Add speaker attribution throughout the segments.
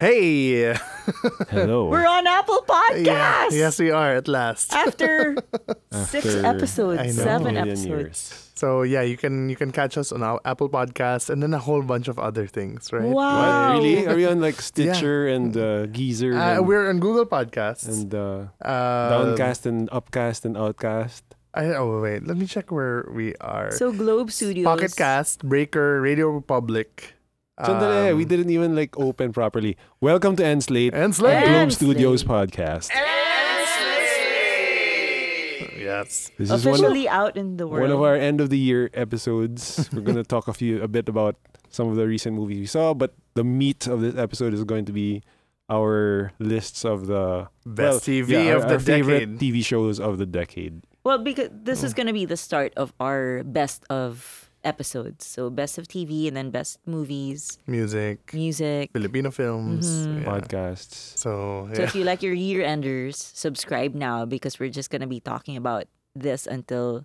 Speaker 1: Hey!
Speaker 2: Hello.
Speaker 3: We're on Apple Podcasts.
Speaker 1: Yeah, yes, we are at
Speaker 3: Uh,
Speaker 1: last.
Speaker 3: After six
Speaker 2: After
Speaker 1: I know.
Speaker 3: episodes, seven
Speaker 2: million
Speaker 3: episodes.
Speaker 2: years.
Speaker 1: So yeah, you can you can catch us on our Apple Podcasts and then a whole bunch of other things, right?
Speaker 2: What?
Speaker 3: Wow.
Speaker 2: Really? Are we on like Stitcher and uh, Geezer
Speaker 1: Oh. Uh,
Speaker 2: and,
Speaker 1: we're on Google Podcasts.
Speaker 2: and uh,
Speaker 1: uh,
Speaker 2: Downcast and Upcast and Outcast?
Speaker 1: I, oh wait, let me check where we are.
Speaker 3: So Globe Studios.
Speaker 1: Pocket Cast, Breaker, Radio Republic.
Speaker 2: Sandali, we
Speaker 1: um,
Speaker 2: didn't even like open properly. Welcome to Enslate,
Speaker 1: and
Speaker 2: a
Speaker 1: Slate.
Speaker 2: Globe
Speaker 3: Enslate.
Speaker 2: Studios podcast.
Speaker 1: Yes.
Speaker 2: This is one of,
Speaker 3: Officially out in the world.
Speaker 2: one of our end of the year episodes. We're gonna talk a few a bit about some of the recent movies we saw, but the meat of this episode is going to be our lists of the well,
Speaker 1: Best TV
Speaker 2: yeah, our-
Speaker 1: of the
Speaker 2: our favorite
Speaker 1: decade.
Speaker 2: TV shows of the decade.
Speaker 3: well, because this
Speaker 2: Oh.
Speaker 3: is going to be the start of our best of episodes. So best of TV and then best movies,
Speaker 1: Music,
Speaker 3: music.
Speaker 1: Filipino films. yeah.
Speaker 2: podcasts.
Speaker 1: So
Speaker 3: So
Speaker 1: yeah.
Speaker 3: if you like your year enders, subscribe now because we're just going to be talking about this until,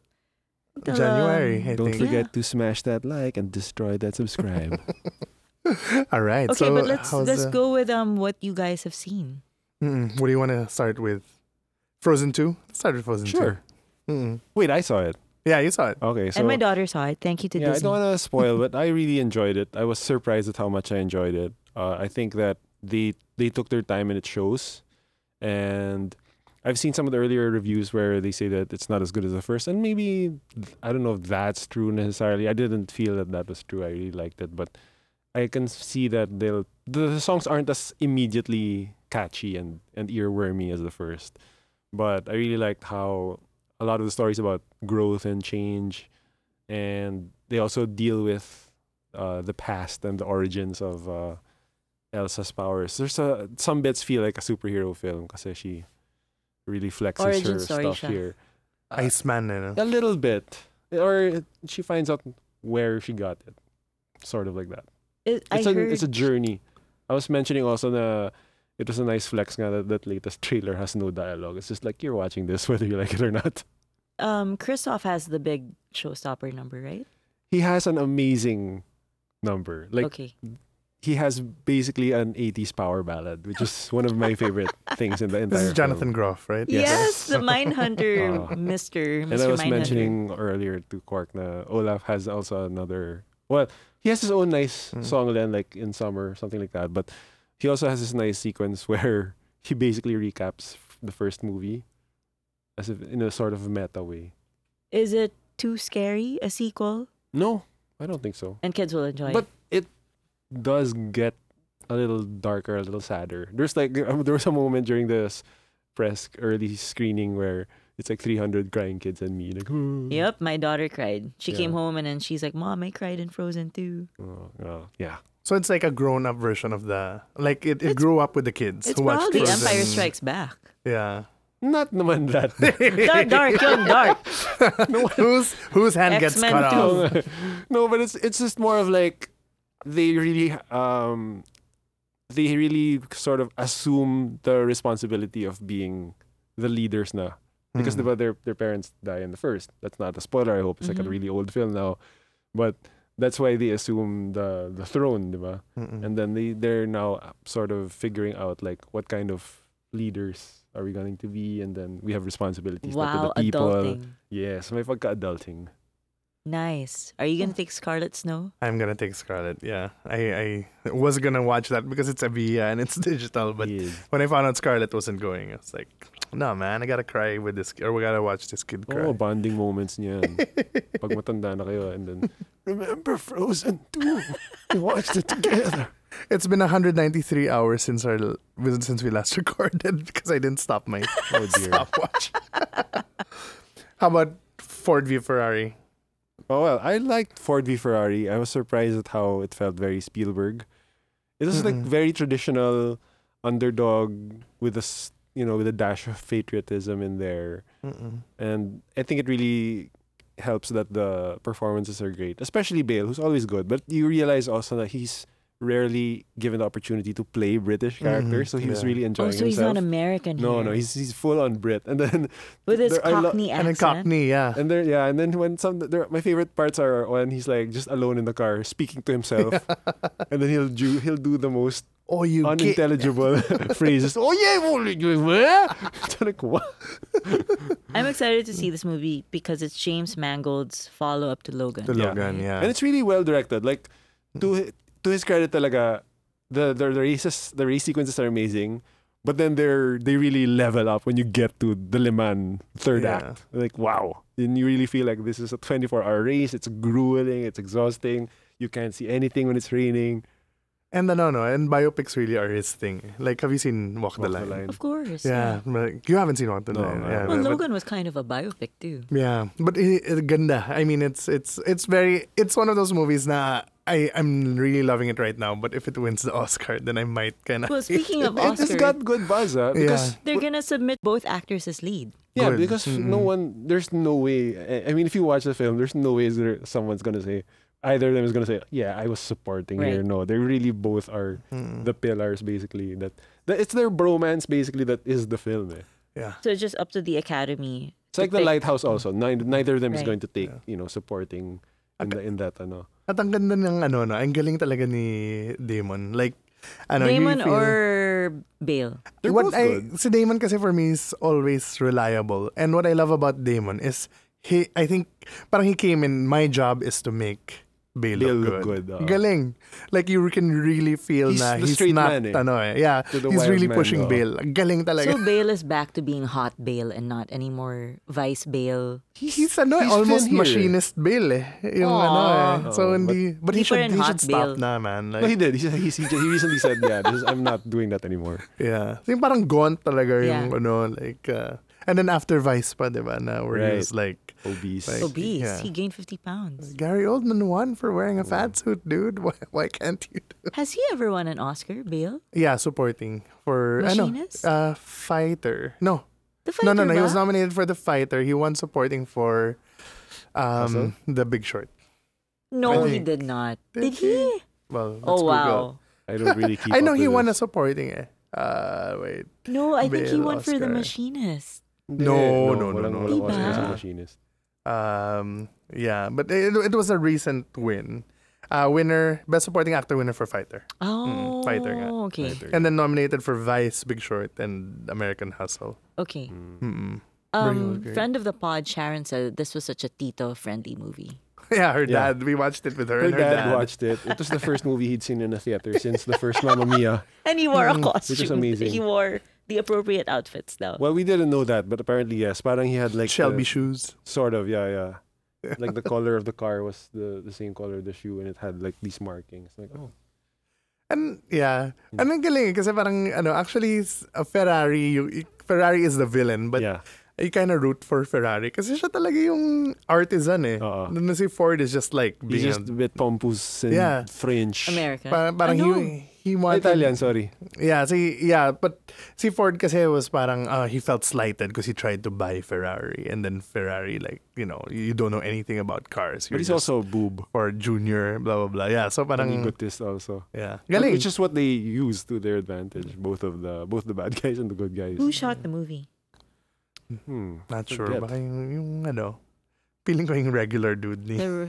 Speaker 3: until, um,
Speaker 1: January, I
Speaker 2: Don't
Speaker 1: think.
Speaker 2: forget to smash that like and destroy that subscribe.
Speaker 1: All right.
Speaker 3: Okay,
Speaker 1: so
Speaker 3: but let's
Speaker 1: how's
Speaker 3: let's
Speaker 1: the-
Speaker 3: go with um what you guys have seen.
Speaker 1: Mm-mm. What do you want to start with? Frozen two. Let's start with Frozen
Speaker 2: sure.
Speaker 1: two. Mm-mm.
Speaker 2: Wait, I saw it.
Speaker 1: Yeah, you saw it.
Speaker 2: Okay, so
Speaker 3: and my daughter saw it. Thank you to
Speaker 2: yeah, I
Speaker 3: Disney.
Speaker 2: don't want to spoil, but I really enjoyed it. I was surprised at how much I enjoyed it. Uh, I think that they they took their time and it shows. And I've seen some of the earlier reviews where they say that it's not as good as the first, and maybe I don't know if that's true necessarily. I didn't feel that that was true. I really liked it, but I can see that they'll the, the songs aren't as immediately catchy and and earwormy as the first. But I really liked how a lot of the stories about growth and change, and they also deal with uh, the past and the origins of uh, Elsa's powers. There's a, some bits feel like a superhero film because she really flexes
Speaker 3: Origin
Speaker 2: her
Speaker 3: story
Speaker 2: stuff
Speaker 3: siya.
Speaker 2: here. Uh,
Speaker 1: Iceman, you know.
Speaker 2: A little bit. Or she finds out where she got it. Sort of like that.
Speaker 3: It, I
Speaker 2: It's, a,
Speaker 3: heard
Speaker 2: it's a journey. I was mentioning also na it was a nice flex nga that that latest trailer has no dialogue. It's just like you're watching this whether you like it or not.
Speaker 3: um Kristoff has the big showstopper number, right?
Speaker 2: He has an amazing number. Like
Speaker 3: okay.
Speaker 2: he has basically an 80s power ballad, which is one of my favorite things in the entire
Speaker 1: This is
Speaker 2: film.
Speaker 1: Jonathan Groff, right?
Speaker 2: yes.
Speaker 3: Yes, the Mindhunter
Speaker 2: Oh.
Speaker 3: Mr. Mr.
Speaker 2: And I was
Speaker 3: Mindhunter.
Speaker 2: mentioning earlier to Quark na Olaf has also another. Well, he has his own nice
Speaker 1: Mm.
Speaker 2: song then, like in summer, something like that. But he also has this nice sequence where he basically recaps f- the first movie, as if in a sort of meta way.
Speaker 3: Is it too scary a sequel?
Speaker 2: No, I don't think so.
Speaker 3: And kids will enjoy
Speaker 2: But it
Speaker 3: it.
Speaker 2: does get a little darker, a little sadder. There's like there was a moment during this press early screening where it's like 300 crying kids and me like.
Speaker 3: Yep, my daughter cried. She came
Speaker 2: Yeah.
Speaker 3: home and then she's like, "Mom, I cried in Frozen too."
Speaker 2: Oh, oh, yeah.
Speaker 1: So it's like a grown-up version of the like it, it
Speaker 3: It's-
Speaker 1: grew up with the kids
Speaker 3: It's
Speaker 1: who watched
Speaker 3: probably
Speaker 1: Frozen.
Speaker 3: Empire Strikes Back.
Speaker 1: Yeah.
Speaker 2: Not naman that.
Speaker 3: Dark, dark, yun, dark.
Speaker 1: whose whose hand gets
Speaker 3: X-Men
Speaker 1: cut
Speaker 3: too.
Speaker 1: off?
Speaker 2: no, but it's it's just more of like they really um they really sort of assume the responsibility of being the leaders na because
Speaker 1: Hmm.
Speaker 2: diba, their their parents die in the first. That's not a spoiler. I hope it's like a
Speaker 3: Mhm.
Speaker 2: really old film now, but that's why they assume the the throne, diba?
Speaker 1: Mm-mm.
Speaker 2: And then they they're now sort of figuring out like what kind of leaders are we going to be, and then we have responsibilities na
Speaker 3: Wow,
Speaker 2: to the people.
Speaker 3: adulting.
Speaker 2: Yes, may pagka-adulting.
Speaker 3: Nice. Are you gonna take Scarlet Snow?
Speaker 1: I'm gonna take Scarlet. Yeah, I, I was gonna watch that because it's a Via and it's digital. But
Speaker 2: Yes.
Speaker 1: when I found out Scarlet wasn't going, I was like, no man, I gotta cry with this, or we gotta watch this kid cry.
Speaker 2: Oo, Oh, bonding moments niya yan. Pag matanda na kayo and then, remember Frozen 2? We watched it together.
Speaker 1: It's been 193 hours since our since we last recorded because I didn't stop my
Speaker 2: Oh dear.
Speaker 1: stopwatch. How about Ford v Ferrari?
Speaker 2: Oh well, I liked Ford v Ferrari. I was surprised at how it felt very Spielberg. It was like
Speaker 1: Mm-mm.
Speaker 2: very traditional underdog with a, s- you know, with a dash of patriotism in there.
Speaker 1: Mm-mm.
Speaker 2: And I think it really helps that the performances are great, especially Bale, who's always good. But you realize also that he's rarely given the opportunity to play British characters,
Speaker 1: Mhm,
Speaker 2: so he was
Speaker 1: yeah.
Speaker 2: really
Speaker 3: Oh,
Speaker 2: enjoying
Speaker 3: so he's
Speaker 2: himself.
Speaker 3: not American.
Speaker 2: no,
Speaker 3: here.
Speaker 2: no, he's he's full on Brit. And then
Speaker 3: with his
Speaker 2: there are lo-
Speaker 3: Cockney
Speaker 1: And then
Speaker 3: accent.
Speaker 1: Cockney, yeah.
Speaker 2: and there yeah, and then when some there, my favorite parts are when he's like just alone in the car speaking to himself, and then he'll do he'll do the most
Speaker 1: Oh, you get.
Speaker 2: unintelligible phrases. Oh yeah, well, you- well." It's like what?
Speaker 3: I'm excited to see this movie because it's James Mangold's follow up to Logan.
Speaker 1: The Logan, yeah.
Speaker 2: And it's really well directed. Like to
Speaker 1: Mm-hmm.
Speaker 2: hi- to his credit, talaga the the the races the race sequences are amazing. But then they're they really level up when you get to the Le Mans third
Speaker 1: Yeah.
Speaker 2: act. Like wow, then you really feel like this is a 24 hour race. It's grueling. It's exhausting. You can't see anything when it's raining.
Speaker 1: And ano, no, and biopics really are his thing. Like, have you seen Walk, the,
Speaker 2: Walk the
Speaker 1: Line?
Speaker 2: Line.
Speaker 3: Of course.
Speaker 1: Yeah, but you haven't seen Walk the
Speaker 2: No,
Speaker 1: Line. Yeah,
Speaker 2: I haven't.
Speaker 3: Well,
Speaker 1: but-
Speaker 3: Logan was kind of a biopic too.
Speaker 1: Yeah, but it, it, ganda. I mean, it's it's it's very it's one of those movies na I I'm really loving it right now. But if it wins the Oscar, then I might kind of.
Speaker 3: Well, speaking of
Speaker 2: It- It's
Speaker 3: Oscar,
Speaker 2: got good buzz, ah, because
Speaker 3: they're gonna submit both actors as lead.
Speaker 2: Yeah,
Speaker 1: Good.
Speaker 2: because no one, there's no way. I- I mean, if you watch the film, there's no way there, someone's gonna say either of them is gonna say, "Yeah, I was supporting here."
Speaker 3: Right.
Speaker 2: No, they really both are
Speaker 1: Mm.
Speaker 2: the pillars, basically. That, that it's their bromance, basically, that is the film. eh.
Speaker 1: yeah.
Speaker 3: So it's just up to the Academy.
Speaker 2: It's like the lighthouse. Also, neither, neither of them is
Speaker 3: Right.
Speaker 2: going to take you know supporting in, the, in that. Ano.
Speaker 1: At ang ganda ng ano no, ang galing talaga ni Damon. Like ano, you
Speaker 3: Damon
Speaker 1: feel-
Speaker 3: or Bale.
Speaker 2: They're
Speaker 1: what
Speaker 2: both
Speaker 1: I,
Speaker 2: good.
Speaker 1: Si Damon kasi for me is always reliable. And what I love about Damon is he I think parang he came in my job is to make Bale,
Speaker 2: Bale
Speaker 1: look
Speaker 2: look
Speaker 1: good.
Speaker 2: good, oo.
Speaker 1: Oh. Galing. Like you can really feel
Speaker 2: He's
Speaker 1: na
Speaker 2: the
Speaker 1: he's
Speaker 2: straight
Speaker 1: not
Speaker 2: man, eh.
Speaker 1: ano eh. Yeah,
Speaker 2: To the
Speaker 1: he's
Speaker 2: wire
Speaker 1: really
Speaker 2: man,
Speaker 1: pushing
Speaker 2: oo.
Speaker 1: Bale. Galing talaga.
Speaker 3: So Bale is back to being hot Bale and not anymore Vice Bale.
Speaker 1: he's ano eh,
Speaker 2: he's
Speaker 1: almost
Speaker 2: thin here.
Speaker 1: machinist Bale eh. Yung
Speaker 3: Aw.
Speaker 1: ano eh.
Speaker 2: Oo,
Speaker 1: So hindi but, he
Speaker 3: Hindi pa
Speaker 1: should
Speaker 3: rin
Speaker 1: he
Speaker 3: hot
Speaker 1: should stop
Speaker 3: Bale.
Speaker 1: na man.
Speaker 2: No, he
Speaker 1: Like,
Speaker 2: did. He, he, he, he recently said, "Yeah, this is, I'm not doing that anymore."
Speaker 1: yeah. Yung parang gaunt talaga yung
Speaker 3: Yeah.
Speaker 1: ano like uh, and then after Vice pa, di ba, na where he
Speaker 2: Right.
Speaker 1: was like
Speaker 2: Obese.
Speaker 1: Like-
Speaker 3: Obese.
Speaker 1: yeah.
Speaker 3: He gained 50 pounds.
Speaker 1: Gary Oldman won for wearing a fat suit, dude. Why, why can't you do
Speaker 3: Has he ever won an Oscar, Bale?
Speaker 1: Yeah, supporting for
Speaker 3: Machinist?
Speaker 1: Ano, uh fighter. No. no,
Speaker 3: The fighter
Speaker 1: no, no. He
Speaker 3: ba?
Speaker 1: was nominated for the fighter. He won supporting for um the big short.
Speaker 3: No,
Speaker 1: I
Speaker 3: he
Speaker 1: think.
Speaker 3: did not.
Speaker 1: Did
Speaker 3: Did he?
Speaker 1: Well, let's
Speaker 3: Oh
Speaker 1: Google.
Speaker 3: wow.
Speaker 2: I don't really keep.
Speaker 1: I know
Speaker 2: up
Speaker 1: he
Speaker 2: with
Speaker 1: won a
Speaker 2: this.
Speaker 1: supporting eh. Uh wait.
Speaker 3: No, I think he
Speaker 1: Bale
Speaker 3: won for The
Speaker 1: Oscar.
Speaker 3: Machinist.
Speaker 2: Hindi,
Speaker 1: No, no, no,
Speaker 2: walang,
Speaker 1: no.
Speaker 2: walang
Speaker 3: Diba?
Speaker 2: Oscar sa machinist.
Speaker 1: Um yeah, but it, it was a recent win. Uh winner best supporting actor winner for fighter.
Speaker 3: Oh,
Speaker 1: Mm, fighter nga.
Speaker 3: Okay,
Speaker 1: And then nominated for Vice, Big Short and American Hustle.
Speaker 3: okay.
Speaker 2: Mm.
Speaker 1: Mm-mm.
Speaker 3: Um,
Speaker 1: great.
Speaker 3: friend of the pod, Sharon said this was such a Tito-friendly movie.
Speaker 1: Yeah, her
Speaker 2: Yeah.
Speaker 1: dad. We watched it with her
Speaker 2: Her
Speaker 1: and her
Speaker 2: dad, watched it. It was the first movie he'd seen in a theater since the first Mamma Mia.
Speaker 3: And he wore a
Speaker 2: Mm,
Speaker 3: costume.
Speaker 2: amazing.
Speaker 3: He wore the appropriate outfits though.
Speaker 2: Well, we didn't know that, but apparently yes. Parang he had like
Speaker 1: Shelby
Speaker 2: the-
Speaker 1: shoes.
Speaker 2: sort of, yeah, yeah. Like the color of the car was the, the same color of the shoe, and it had like these markings. Like oh,
Speaker 1: And yeah. And ang galing eh, kasi parang ano, actually s- a Ferrari, you, Ferrari is the villain, but
Speaker 2: yeah,
Speaker 1: you kind of root for Ferrari kasi siya talaga yung artisan eh.
Speaker 2: Oo.
Speaker 1: Then si Ford is just like
Speaker 2: he's
Speaker 1: being
Speaker 2: just
Speaker 1: a-
Speaker 2: a bit pompous and
Speaker 1: Yeah.
Speaker 2: French,
Speaker 3: America.
Speaker 1: parang, parang
Speaker 3: Ano?
Speaker 1: he, he wanted
Speaker 2: Italian. Sorry,
Speaker 1: Yeah, si yeah, but si Ford kasi was parang uh, he felt slighted because he tried to buy Ferrari and then Ferrari like, you know, you don't know anything about cars.
Speaker 2: but
Speaker 1: You're
Speaker 2: he's
Speaker 1: just
Speaker 2: also a boob.
Speaker 1: Ford junior, blah blah blah. Yeah, so
Speaker 2: An
Speaker 1: parang
Speaker 2: egotist also.
Speaker 1: yeah.
Speaker 2: But
Speaker 1: Galing.
Speaker 2: Which is what they use to their advantage, both of the both the bad guys and the good guys.
Speaker 3: Who shot the movie?
Speaker 2: Hmm.
Speaker 1: Not sure.
Speaker 2: Forget.
Speaker 1: Baka yung, yung ano, feeling ko yung regular dude ni.
Speaker 3: The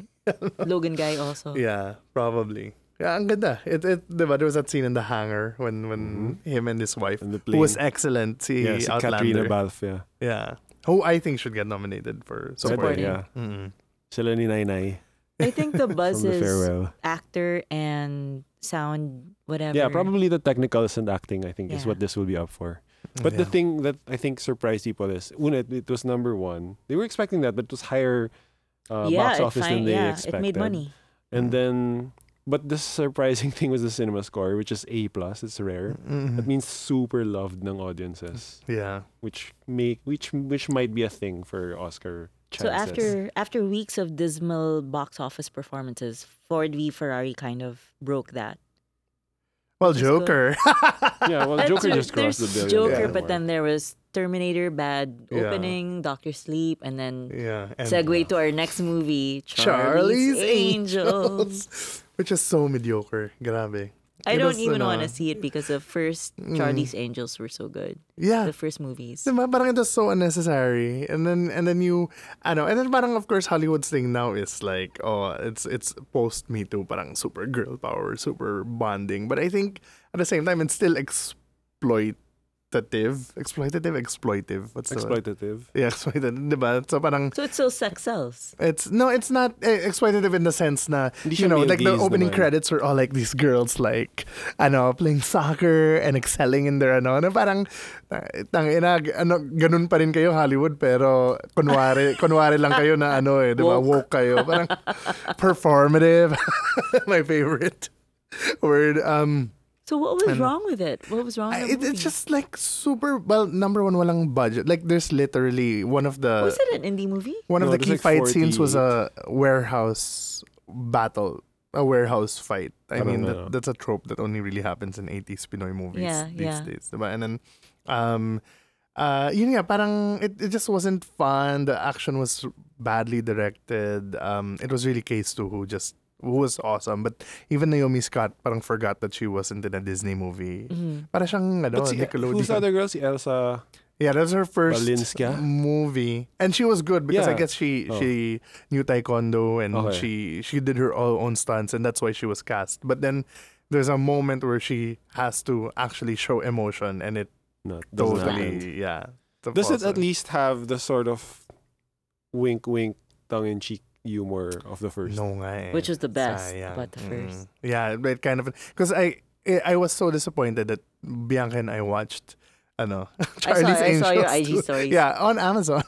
Speaker 3: Logan guy also.
Speaker 1: Yeah, probably. Yeah, ang ganda. It, it, diba, there was that scene in the hangar when, when him and his wife,
Speaker 2: And the
Speaker 1: who
Speaker 2: plane.
Speaker 1: was excellent, si
Speaker 2: yeah, si Katrina
Speaker 1: Outlander.
Speaker 2: Balfe, yeah.
Speaker 1: yeah. Who I think should get nominated for supporting.
Speaker 3: Supporting.
Speaker 2: Yeah.
Speaker 1: Mm.
Speaker 2: Sila ni Nainay
Speaker 3: I think the
Speaker 2: from
Speaker 3: buzz
Speaker 2: the
Speaker 3: is
Speaker 2: farewell.
Speaker 3: actor and sound whatever.
Speaker 2: Yeah, probably the technicals and acting, I think, is
Speaker 3: Yeah.
Speaker 2: what this will be up for. But the
Speaker 1: Yeah.
Speaker 2: thing that I think surprised people is, una, it- it was number one. They were expecting that, but it was higher uh,
Speaker 3: yeah,
Speaker 2: box
Speaker 3: it
Speaker 2: office
Speaker 3: fin-
Speaker 2: than they
Speaker 3: yeah,
Speaker 2: expected.
Speaker 3: It made money.
Speaker 2: And then, but the surprising thing was the cinema score, which is A+. plus. It's rare. That
Speaker 1: Mm.
Speaker 2: means super loved ng audiences,
Speaker 1: Yeah.
Speaker 2: which make which which might be a thing for Oscar
Speaker 3: So
Speaker 2: chances.
Speaker 3: after after weeks of dismal box office performances, Ford v Ferrari kind of broke that.
Speaker 1: Well,
Speaker 3: Which is good.
Speaker 1: Joker.
Speaker 2: yeah, well,
Speaker 3: That's
Speaker 2: Joker
Speaker 3: true.
Speaker 2: just crossed
Speaker 3: There's
Speaker 2: the billion.
Speaker 3: Joker,
Speaker 1: Yeah.
Speaker 2: dollar
Speaker 3: but
Speaker 2: mark.
Speaker 3: then there was Terminator, bad
Speaker 1: Yeah.
Speaker 3: opening, Doctor Sleep, and then
Speaker 1: yeah. and
Speaker 3: segue to our next movie, Charlie's,
Speaker 1: Charlie's
Speaker 3: Angels.
Speaker 1: Angels. Which is so mediocre. Grabe.
Speaker 3: I
Speaker 1: It was,
Speaker 3: don't even
Speaker 1: ano,
Speaker 3: want to see it because the first
Speaker 1: Mm.
Speaker 3: Charlie's Angels were so good.
Speaker 1: Yeah.
Speaker 3: The first movies.
Speaker 1: Diba? Parang it was so unnecessary. And then and then you ano, and then parang of course Hollywood's thing now is like oh, it's it's post me too parang super girl power, super bonding. But I think at the same time it's still exploitative, exploitative, exploitive. What's the word?
Speaker 2: Exploitative.
Speaker 1: Yeah, exploitative, diba? So parang
Speaker 3: So it still sex sells.
Speaker 1: it's no, it's not eh, exploitative in the sense na
Speaker 2: Hindi
Speaker 1: you
Speaker 2: siya
Speaker 1: know, like the
Speaker 2: male-gaze
Speaker 1: opening
Speaker 2: naman.
Speaker 1: credits were all like these girls like ano playing soccer and excelling in their ano, ano parang tang ina ano ganun pa rin kayo Hollywood pero kunwari kunwari lang kayo na ano eh, 'di ba? Woke kayo. Parang performative. My favorite word um
Speaker 3: So what was wrong with it? What was wrong with
Speaker 1: it,
Speaker 3: the
Speaker 1: it's
Speaker 3: movie?
Speaker 1: just like super well number one walang budget like there's literally one of the
Speaker 3: Was it an indie movie?
Speaker 1: One of
Speaker 2: No,
Speaker 1: the key
Speaker 2: there's like
Speaker 1: fight scenes was a warehouse battle, a warehouse fight. I,
Speaker 2: I don't
Speaker 1: mean,
Speaker 2: know.
Speaker 1: that, that's a trope that only really happens in 80s Pinoy movies
Speaker 3: Yeah,
Speaker 1: these
Speaker 3: yeah.
Speaker 1: days. Diba? And then, um, uh, yun nga, parang it, it just wasn't fun. The action was badly directed. Um, it was really Case 2 who just who was awesome. But even Naomi Scott parang forgot that she wasn't in a Disney movie.
Speaker 3: Mm-hmm.
Speaker 1: Para siyang ano,
Speaker 2: But si,
Speaker 1: Nickelodeon.
Speaker 2: who's the other girl? Si Elsa.
Speaker 1: Yeah, that was her first
Speaker 2: Balinska?
Speaker 1: movie, and she was good because I
Speaker 2: Yeah.
Speaker 1: guess she
Speaker 2: Oh.
Speaker 1: she knew taekwondo and
Speaker 2: Okay.
Speaker 1: she she did her all own stunts, and that's why she was cast. But then there's a moment where she has to actually show emotion, and it
Speaker 2: No, it doesn't happen.
Speaker 1: totally yeah. it's
Speaker 2: Does it
Speaker 1: awesome.
Speaker 2: at least have the sort of wink, wink, tongue in cheek humor of the first?
Speaker 1: No nga eh.
Speaker 3: Which was the best
Speaker 1: Sayang.
Speaker 3: about the
Speaker 1: Mm-mm.
Speaker 3: first.
Speaker 1: Yeah, but kind of because I I I was so disappointed that Bianca and I watched ano
Speaker 3: I saw,
Speaker 1: Charlie's
Speaker 3: I saw your
Speaker 1: Angels
Speaker 3: IG
Speaker 1: 2.
Speaker 3: stories.
Speaker 1: Yeah, on Amazon.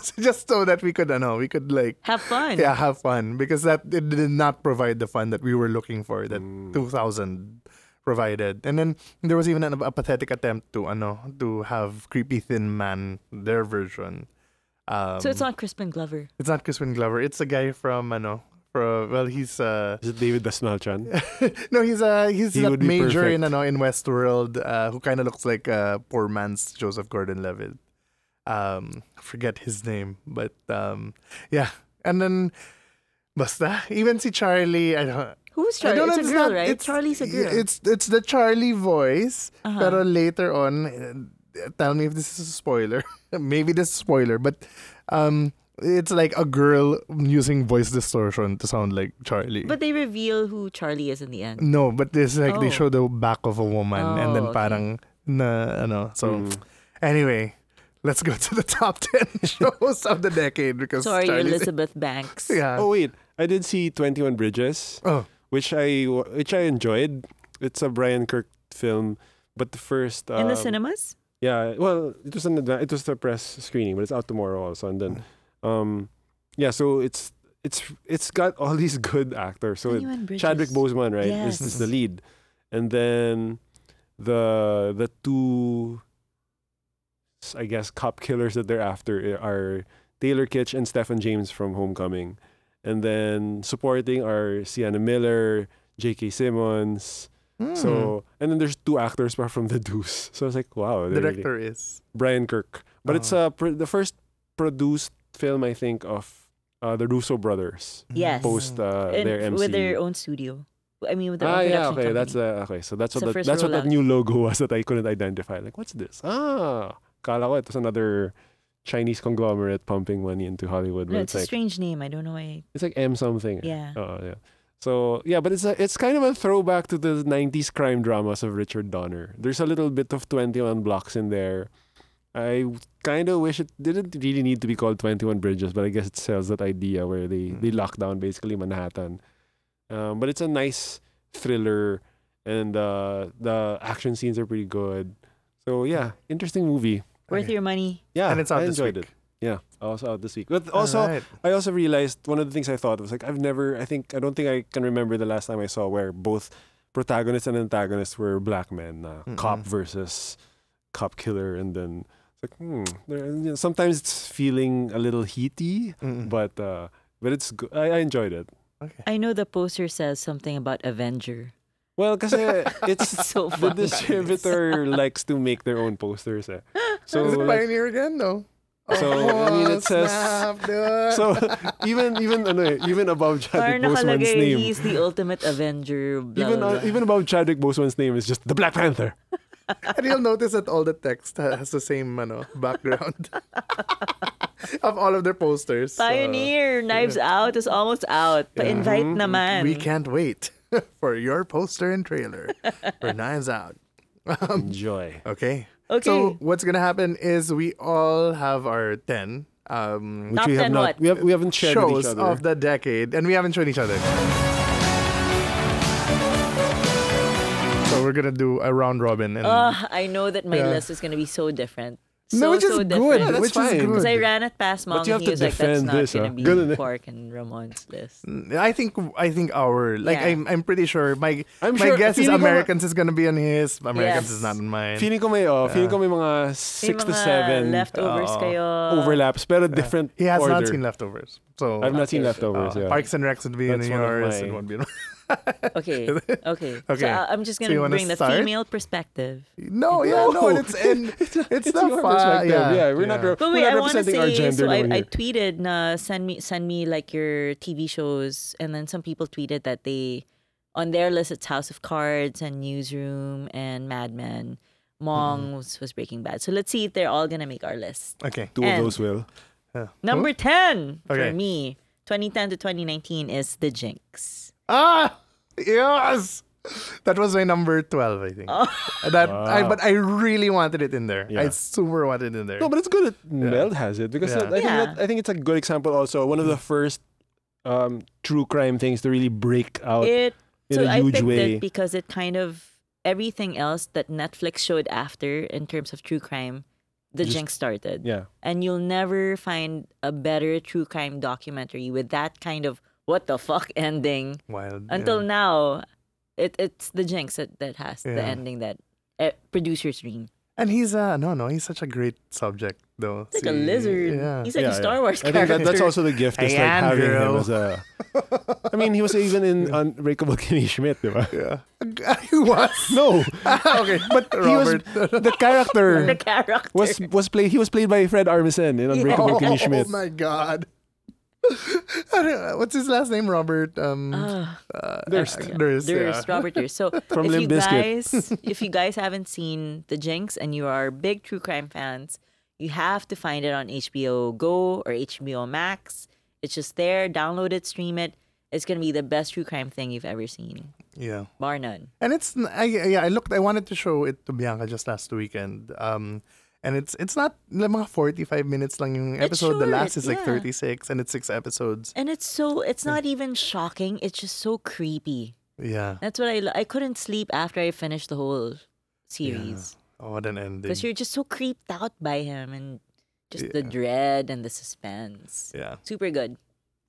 Speaker 1: So just so that we could ano, we could like
Speaker 3: Have fun.
Speaker 1: yeah, have fun because that it did not provide the fun that we were looking for that
Speaker 2: Mm.
Speaker 1: 2000 provided. And then there was even an, a pathetic attempt to ano to have creepy thin man their version. Um,
Speaker 3: So it's not Crispin Glover.
Speaker 1: it's not Crispin Glover. It's a guy from ano from well he's uh
Speaker 2: Is it David Dasmalchan?
Speaker 1: no he's uh he's
Speaker 2: He
Speaker 1: a
Speaker 2: would be
Speaker 1: major in
Speaker 2: perfect.
Speaker 1: ano in Westworld uh, who kind of looks like uh poor man's Joseph Gordon-Levitt. Um forget his name but um yeah and then basta even si Charlie I don't
Speaker 3: Who's
Speaker 1: I
Speaker 3: Charlie?
Speaker 1: don't
Speaker 3: It's a
Speaker 1: know,
Speaker 3: girl,
Speaker 1: not-
Speaker 3: right?
Speaker 1: it's-
Speaker 3: Charlie's a girl.
Speaker 1: It's it's the Charlie voice,
Speaker 3: Uh-huh.
Speaker 1: but later on, uh, tell me if this is a spoiler. Maybe this is a spoiler, but um, it's like a girl using voice distortion to sound like Charlie.
Speaker 3: but they reveal who Charlie is in the end.
Speaker 1: no, but it's like they
Speaker 3: Oh.
Speaker 1: show the back of a woman, and then
Speaker 3: Oh, okay.
Speaker 1: parang na ano. So
Speaker 2: Mm.
Speaker 1: anyway, let's go to the top ten shows of the decade because
Speaker 3: Sorry,
Speaker 1: Charlie's-
Speaker 3: Elizabeth Banks.
Speaker 1: Yeah.
Speaker 2: Oh wait, I did see Twenty One Bridges,
Speaker 1: Oh.
Speaker 2: which I wa- which I enjoyed. It's a Brian Kirk film, but the first
Speaker 3: in
Speaker 2: um,
Speaker 3: the cinemas?
Speaker 2: Yeah, well, it was an adva- it was the press screening, but it's out tomorrow also. And then, um, yeah, so it's it's it's got all these good actors. So it,
Speaker 3: Anyone Bridges.
Speaker 2: Chadwick Boseman, right, is, is the
Speaker 3: Yes.
Speaker 2: lead, and then the the two, s- I guess, cop killers that they're after i- are Taylor Kitsch and Stephen James from Homecoming, and then supporting are Sienna Miller, J.K. Simmons.
Speaker 1: Hmm.
Speaker 2: So
Speaker 3: Hmm.
Speaker 2: and then there's two actors apart from the Deuce. So I was like, wow,
Speaker 1: Hmm.
Speaker 2: they're really-
Speaker 1: director is
Speaker 2: Brian Kirk. But it's
Speaker 1: Oh.
Speaker 2: uh, pr- the first produced film I think of uh, the Russo brothers
Speaker 3: Yes.
Speaker 1: Mm.
Speaker 2: post uh,
Speaker 3: And
Speaker 2: their MC.
Speaker 3: with their own studio. I mean, with their
Speaker 2: ah,
Speaker 3: own
Speaker 2: yeah,
Speaker 3: production
Speaker 2: okay, that's
Speaker 3: company.
Speaker 2: uh, okay. So that's
Speaker 3: It's
Speaker 2: what
Speaker 3: the
Speaker 2: that,
Speaker 3: first
Speaker 2: that's what that
Speaker 3: rollout.
Speaker 2: new logo was that I couldn't identify. Like, what's this? Ah, kala ko it was another Chinese conglomerate pumping money into Hollywood.
Speaker 3: no,
Speaker 2: but
Speaker 3: it's
Speaker 2: it's
Speaker 3: a
Speaker 2: like
Speaker 3: strange name. I don't know why.
Speaker 2: it's like M something.
Speaker 3: Yeah.
Speaker 2: Oh yeah. So yeah, but it's a, it's kind of a throwback to the '90s crime dramas of Richard Donner. There's a little bit of 21 Blocks in there. I kind of wish it didn't really need to be called 21 Bridges, but I guess it sells that idea where they
Speaker 1: Hmm.
Speaker 2: they lock down basically Manhattan. Um, but it's a nice thriller, and uh, the action scenes are pretty good. So yeah, interesting movie.
Speaker 3: Worth
Speaker 1: Okay.
Speaker 3: your money.
Speaker 2: Yeah,
Speaker 1: and it's out
Speaker 2: I
Speaker 1: this
Speaker 2: enjoyed
Speaker 1: week.
Speaker 2: it. Yeah, also out this week. But also,
Speaker 1: Alright.
Speaker 2: I also realized one of the things I thought was like I've never I think I don't think I can remember the last time I saw where both protagonists and antagonists were black men, uh, cop
Speaker 1: Mm-mm.
Speaker 2: versus cop killer, and then it's like hmm. there- and, you know, sometimes it's feeling a little heaty,
Speaker 3: Mm-hmm.
Speaker 1: Mm-mm.
Speaker 2: but uh, but it's good. I, I enjoyed it.
Speaker 1: okay.
Speaker 3: I know the poster says something about Avenger.
Speaker 2: Well, because it's
Speaker 3: so
Speaker 2: the
Speaker 3: funny.
Speaker 2: distributor likes to make their own posters. Eh. So
Speaker 1: is it
Speaker 2: like,
Speaker 1: Pioneer again? No. Oh,
Speaker 2: So I mean, it says
Speaker 3: Oh,
Speaker 1: snap, dude.
Speaker 2: so even even ano, eh, even above Chadwick
Speaker 3: Parang
Speaker 2: Boseman's
Speaker 3: nakalagay,
Speaker 2: name,
Speaker 3: he's the ultimate Avenger. Blah,
Speaker 2: even
Speaker 3: blah,
Speaker 2: uh,
Speaker 3: blah.
Speaker 2: even above Chadwick Boseman's name is just the Black Panther.
Speaker 1: And you'll notice that all the text has the same ano, background of all of their posters. So,
Speaker 2: uh,
Speaker 3: Pioneer, Knives Out is almost out. Pa-invite
Speaker 2: Mm-hmm.
Speaker 3: naman.
Speaker 1: we can't wait for your poster and trailer for Knives Out.
Speaker 2: Enjoy.
Speaker 1: Okay.
Speaker 3: Okay.
Speaker 1: So what's gonna happen is we all have our ten um,
Speaker 2: Which
Speaker 3: Top
Speaker 2: we have
Speaker 3: 10
Speaker 2: not
Speaker 3: what?
Speaker 2: we have we haven't shared with
Speaker 1: shows
Speaker 2: each other.
Speaker 1: of the decade, and we haven't shown each other. So we're gonna do a round robin, and
Speaker 3: Ugh, I know that my
Speaker 1: Yeah.
Speaker 3: list is going to be so different. So,
Speaker 1: no, which is
Speaker 3: so
Speaker 1: good.
Speaker 3: different.
Speaker 2: that's
Speaker 1: which
Speaker 2: fine.
Speaker 1: is good.
Speaker 3: Because I ran at Pasmong
Speaker 2: But you have
Speaker 3: and he
Speaker 2: to
Speaker 3: was like, that's
Speaker 2: defend
Speaker 3: not
Speaker 2: this,
Speaker 3: going
Speaker 2: ah.
Speaker 3: to be
Speaker 2: Ganun eh.
Speaker 3: Quark and Ramon's list.
Speaker 1: I think I think our like
Speaker 3: Yeah.
Speaker 1: I'm I'm pretty sure my
Speaker 2: I'm
Speaker 1: my
Speaker 2: sure-
Speaker 1: guess is
Speaker 2: feeling ko na-
Speaker 1: Americans is gonna be on his, Americans
Speaker 3: Yes.
Speaker 1: is not on mine.
Speaker 2: Feeling ko may oh, feeling ko may mga
Speaker 3: May
Speaker 2: six to
Speaker 3: mga
Speaker 2: seven
Speaker 3: uh, leftovers
Speaker 1: Oo.
Speaker 3: kayo.
Speaker 2: overlaps, pero different
Speaker 1: he has
Speaker 2: order.
Speaker 1: not seen leftovers, so
Speaker 2: I've not seen
Speaker 3: Okay.
Speaker 2: leftovers.
Speaker 1: uh,
Speaker 2: yeah.
Speaker 1: Parks and Recs would be in
Speaker 2: That's one of
Speaker 1: yours,
Speaker 2: my-
Speaker 1: and won't be in
Speaker 3: Okay, okay. So
Speaker 1: Okay.
Speaker 3: I- I'm just
Speaker 1: So
Speaker 3: going to
Speaker 1: you wanna
Speaker 3: bring the
Speaker 1: start?
Speaker 3: female perspective.
Speaker 1: No, yeah, no, and it's and it's, not
Speaker 2: your
Speaker 1: fun.
Speaker 2: perspective.
Speaker 1: Yeah,
Speaker 2: we're not
Speaker 1: yeah.
Speaker 2: re-
Speaker 3: But
Speaker 2: we're
Speaker 3: wait,
Speaker 2: not
Speaker 3: I want to
Speaker 2: representing our
Speaker 3: say,
Speaker 2: gender
Speaker 3: so I,
Speaker 2: over
Speaker 3: I
Speaker 2: here.
Speaker 3: tweeted na send me send me like your TV shows, and then some people tweeted that they on their list it's House of Cards and Newsroom and Mad Men.
Speaker 2: Mm-hmm.
Speaker 3: Mong was, was Breaking Bad. So let's see if they're all gonna make our list.
Speaker 1: Okay.
Speaker 2: Two of
Speaker 3: And-
Speaker 2: those will.
Speaker 3: Number ten
Speaker 1: Okay.
Speaker 3: for me, 2010 to 2019 is The Jinx.
Speaker 1: Ah, yes. That was my number twelve, I think. That I
Speaker 2: Wow.
Speaker 1: but I really wanted it in there. I
Speaker 2: Yeah.
Speaker 1: super wanted it in there.
Speaker 2: No, but it's good that Mel has it because
Speaker 1: Yeah.
Speaker 2: that- I, think
Speaker 3: Yeah.
Speaker 2: that, I think it's a good example also. One of the first um, true crime things to really break out.
Speaker 3: It
Speaker 2: in
Speaker 3: so
Speaker 2: a
Speaker 3: I
Speaker 2: huge
Speaker 3: picked
Speaker 2: way.
Speaker 3: it because it kind of everything else that Netflix showed after in terms of true crime, The
Speaker 2: Just-
Speaker 3: Jinx started.
Speaker 2: yeah.
Speaker 3: and you'll never find a better true crime documentary with that kind of what the fuck ending.
Speaker 1: Wild.
Speaker 3: Until
Speaker 1: yeah.
Speaker 3: now, it it's the jinx that, that has the
Speaker 1: Yeah.
Speaker 3: ending that uh, producers dream.
Speaker 1: and he's uh no no he's such a great subject though.
Speaker 3: It's like a lizard.
Speaker 1: Yeah.
Speaker 3: He's like
Speaker 2: Yeah,
Speaker 3: a
Speaker 2: yeah.
Speaker 3: Star Wars
Speaker 2: I think
Speaker 3: character.
Speaker 2: that, that's also the gift is like
Speaker 1: Ayan,
Speaker 2: having him
Speaker 1: girl.
Speaker 2: as a. I mean, he was even in Unbreakable Kimmy Schmidt, di ba?
Speaker 1: yeah. he was.
Speaker 2: No,
Speaker 1: okay, but
Speaker 2: he was
Speaker 1: Robert.
Speaker 2: the
Speaker 3: the
Speaker 2: character
Speaker 3: character.
Speaker 2: was was played. He was played by Fred Armisen in Unbreakable
Speaker 1: oh,
Speaker 2: Kimmy Schmidt.
Speaker 1: my god. I don't- What's his last name? Robert. Um,
Speaker 3: Ah,
Speaker 1: uh,
Speaker 2: Durst.
Speaker 1: Durst. yeah.
Speaker 3: Durst, Robert Durst. So
Speaker 2: From
Speaker 3: if you
Speaker 2: Limp Bizkit.
Speaker 3: guys, if you guys haven't seen The Jinx and you are big true crime fans, you have to find it on HBO Go or HBO Max. It's just there. Download it, stream it. It's gonna be the best true crime thing you've ever seen,
Speaker 1: Yeah.
Speaker 3: bar none.
Speaker 1: And it's n- I yeah, I looked I wanted to show it to Bianca just last weekend. Um and it's it's not like, mga 45 minutes lang yung
Speaker 3: It's
Speaker 1: episode. the last
Speaker 3: short,
Speaker 1: is like 36
Speaker 3: yeah.
Speaker 1: and it's six episodes.
Speaker 3: And it's so it's not even shocking. It's just so creepy.
Speaker 1: Yeah.
Speaker 3: That's what I lo- I couldn't sleep after I finished the whole series
Speaker 1: Oh, what an ending.
Speaker 3: because you're just so creeped out by him and just the dread and the suspense.
Speaker 1: Yeah.
Speaker 3: Super good.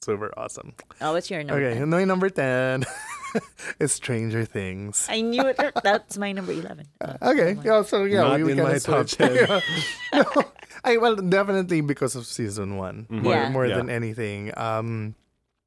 Speaker 1: Super awesome.
Speaker 3: Oh, what's your number?
Speaker 1: Okay,
Speaker 3: ten?
Speaker 1: and my number 10 is Stranger Things.
Speaker 3: I knew it. That's my number 11. Oh,
Speaker 1: Uh, Okay.
Speaker 3: never mind.
Speaker 1: Yeah, so yeah,
Speaker 2: Not
Speaker 1: we, we
Speaker 2: in
Speaker 1: kinda
Speaker 2: my top
Speaker 1: switched.
Speaker 2: 10.
Speaker 1: Yeah. no, I well definitely because of season one more,
Speaker 3: Yeah.
Speaker 1: more
Speaker 2: Mm-hmm. Yeah.
Speaker 1: than anything. Um,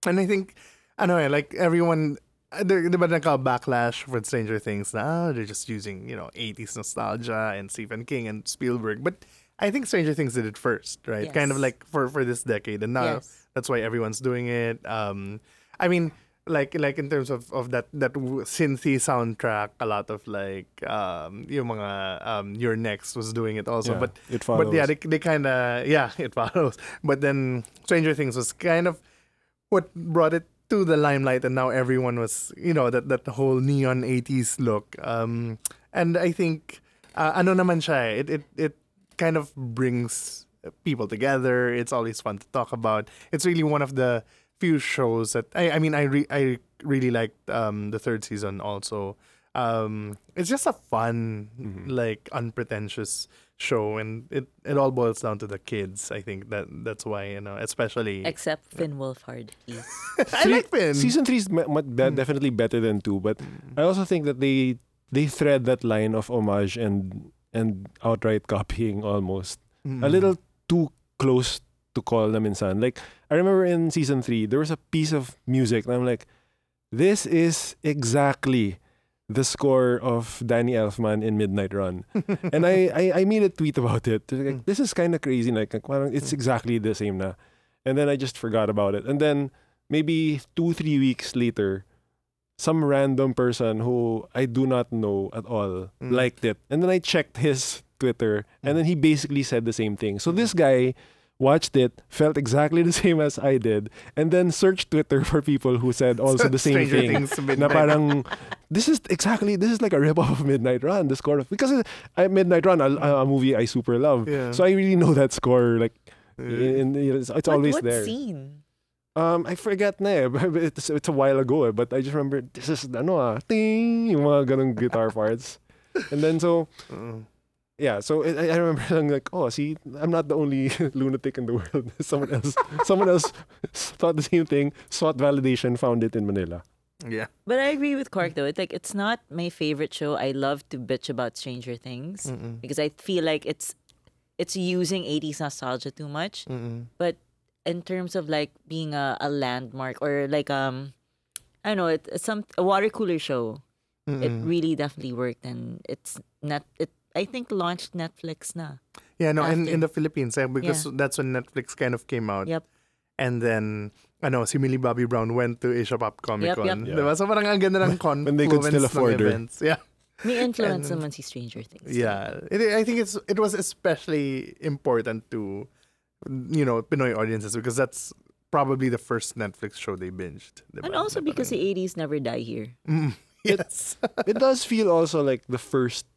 Speaker 1: and I think ano eh, like everyone. uh, di- Di ba nagka backlash with Stranger Things na "Ah, they're just using, you know, 80s nostalgia and Stephen King and Spielberg. But I think Stranger Things did it first, right? Kind of
Speaker 3: Yes.
Speaker 1: like for, for this decade. And now
Speaker 3: Yes.
Speaker 1: that's why everyone's doing it. Um, I mean, like like in terms of, of that that w- synthy soundtrack, a lot of like um yung mga um your next was doing it also,
Speaker 2: Yeah,
Speaker 1: but
Speaker 2: it
Speaker 1: but yeah,
Speaker 2: follows.
Speaker 1: they, they kind of yeah it follows. But then Stranger Things was kind of what brought it to the limelight, and now everyone was you know that that whole neon '80s look. Um, and I think uh, ano naman siya, eh, it it it kind of brings people together. It's always fun to talk about. It's really one of the few shows that I, I mean I re, I really liked um, the third season also. Um, it's just a fun,
Speaker 2: Mm-hmm.
Speaker 1: like unpretentious show, and it, it all boils down to the kids. I think that that's why you know, especially
Speaker 3: Except Finn Wolfhard. He's
Speaker 1: I like Finn.
Speaker 2: Season three is ma- ma- be- definitely better than two, but I also think that they they thread that line of homage and and outright copying almost a
Speaker 1: Mm.
Speaker 2: little too close to call na minsan. Like I remember in season three, there was a piece of music, and I'm like, this is exactly the score of Danny Elfman in Midnight Run. and I, I, I made a tweet about it.
Speaker 1: Hmm.
Speaker 2: Like, this is kind of crazy. Like, like, parang it's exactly the same na. And then I just forgot about it. And then maybe two, three weeks later, some random person who I do not know at all
Speaker 1: Mm.
Speaker 2: liked it. And then I checked his Twitter and
Speaker 1: Hmm.
Speaker 2: then he basically said the same thing. So this guy watched it, felt exactly the same as I did, and then searched Twitter for people who said also the same
Speaker 1: Stranger
Speaker 2: thing.
Speaker 1: Things midnight.
Speaker 2: na parang this is exactly this is like a rip off of Midnight Run the score of because it- uh, Midnight Run a, a movie I super love
Speaker 1: Yeah.
Speaker 2: so I really know that score like
Speaker 1: Yeah.
Speaker 2: in, in- it's, it's
Speaker 3: What-
Speaker 2: always
Speaker 3: what
Speaker 2: there
Speaker 3: scene?
Speaker 2: um I forget na eh, but it's, it's a while ago eh, but I just remember this is ano ah ting yung mga ganung guitar parts and then so
Speaker 1: Oo.
Speaker 2: yeah so I, I remember lang like oh see I'm not the only lunatic in the world someone else someone else thought the same thing sought validation found it in Manila
Speaker 1: yeah.
Speaker 3: But I agree with Cork though. It's like it's not my favorite show. I love to bitch about Stranger Things
Speaker 1: Mm-mm.
Speaker 3: because I feel like it's it's using 80s nostalgia too much.
Speaker 1: Mm-mm.
Speaker 3: But in terms of like being a, a landmark or like um I don't know, it, it's some a water cooler show. It
Speaker 1: Mm-mm.
Speaker 3: really definitely worked and it's not it I think launched Netflix na.
Speaker 1: Yeah, no, in,
Speaker 3: after.
Speaker 1: in the Philippines, eh, because that's when Netflix kind of came out.
Speaker 3: Yep.
Speaker 1: And then, ano, si Millie Bobby Brown went to Asia Pop Comic Con.
Speaker 3: Yep, yep.
Speaker 2: Yeah.
Speaker 1: Diba? So parang ang ganda ng con-
Speaker 2: When they could still
Speaker 1: confluence ng
Speaker 2: afford her.
Speaker 1: events. Yeah.
Speaker 3: May influence
Speaker 1: And-
Speaker 3: naman si Stranger Things.
Speaker 1: Yeah. It, I think it's it was especially important to, you know, Pinoy audiences because that's probably the first Netflix show they binged. diba?
Speaker 3: And also
Speaker 1: Na
Speaker 3: because the
Speaker 1: parang-
Speaker 3: 80s never die here.
Speaker 1: Mm, yes.
Speaker 2: it does feel also like the first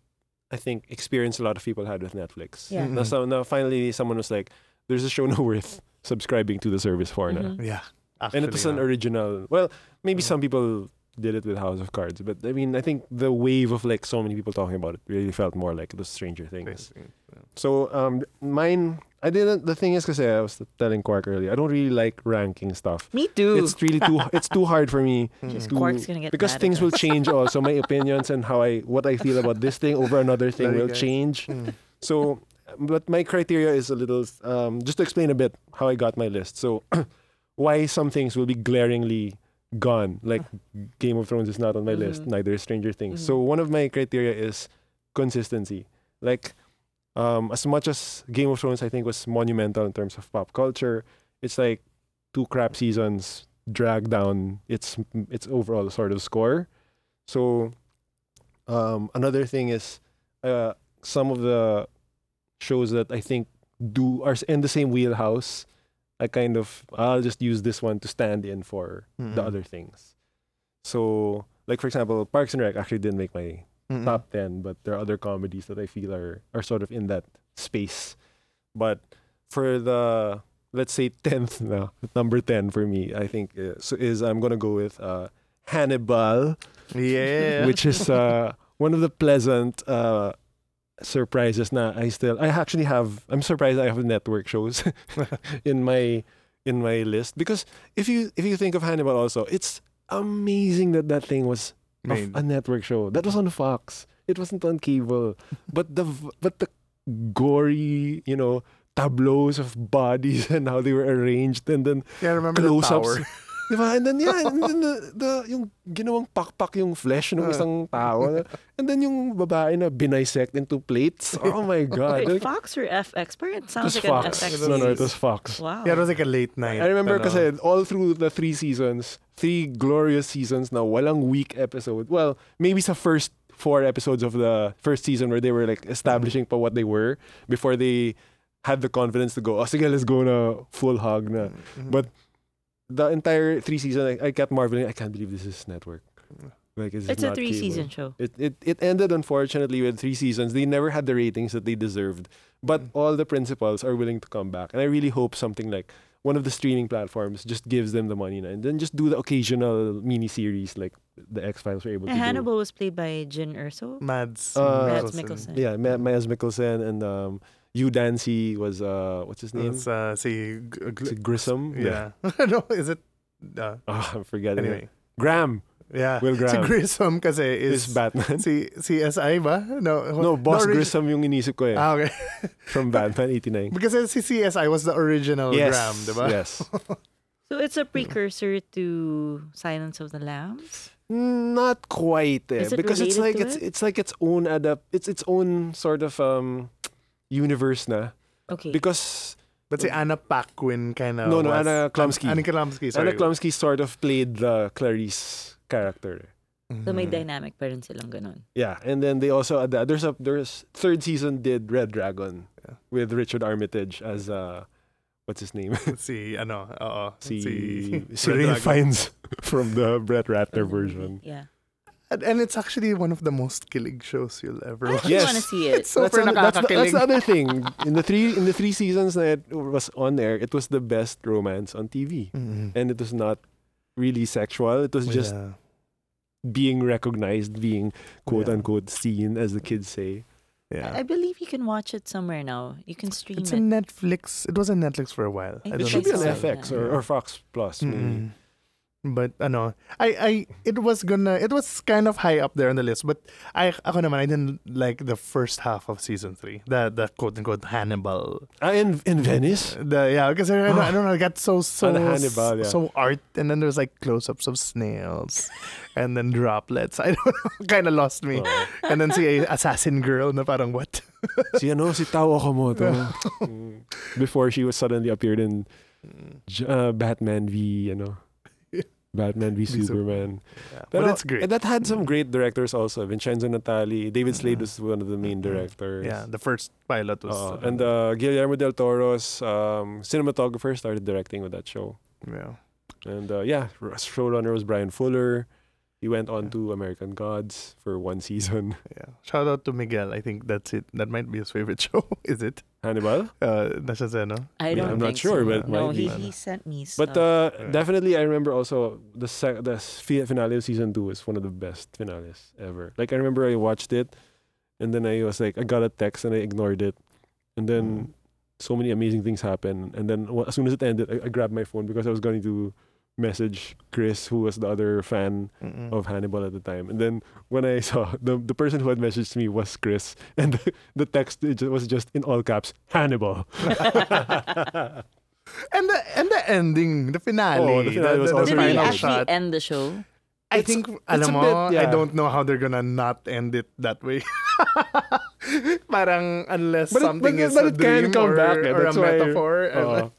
Speaker 2: I think experience a lot of people had with Netflix.
Speaker 3: Yeah.
Speaker 1: Mm-hmm.
Speaker 2: Now, so, now finally someone was like, "There's a show now worth subscribing to the service for now,"
Speaker 3: Mhm.
Speaker 1: yeah. Mm.
Speaker 2: and it was an
Speaker 1: actually,
Speaker 2: original. Well, maybe some people did it with House of Cards, but I mean, I think the wave of like so many people talking about it really felt more like the Stranger
Speaker 1: yeah.
Speaker 2: Things.
Speaker 1: Mm-hmm.
Speaker 2: So um, mine, I didn't. The thing is, because I was telling Quark earlier, I don't really like ranking stuff.
Speaker 3: Me too.
Speaker 2: It's really too. it's too hard for me
Speaker 3: Just
Speaker 2: to-
Speaker 3: Quark's gonna get
Speaker 2: because
Speaker 3: mad at
Speaker 2: things will
Speaker 3: us.
Speaker 2: change also my opinions and how i what i feel about this thing over another thing
Speaker 1: Love you
Speaker 2: will
Speaker 1: guys.
Speaker 2: change
Speaker 1: Mm.
Speaker 2: so but my criteria is a little um, just to explain a bit how i got my list so why some things will be glaringly gone like game of thrones is not on my list
Speaker 3: Mhm.
Speaker 2: neither is stranger things
Speaker 3: Mhm.
Speaker 2: so one of my criteria is consistency like um, as much as game of thrones i think was monumental in terms of pop culture it's like two crap seasons drag down its its overall sort of score. So um, another thing is uh, some of the shows that I think do are in the same wheelhouse. I kind of I'll just use this one to stand in for the
Speaker 1: Mm-mm.
Speaker 2: other things. So like for example, Parks and Rec actually didn't make my
Speaker 1: Mm-mm.
Speaker 2: top 10 but there are other comedies that i feel are are sort of in that space but for the let's say 10th now number 10 for me i think uh, so is i'm gonna go with uh hannibal
Speaker 1: Yeah.
Speaker 2: which is uh one of the pleasant uh surprises na i still i actually have i'm surprised i have network shows in my in my list because if you if you think of hannibal also it's amazing that that thing was of
Speaker 1: Made.
Speaker 2: a network show that was on Fox. It wasn't on cable. But the v- but the gory, you know, tableaus of bodies and how they were arranged and then
Speaker 1: yeah, remember the
Speaker 2: close-ups.
Speaker 1: tower.
Speaker 2: Diba? And then yeah, and then the, the yung ginawang pakpak yung flesh ng isang tao. And then yung babae na binisect into plates. Oh my god.
Speaker 3: Wait,
Speaker 2: Like,
Speaker 3: Fox or FX? Parang it
Speaker 2: it was
Speaker 3: sounds like
Speaker 2: Fox.
Speaker 3: an FX.
Speaker 2: No, no, it was Fox.
Speaker 3: Wow.
Speaker 1: Yeah, it was like a late night.
Speaker 2: I remember
Speaker 1: ano.
Speaker 2: kasi all through the three seasons, three glorious seasons na walang weak episode. Well, maybe sa first four episodes of the first season where they were like establishing pa what they were before they had the confidence to go, oh sige, let's go na full hog na.
Speaker 1: Mm-mm.
Speaker 2: But the entire three season, I, I kept marveling, I can't believe this is network. Like, is
Speaker 3: it's
Speaker 2: this
Speaker 3: a
Speaker 2: not
Speaker 3: three
Speaker 2: cable?
Speaker 3: season show.
Speaker 2: It, it it ended unfortunately with three seasons. They never had the ratings that they deserved, but
Speaker 1: Mm.
Speaker 2: all the principals are willing to come back, and I really hope something like one of the streaming platforms just gives them the money na, and then just do the occasional mini series like the X Files were able to
Speaker 3: And Hannibal was played by Jin Erso.
Speaker 1: Mads.
Speaker 2: Uh,
Speaker 3: Mads
Speaker 1: Mikkelsen.
Speaker 3: Mikkelsen.
Speaker 2: do. Yeah, Ma- Miles Mikkelsen and um, Hugh Dancy was uh what's his name?
Speaker 1: That's, uh, si, G- G-
Speaker 2: Is it Grissom.
Speaker 1: yeah. no, is it? Uh,
Speaker 2: Ah, I'm forgetting.
Speaker 1: anyway.
Speaker 2: it. Graham.
Speaker 1: Yeah.
Speaker 2: Will
Speaker 1: Si
Speaker 2: Graham
Speaker 1: Grissom kasi
Speaker 2: is,
Speaker 1: is...
Speaker 2: Batman.
Speaker 1: si, si SI ba? No, wh-
Speaker 2: no, Boss
Speaker 1: orig-
Speaker 2: Grissom yung inisip ko eh,
Speaker 1: Ah, okay.
Speaker 2: from Batman 89.
Speaker 1: Because si CSI was the original Graham, diba?
Speaker 2: Yes.
Speaker 3: So it's a precursor to Silence of the Lambs.
Speaker 2: Not quite, eh,
Speaker 3: Is it
Speaker 2: because it's like
Speaker 3: related to
Speaker 2: it's it's like its own adapt. It's its own sort of um universe na
Speaker 3: Okay.
Speaker 2: because
Speaker 1: But si Anna Paquin kind of
Speaker 2: No, no,
Speaker 1: was,
Speaker 2: Anna Klumsky.
Speaker 1: Anna Klumsky, sorry.
Speaker 2: Anna Klumsky sort of played the Clarice character.
Speaker 3: so may
Speaker 2: Mm.
Speaker 1: Mhm.
Speaker 3: dynamic pa rin silang ganun.
Speaker 2: Yeah, and then they also ada- there's a there's third season did Red Dragon
Speaker 1: Yeah.
Speaker 2: with Richard Armitage as uh what's his name?
Speaker 1: Si, ano, oo.
Speaker 2: si
Speaker 1: si
Speaker 2: Serene
Speaker 1: Red Dragon.
Speaker 2: Fines from the Brett Ratner version.
Speaker 3: Yeah.
Speaker 1: And, and it's actually one of the most killing shows you'll ever
Speaker 3: I
Speaker 1: watch.
Speaker 3: actually
Speaker 2: Yes.
Speaker 3: want to see it.
Speaker 1: It's super
Speaker 2: an- that's, the,
Speaker 1: nakakakilig.
Speaker 2: that's the other thing. In the three in the three seasons that it was on air, it was the best romance on TV,
Speaker 1: Mhm.
Speaker 2: and it was not really sexual. It was just
Speaker 1: Oh, Yeah. Oh,
Speaker 2: being recognized, being quote
Speaker 1: Yeah.
Speaker 2: unquote seen, as the kids say.
Speaker 1: Yeah.
Speaker 3: I believe you can watch it somewhere now. You can stream
Speaker 1: It's
Speaker 3: it.
Speaker 1: on Netflix. It was on Netflix for a while.
Speaker 3: I
Speaker 1: I don't Mm-hmm.
Speaker 2: It
Speaker 3: think
Speaker 2: should be
Speaker 1: know
Speaker 2: on
Speaker 1: if
Speaker 3: so.
Speaker 1: it's still-
Speaker 2: FX or, or Fox Plus. Maybe.
Speaker 1: Mm-mm. But ano, I I it was gonna it was kind of high up there on the list, but I ako naman I didn't like the first half of season 3. The the quote unquote Hannibal.
Speaker 2: Ah, in in Venice.
Speaker 1: The yeah, because I, I don't- I don't know, it got so so
Speaker 2: On Hannibal, yeah.
Speaker 1: so art and then there's like close-ups of snails and then droplets. I don't know, kind of lost me.
Speaker 2: Oh.
Speaker 1: And then si assassin girl na parang what?
Speaker 2: si ano si Tao Okamoto. Mm. Before she was suddenly appeared in J- uh, Batman v you know Batman v
Speaker 1: Superman.
Speaker 2: Superman.
Speaker 1: Yeah. But
Speaker 2: Pero-
Speaker 1: it's great.
Speaker 2: And that had some great directors also. Vincenzo Natali, David Slade
Speaker 1: Mhm.
Speaker 2: was one of the main
Speaker 1: Mhm.
Speaker 2: directors.
Speaker 1: Yeah, the first pilot was
Speaker 2: Uh, and uh, Guillermo del Toro's um, cinematographer started directing with that show.
Speaker 1: yeah.
Speaker 2: And uh, yeah, r- showrunner was Brian Fuller. He went on
Speaker 1: Yeah.
Speaker 2: to American Gods for one season.
Speaker 1: Yeah. Shout out to Miguel. I think that's it. That might be his favorite show. Is it?
Speaker 2: Hannibal.
Speaker 1: Uh, nasa siya, no?
Speaker 3: I
Speaker 2: Yeah,
Speaker 3: don't
Speaker 2: I'm not
Speaker 3: think
Speaker 2: sure,
Speaker 3: so.
Speaker 2: but it
Speaker 3: no,
Speaker 2: might
Speaker 3: he,
Speaker 2: be.
Speaker 3: he sent me stuff.
Speaker 2: But uh,
Speaker 1: Yeah.
Speaker 2: definitely, I remember also the sec- the s- fi- finale of season two is one of the best finales ever. Like I remember I watched it, and then I was like, I got a text and I ignored it, and
Speaker 1: Mm.
Speaker 2: then so many amazing things happened. And then wa- as soon as it ended, I, I grabbed my phone because I was going to message Chris, who was the other fan
Speaker 1: Mm-mm.
Speaker 3: Mm.
Speaker 2: of Hannibal at the time. And then when I saw the the person who had messaged me was Chris, and the, the text it ju- was just in all caps Hannibal. Uh,
Speaker 1: And the and the ending, the finale.
Speaker 2: Oh, the finale was also
Speaker 3: Did
Speaker 2: really final
Speaker 3: they actually end the show?
Speaker 1: I
Speaker 2: It's-
Speaker 1: think
Speaker 2: it's
Speaker 1: alam
Speaker 2: a
Speaker 1: mo,
Speaker 2: bit,
Speaker 1: I
Speaker 2: yeah.
Speaker 1: don't know how they're gonna not end it that way. Parang unless
Speaker 2: But it-
Speaker 1: something
Speaker 2: but it-
Speaker 1: is
Speaker 2: but
Speaker 1: a
Speaker 2: it can
Speaker 1: dream
Speaker 2: come
Speaker 1: or,
Speaker 2: back, eh.
Speaker 1: or a
Speaker 2: That's why-
Speaker 1: metaphor. and-
Speaker 2: Uh,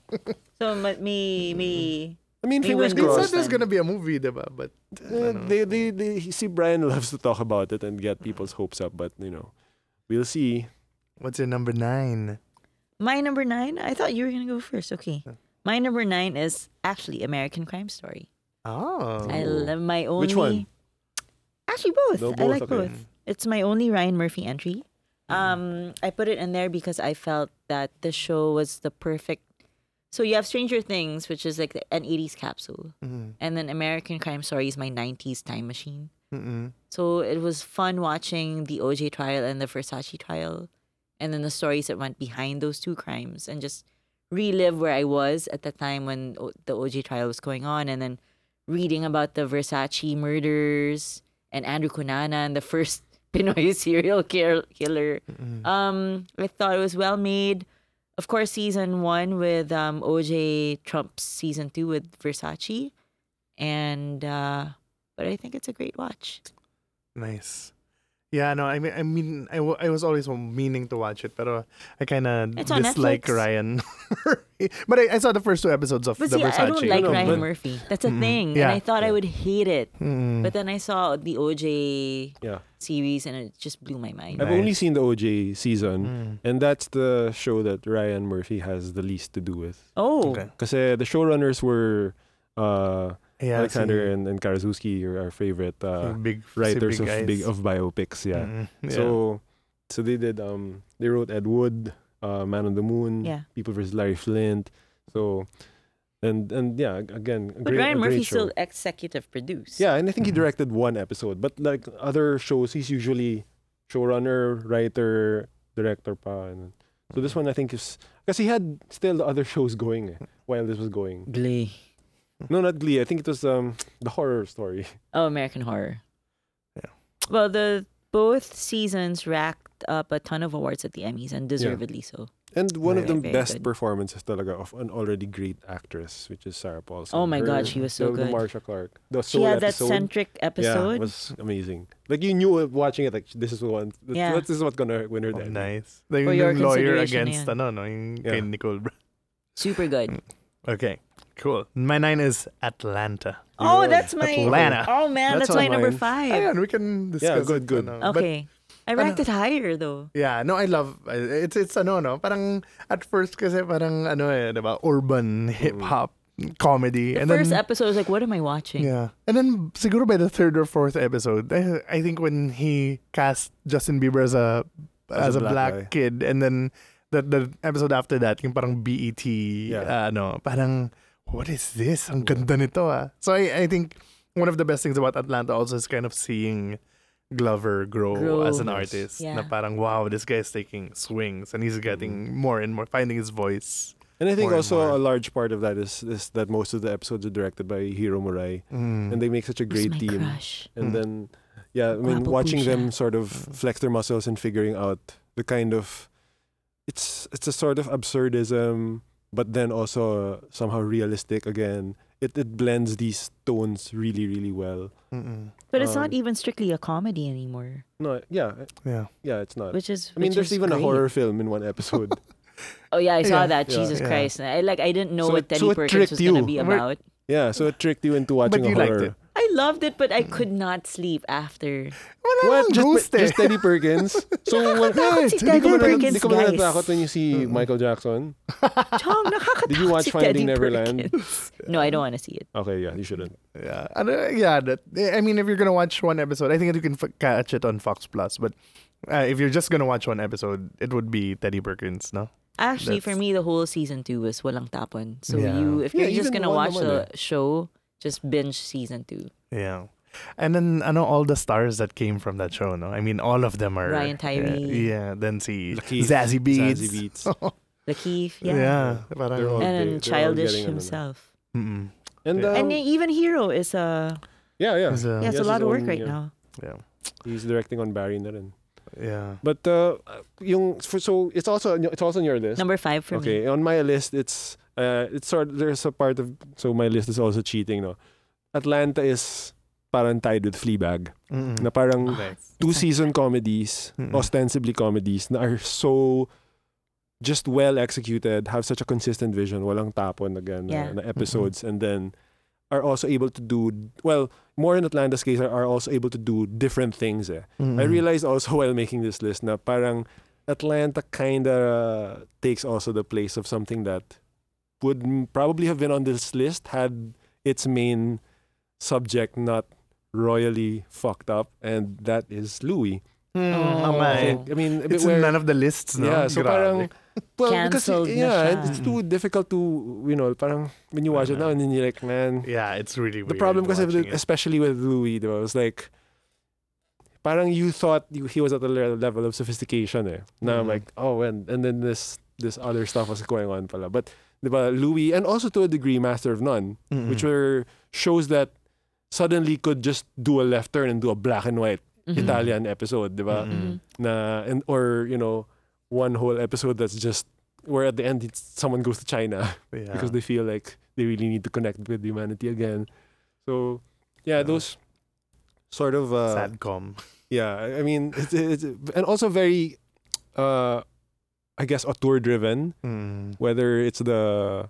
Speaker 3: So ma- may may
Speaker 2: I mean,
Speaker 3: They
Speaker 2: fingers
Speaker 1: they
Speaker 3: win
Speaker 1: said
Speaker 2: crossed.
Speaker 1: there's
Speaker 3: then.
Speaker 1: gonna be a movie, diba? But
Speaker 2: Uh, they, they, they, you see, Brian loves to talk about it and get people's hopes up, but you know, we'll see.
Speaker 1: what's your number nine?
Speaker 3: my number nine. I thought you were gonna go first. Okay, my number nine is actually American Crime Story.
Speaker 1: Oh,
Speaker 3: I
Speaker 2: Ooh.
Speaker 3: love my only.
Speaker 2: Which one?
Speaker 3: Actually, both.
Speaker 2: No,
Speaker 3: I
Speaker 2: both,
Speaker 3: like
Speaker 2: okay. Mm-hmm.
Speaker 3: both. It's my only Ryan Murphy entry. Um, I put it in there because I felt that the show was the perfect. So you have Stranger Things, which is like an '80s capsule, and then American Crime Story is my '90s time machine.
Speaker 1: Mm-mm.
Speaker 3: So it was fun watching the OJ trial and the Versace trial, and then the stories that went behind those two crimes, and just relive where I was at the time when o- the OJ trial was going on, and then reading about the Versace murders and Andrew Cunanan, the first Pinoy serial kill- killer.
Speaker 1: Mm-hmm.
Speaker 3: Um, I thought it was well made. Of course, season one with um, OJ Trump's season two with Versace, and uh, but I think it's a great watch.
Speaker 1: Nice. Yeah, no, I mean, I mean, I, w- I was always meaning to watch it, but I kind of
Speaker 3: It's on
Speaker 1: dislike
Speaker 3: Netflix.
Speaker 1: Ryan. but I, I saw the first two episodes of
Speaker 3: But
Speaker 1: the
Speaker 3: see,
Speaker 1: Versace.
Speaker 3: I don't like
Speaker 2: No, no,
Speaker 3: Ryan
Speaker 2: but- Mm-hmm.
Speaker 3: Murphy. That's a
Speaker 1: Mm,
Speaker 3: thing.
Speaker 1: yeah.
Speaker 3: And I thought I would hate it.
Speaker 1: Mm.
Speaker 3: But then I saw the OJ
Speaker 2: Yeah.
Speaker 3: series and it just blew my mind.
Speaker 2: I've only seen the OJ season, and that's the show that Ryan Murphy has the least to do with.
Speaker 3: Oh,
Speaker 1: Okay.
Speaker 2: Because the showrunners were uh,
Speaker 1: yeah,
Speaker 2: Alexander and, and Karaszewski, are our favorite
Speaker 1: si,
Speaker 2: uh,
Speaker 1: si big si
Speaker 2: writers
Speaker 1: big
Speaker 2: of,
Speaker 1: eyes.
Speaker 2: big, of biopics. Yeah.
Speaker 1: Mm, yeah.
Speaker 2: So, so they did. Um, they wrote Ed Wood, uh, Man on the Moon,
Speaker 3: Yeah.
Speaker 2: People vs. Larry Flint. So, and and yeah, ag- again, a
Speaker 3: but
Speaker 2: great,
Speaker 3: Ryan
Speaker 2: a great
Speaker 3: Murphy
Speaker 2: show.
Speaker 3: still executive produced.
Speaker 2: Yeah, and I think he
Speaker 1: Mhm.
Speaker 2: directed one episode. But like other shows, he's usually showrunner, writer, director, pa. And so this one I think is because he had still the other shows going eh, while this was going.
Speaker 3: Glee.
Speaker 2: No, not Glee. I think it was um the horror story.
Speaker 3: Oh, American Horror.
Speaker 1: Yeah.
Speaker 3: Well, the both seasons racked up a ton of awards at the Emmys and deservedly so.
Speaker 2: And one of
Speaker 3: Very,
Speaker 2: the
Speaker 3: very
Speaker 2: best
Speaker 3: good.
Speaker 2: performances talaga of an already great actress, which is Sarah Paulson.
Speaker 3: Oh my
Speaker 2: Her-
Speaker 3: God, she was so
Speaker 2: the,
Speaker 3: good.
Speaker 2: The Marsha Clark. The
Speaker 3: She
Speaker 2: Soul
Speaker 3: had that
Speaker 2: episode.
Speaker 3: centric
Speaker 2: Yeah,
Speaker 3: episode.
Speaker 2: it was amazing. Like you knew uh, watching it, like this is the one. th-
Speaker 3: Yeah.
Speaker 2: This is what's gonna win her
Speaker 1: Oh,
Speaker 2: that.
Speaker 1: nice. The
Speaker 3: For your
Speaker 1: yung lawyer
Speaker 3: consideration na
Speaker 1: against
Speaker 3: yan.
Speaker 1: ano, no? Yung kay
Speaker 2: Yeah.
Speaker 1: Nicole. Br-
Speaker 3: Super good.
Speaker 1: Okay, cool. My nine is Atlanta.
Speaker 3: Oh,
Speaker 2: Yeah.
Speaker 3: that's my
Speaker 1: Atlanta.
Speaker 3: Oh man, that's,
Speaker 2: That's
Speaker 3: my
Speaker 2: on
Speaker 3: number
Speaker 2: mine.
Speaker 3: five.
Speaker 1: Ayun, we can discuss
Speaker 2: good,
Speaker 1: it,
Speaker 2: good.
Speaker 1: ano. But
Speaker 3: Okay. I ranked it higher though.
Speaker 1: Yeah, no, I love uh, it's it's ano no, parang at first kasi parang ano eh, 'di ba, urban hip hop comedy
Speaker 3: Mm. The
Speaker 1: and
Speaker 3: first
Speaker 1: then
Speaker 3: episode was like, what am I watching?
Speaker 1: yeah. And then siguro by the third or fourth episode, I, I think when he cast Justin Bieber as a as, a, black,
Speaker 2: guy.
Speaker 1: kid and then the the episode after that, yung parang BET
Speaker 2: Yeah.
Speaker 1: uh, ano, parang what is this? Ang ganda nito ah. So I I think one of the best things about Atlanta also is kind of seeing Glover grow,
Speaker 3: Grow.
Speaker 1: as an
Speaker 2: Yes.
Speaker 1: artist.
Speaker 3: Yeah.
Speaker 1: Na parang, wow, this guy's taking swings and he's getting
Speaker 2: Mm.
Speaker 1: more and more, finding his voice.
Speaker 2: And I think
Speaker 1: More and
Speaker 2: also
Speaker 1: more.
Speaker 2: a large part of that is is that most of the episodes are directed by Hiro Murai, Mm. and they make such a
Speaker 3: Mm. Who's
Speaker 2: great
Speaker 3: my
Speaker 2: team.
Speaker 3: crush?
Speaker 2: And
Speaker 1: Mm.
Speaker 2: then, yeah, I mean,
Speaker 3: Guwapo po
Speaker 2: watching them
Speaker 3: siya.
Speaker 2: sort of flex their muscles and figuring out the kind of it's it's a sort of absurdism, but then also somehow realistic again. It it blends these tones really really well.
Speaker 1: Mm-mm.
Speaker 3: But it's
Speaker 2: Um,
Speaker 3: not even strictly a comedy anymore,
Speaker 2: No, yeah,
Speaker 1: Yeah.
Speaker 2: yeah, it's not.
Speaker 3: which is.
Speaker 2: I mean,
Speaker 3: which
Speaker 2: there's
Speaker 3: is
Speaker 2: even a
Speaker 3: great.
Speaker 2: horror film in one episode.
Speaker 3: Oh yeah, I saw
Speaker 1: Yeah.
Speaker 3: that.
Speaker 2: Yeah.
Speaker 3: Jesus
Speaker 1: Yeah.
Speaker 3: Christ! I like. I didn't know
Speaker 2: So
Speaker 3: what
Speaker 2: it-
Speaker 3: Teddy
Speaker 2: so it
Speaker 3: Perkins
Speaker 2: tricked
Speaker 3: was gonna
Speaker 2: you.
Speaker 3: be
Speaker 1: We're-
Speaker 3: about.
Speaker 2: yeah, so it tricked you into watching
Speaker 1: you
Speaker 2: a
Speaker 1: liked
Speaker 2: horror.
Speaker 1: it.
Speaker 3: I loved it, but I could not sleep after.
Speaker 1: Wala namang
Speaker 2: What?
Speaker 1: ghost
Speaker 2: Just,
Speaker 1: eh.
Speaker 2: just Teddy Perkins? so, what?
Speaker 3: Nakakatakot si
Speaker 2: Hindi
Speaker 3: Teddy
Speaker 2: ka ba na-
Speaker 3: Perkins,
Speaker 2: hindi ka ba na
Speaker 3: guys.
Speaker 2: natakot when you see Michael Jackson?
Speaker 3: Chong, nakakatakot
Speaker 2: Did you watch
Speaker 3: si Teddy
Speaker 2: Finding Neverland?
Speaker 3: Perkins. No, I don't want to see it.
Speaker 2: Okay, yeah, you shouldn't.
Speaker 1: yeah. Ano, yeah, that, I mean, if you're gonna watch one episode, I think you can f- catch it on Fox Plus, but uh, if you're just gonna watch one episode, it would be Teddy Perkins, no?
Speaker 3: Actually, for
Speaker 1: That's-
Speaker 3: me, the whole season two was walang tapon. So
Speaker 1: Yeah.
Speaker 3: you, if
Speaker 2: Yeah,
Speaker 3: you're just
Speaker 2: even
Speaker 3: gonna
Speaker 2: one
Speaker 3: watch
Speaker 2: naman
Speaker 3: the show, just binge season two.
Speaker 1: Yeah. And then, ano, all the stars that came from that show, no? I mean, all of them are...
Speaker 3: Ryan Tyree.
Speaker 1: Yeah, then si
Speaker 2: Lakeith,
Speaker 1: Zazie Beetz.
Speaker 2: Zazie Beetz.
Speaker 3: Lakeith, yeah,
Speaker 1: yeah. parang-
Speaker 2: They're all-
Speaker 3: and
Speaker 2: they- they're all
Speaker 3: childish
Speaker 2: getting ano na.
Speaker 3: himself,
Speaker 1: Mm-mm.
Speaker 2: And,
Speaker 1: Yeah.
Speaker 2: um,
Speaker 3: and even Hero is a
Speaker 2: yeah, yeah.
Speaker 1: Is, uh,
Speaker 3: yeah, it's
Speaker 2: Yes,
Speaker 3: a
Speaker 2: his
Speaker 3: lot of work
Speaker 2: own,
Speaker 3: right
Speaker 2: yeah.
Speaker 3: now.
Speaker 1: yeah.
Speaker 2: He's directing on Barry na rin.
Speaker 1: Yeah.
Speaker 2: But, uh, yung, for, so, it's also, it's also on your list.
Speaker 3: Number five for me.
Speaker 2: okay, on my list, it's, uh, it's sort there's a part of, so my list is also cheating, no? Atlanta is parang tied with Fleabag.
Speaker 1: Mm-mm.
Speaker 2: Na parang,
Speaker 3: Ah,
Speaker 2: two
Speaker 3: it's a-
Speaker 2: season comedies,
Speaker 1: Mm-mm.
Speaker 2: ostensibly comedies, na are so just well executed, have such a consistent vision, walang tapon again
Speaker 3: Yeah.
Speaker 2: na, na episodes, and then are also able to do well. More in Atlanta's case, are, are also able to do different things. Eh. I
Speaker 1: Mm-hmm.
Speaker 2: realized also while making this list, na parang Atlanta kinda takes also the place of something that would m- probably have been on this list had its main subject not royally fucked up, and that is Louis.
Speaker 1: Mm,
Speaker 3: Oh.
Speaker 1: ang
Speaker 2: I
Speaker 1: ay.
Speaker 2: think- I mean,
Speaker 1: It's in
Speaker 2: where-
Speaker 1: none of the lists, no?
Speaker 2: yeah, so
Speaker 1: Grabe.
Speaker 2: parang, well, because,
Speaker 3: Cancelled na
Speaker 2: yeah,
Speaker 3: siya.
Speaker 2: it's too difficult to, you know, parang when you watch it now and then you're like, man,
Speaker 1: Yeah, it's really weird.
Speaker 2: the problem because of
Speaker 1: watching
Speaker 2: the, especially with Louis, diba, was like, parang you thought you, he was at a le- level of sophistication eh. Now I'm
Speaker 1: Mhm.
Speaker 2: like, oh, and and then this this other stuff was going on pala. But diba, Louis and also to a degree Master of None,
Speaker 1: it. Mm-mm.
Speaker 2: which were shows that suddenly could just do a left turn and do a black and white
Speaker 3: Mhm.
Speaker 2: Italian episode, diba?
Speaker 1: Mm-mm.
Speaker 3: Mhm.
Speaker 2: na and or you know one whole episode that's just where at the end it's, someone goes to China
Speaker 1: yeah.
Speaker 2: because they feel like they really need to connect with humanity again. So yeah,
Speaker 1: Yeah.
Speaker 2: those sort of uh,
Speaker 1: Sadcom.
Speaker 2: yeah. I I mean, it's, it's, and also very uh, I guess auteur driven.
Speaker 1: Mm.
Speaker 2: Whether it's the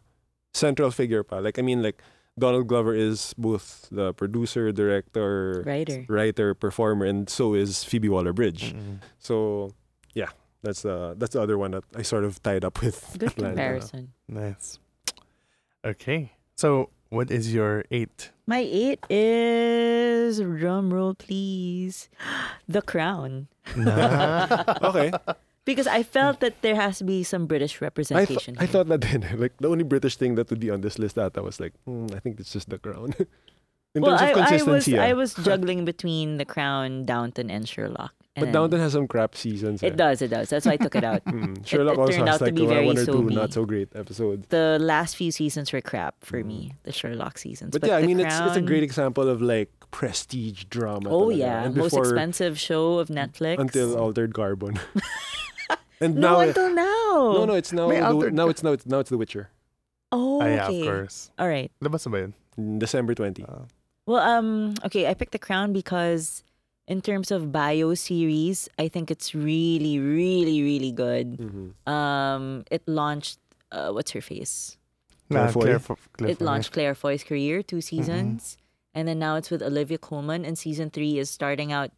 Speaker 2: central figure, pa like I mean, like Donald Glover is both the producer, director,
Speaker 3: Writer.
Speaker 2: writer, performer, and so is Phoebe Waller Bridge.
Speaker 1: Mm-mm.
Speaker 2: So yeah, that's uh that's the other one that I sort of tied up with
Speaker 3: Good
Speaker 2: Atlanta.
Speaker 3: comparison.
Speaker 1: Nice. Okay. So, what is your eight?
Speaker 3: My eight is drum roll, please. The Crown,
Speaker 1: Ah,
Speaker 2: Okay,
Speaker 3: because I felt that there has to be some British
Speaker 2: I, th-
Speaker 3: representation.
Speaker 2: I
Speaker 3: here.
Speaker 2: thought that then like the only British thing that would be on this list that I was like, hmm, I think it's just the crown. In
Speaker 3: well,
Speaker 2: terms of
Speaker 3: I, I was
Speaker 2: consistency,
Speaker 3: I
Speaker 2: yeah.
Speaker 3: was juggling between The Crown, Downton, and Sherlock.
Speaker 2: but
Speaker 3: And
Speaker 2: Downton has some crap seasons.
Speaker 3: It
Speaker 2: eh.
Speaker 3: does. It does. That's why I took it out.
Speaker 2: Mm, Sherlock
Speaker 3: it
Speaker 2: also
Speaker 3: turned out
Speaker 2: has
Speaker 3: to
Speaker 2: like
Speaker 3: be
Speaker 2: one
Speaker 3: very
Speaker 2: or two
Speaker 3: soapy.
Speaker 2: not so great episodes.
Speaker 3: the last few seasons were crap for me. The Sherlock seasons,
Speaker 2: Mm. But, yeah, I
Speaker 3: The
Speaker 2: mean it's it's a
Speaker 3: Crown-
Speaker 2: great example of like prestige drama.
Speaker 3: Oh
Speaker 2: talaga.
Speaker 3: yeah,
Speaker 2: and
Speaker 3: most
Speaker 2: before
Speaker 3: expensive show of Netflix.
Speaker 2: until Altered Carbon. And
Speaker 3: No,
Speaker 2: now it-
Speaker 3: until now.
Speaker 2: no, no, it's now
Speaker 1: May
Speaker 2: the,
Speaker 1: alter-
Speaker 2: now it's now it's now it's The Witcher,
Speaker 3: Oh,
Speaker 1: Ah, yeah, of
Speaker 3: okay.
Speaker 1: course.
Speaker 3: All right.
Speaker 1: Labas na ba yun?
Speaker 2: December twenty.
Speaker 1: Ah.
Speaker 3: Well, um, okay, I picked the crown because in terms of bio series, I think it's really, really, really good.
Speaker 2: Mhm.
Speaker 3: Um, it launched. Uh, what's her face?
Speaker 1: Nah,
Speaker 2: Claire Foy?
Speaker 1: Claire Fo- Claire
Speaker 3: it
Speaker 1: Foy.
Speaker 3: launched Claire Foy's career, two seasons, and then now it's with Olivia Colman, and season three is starting out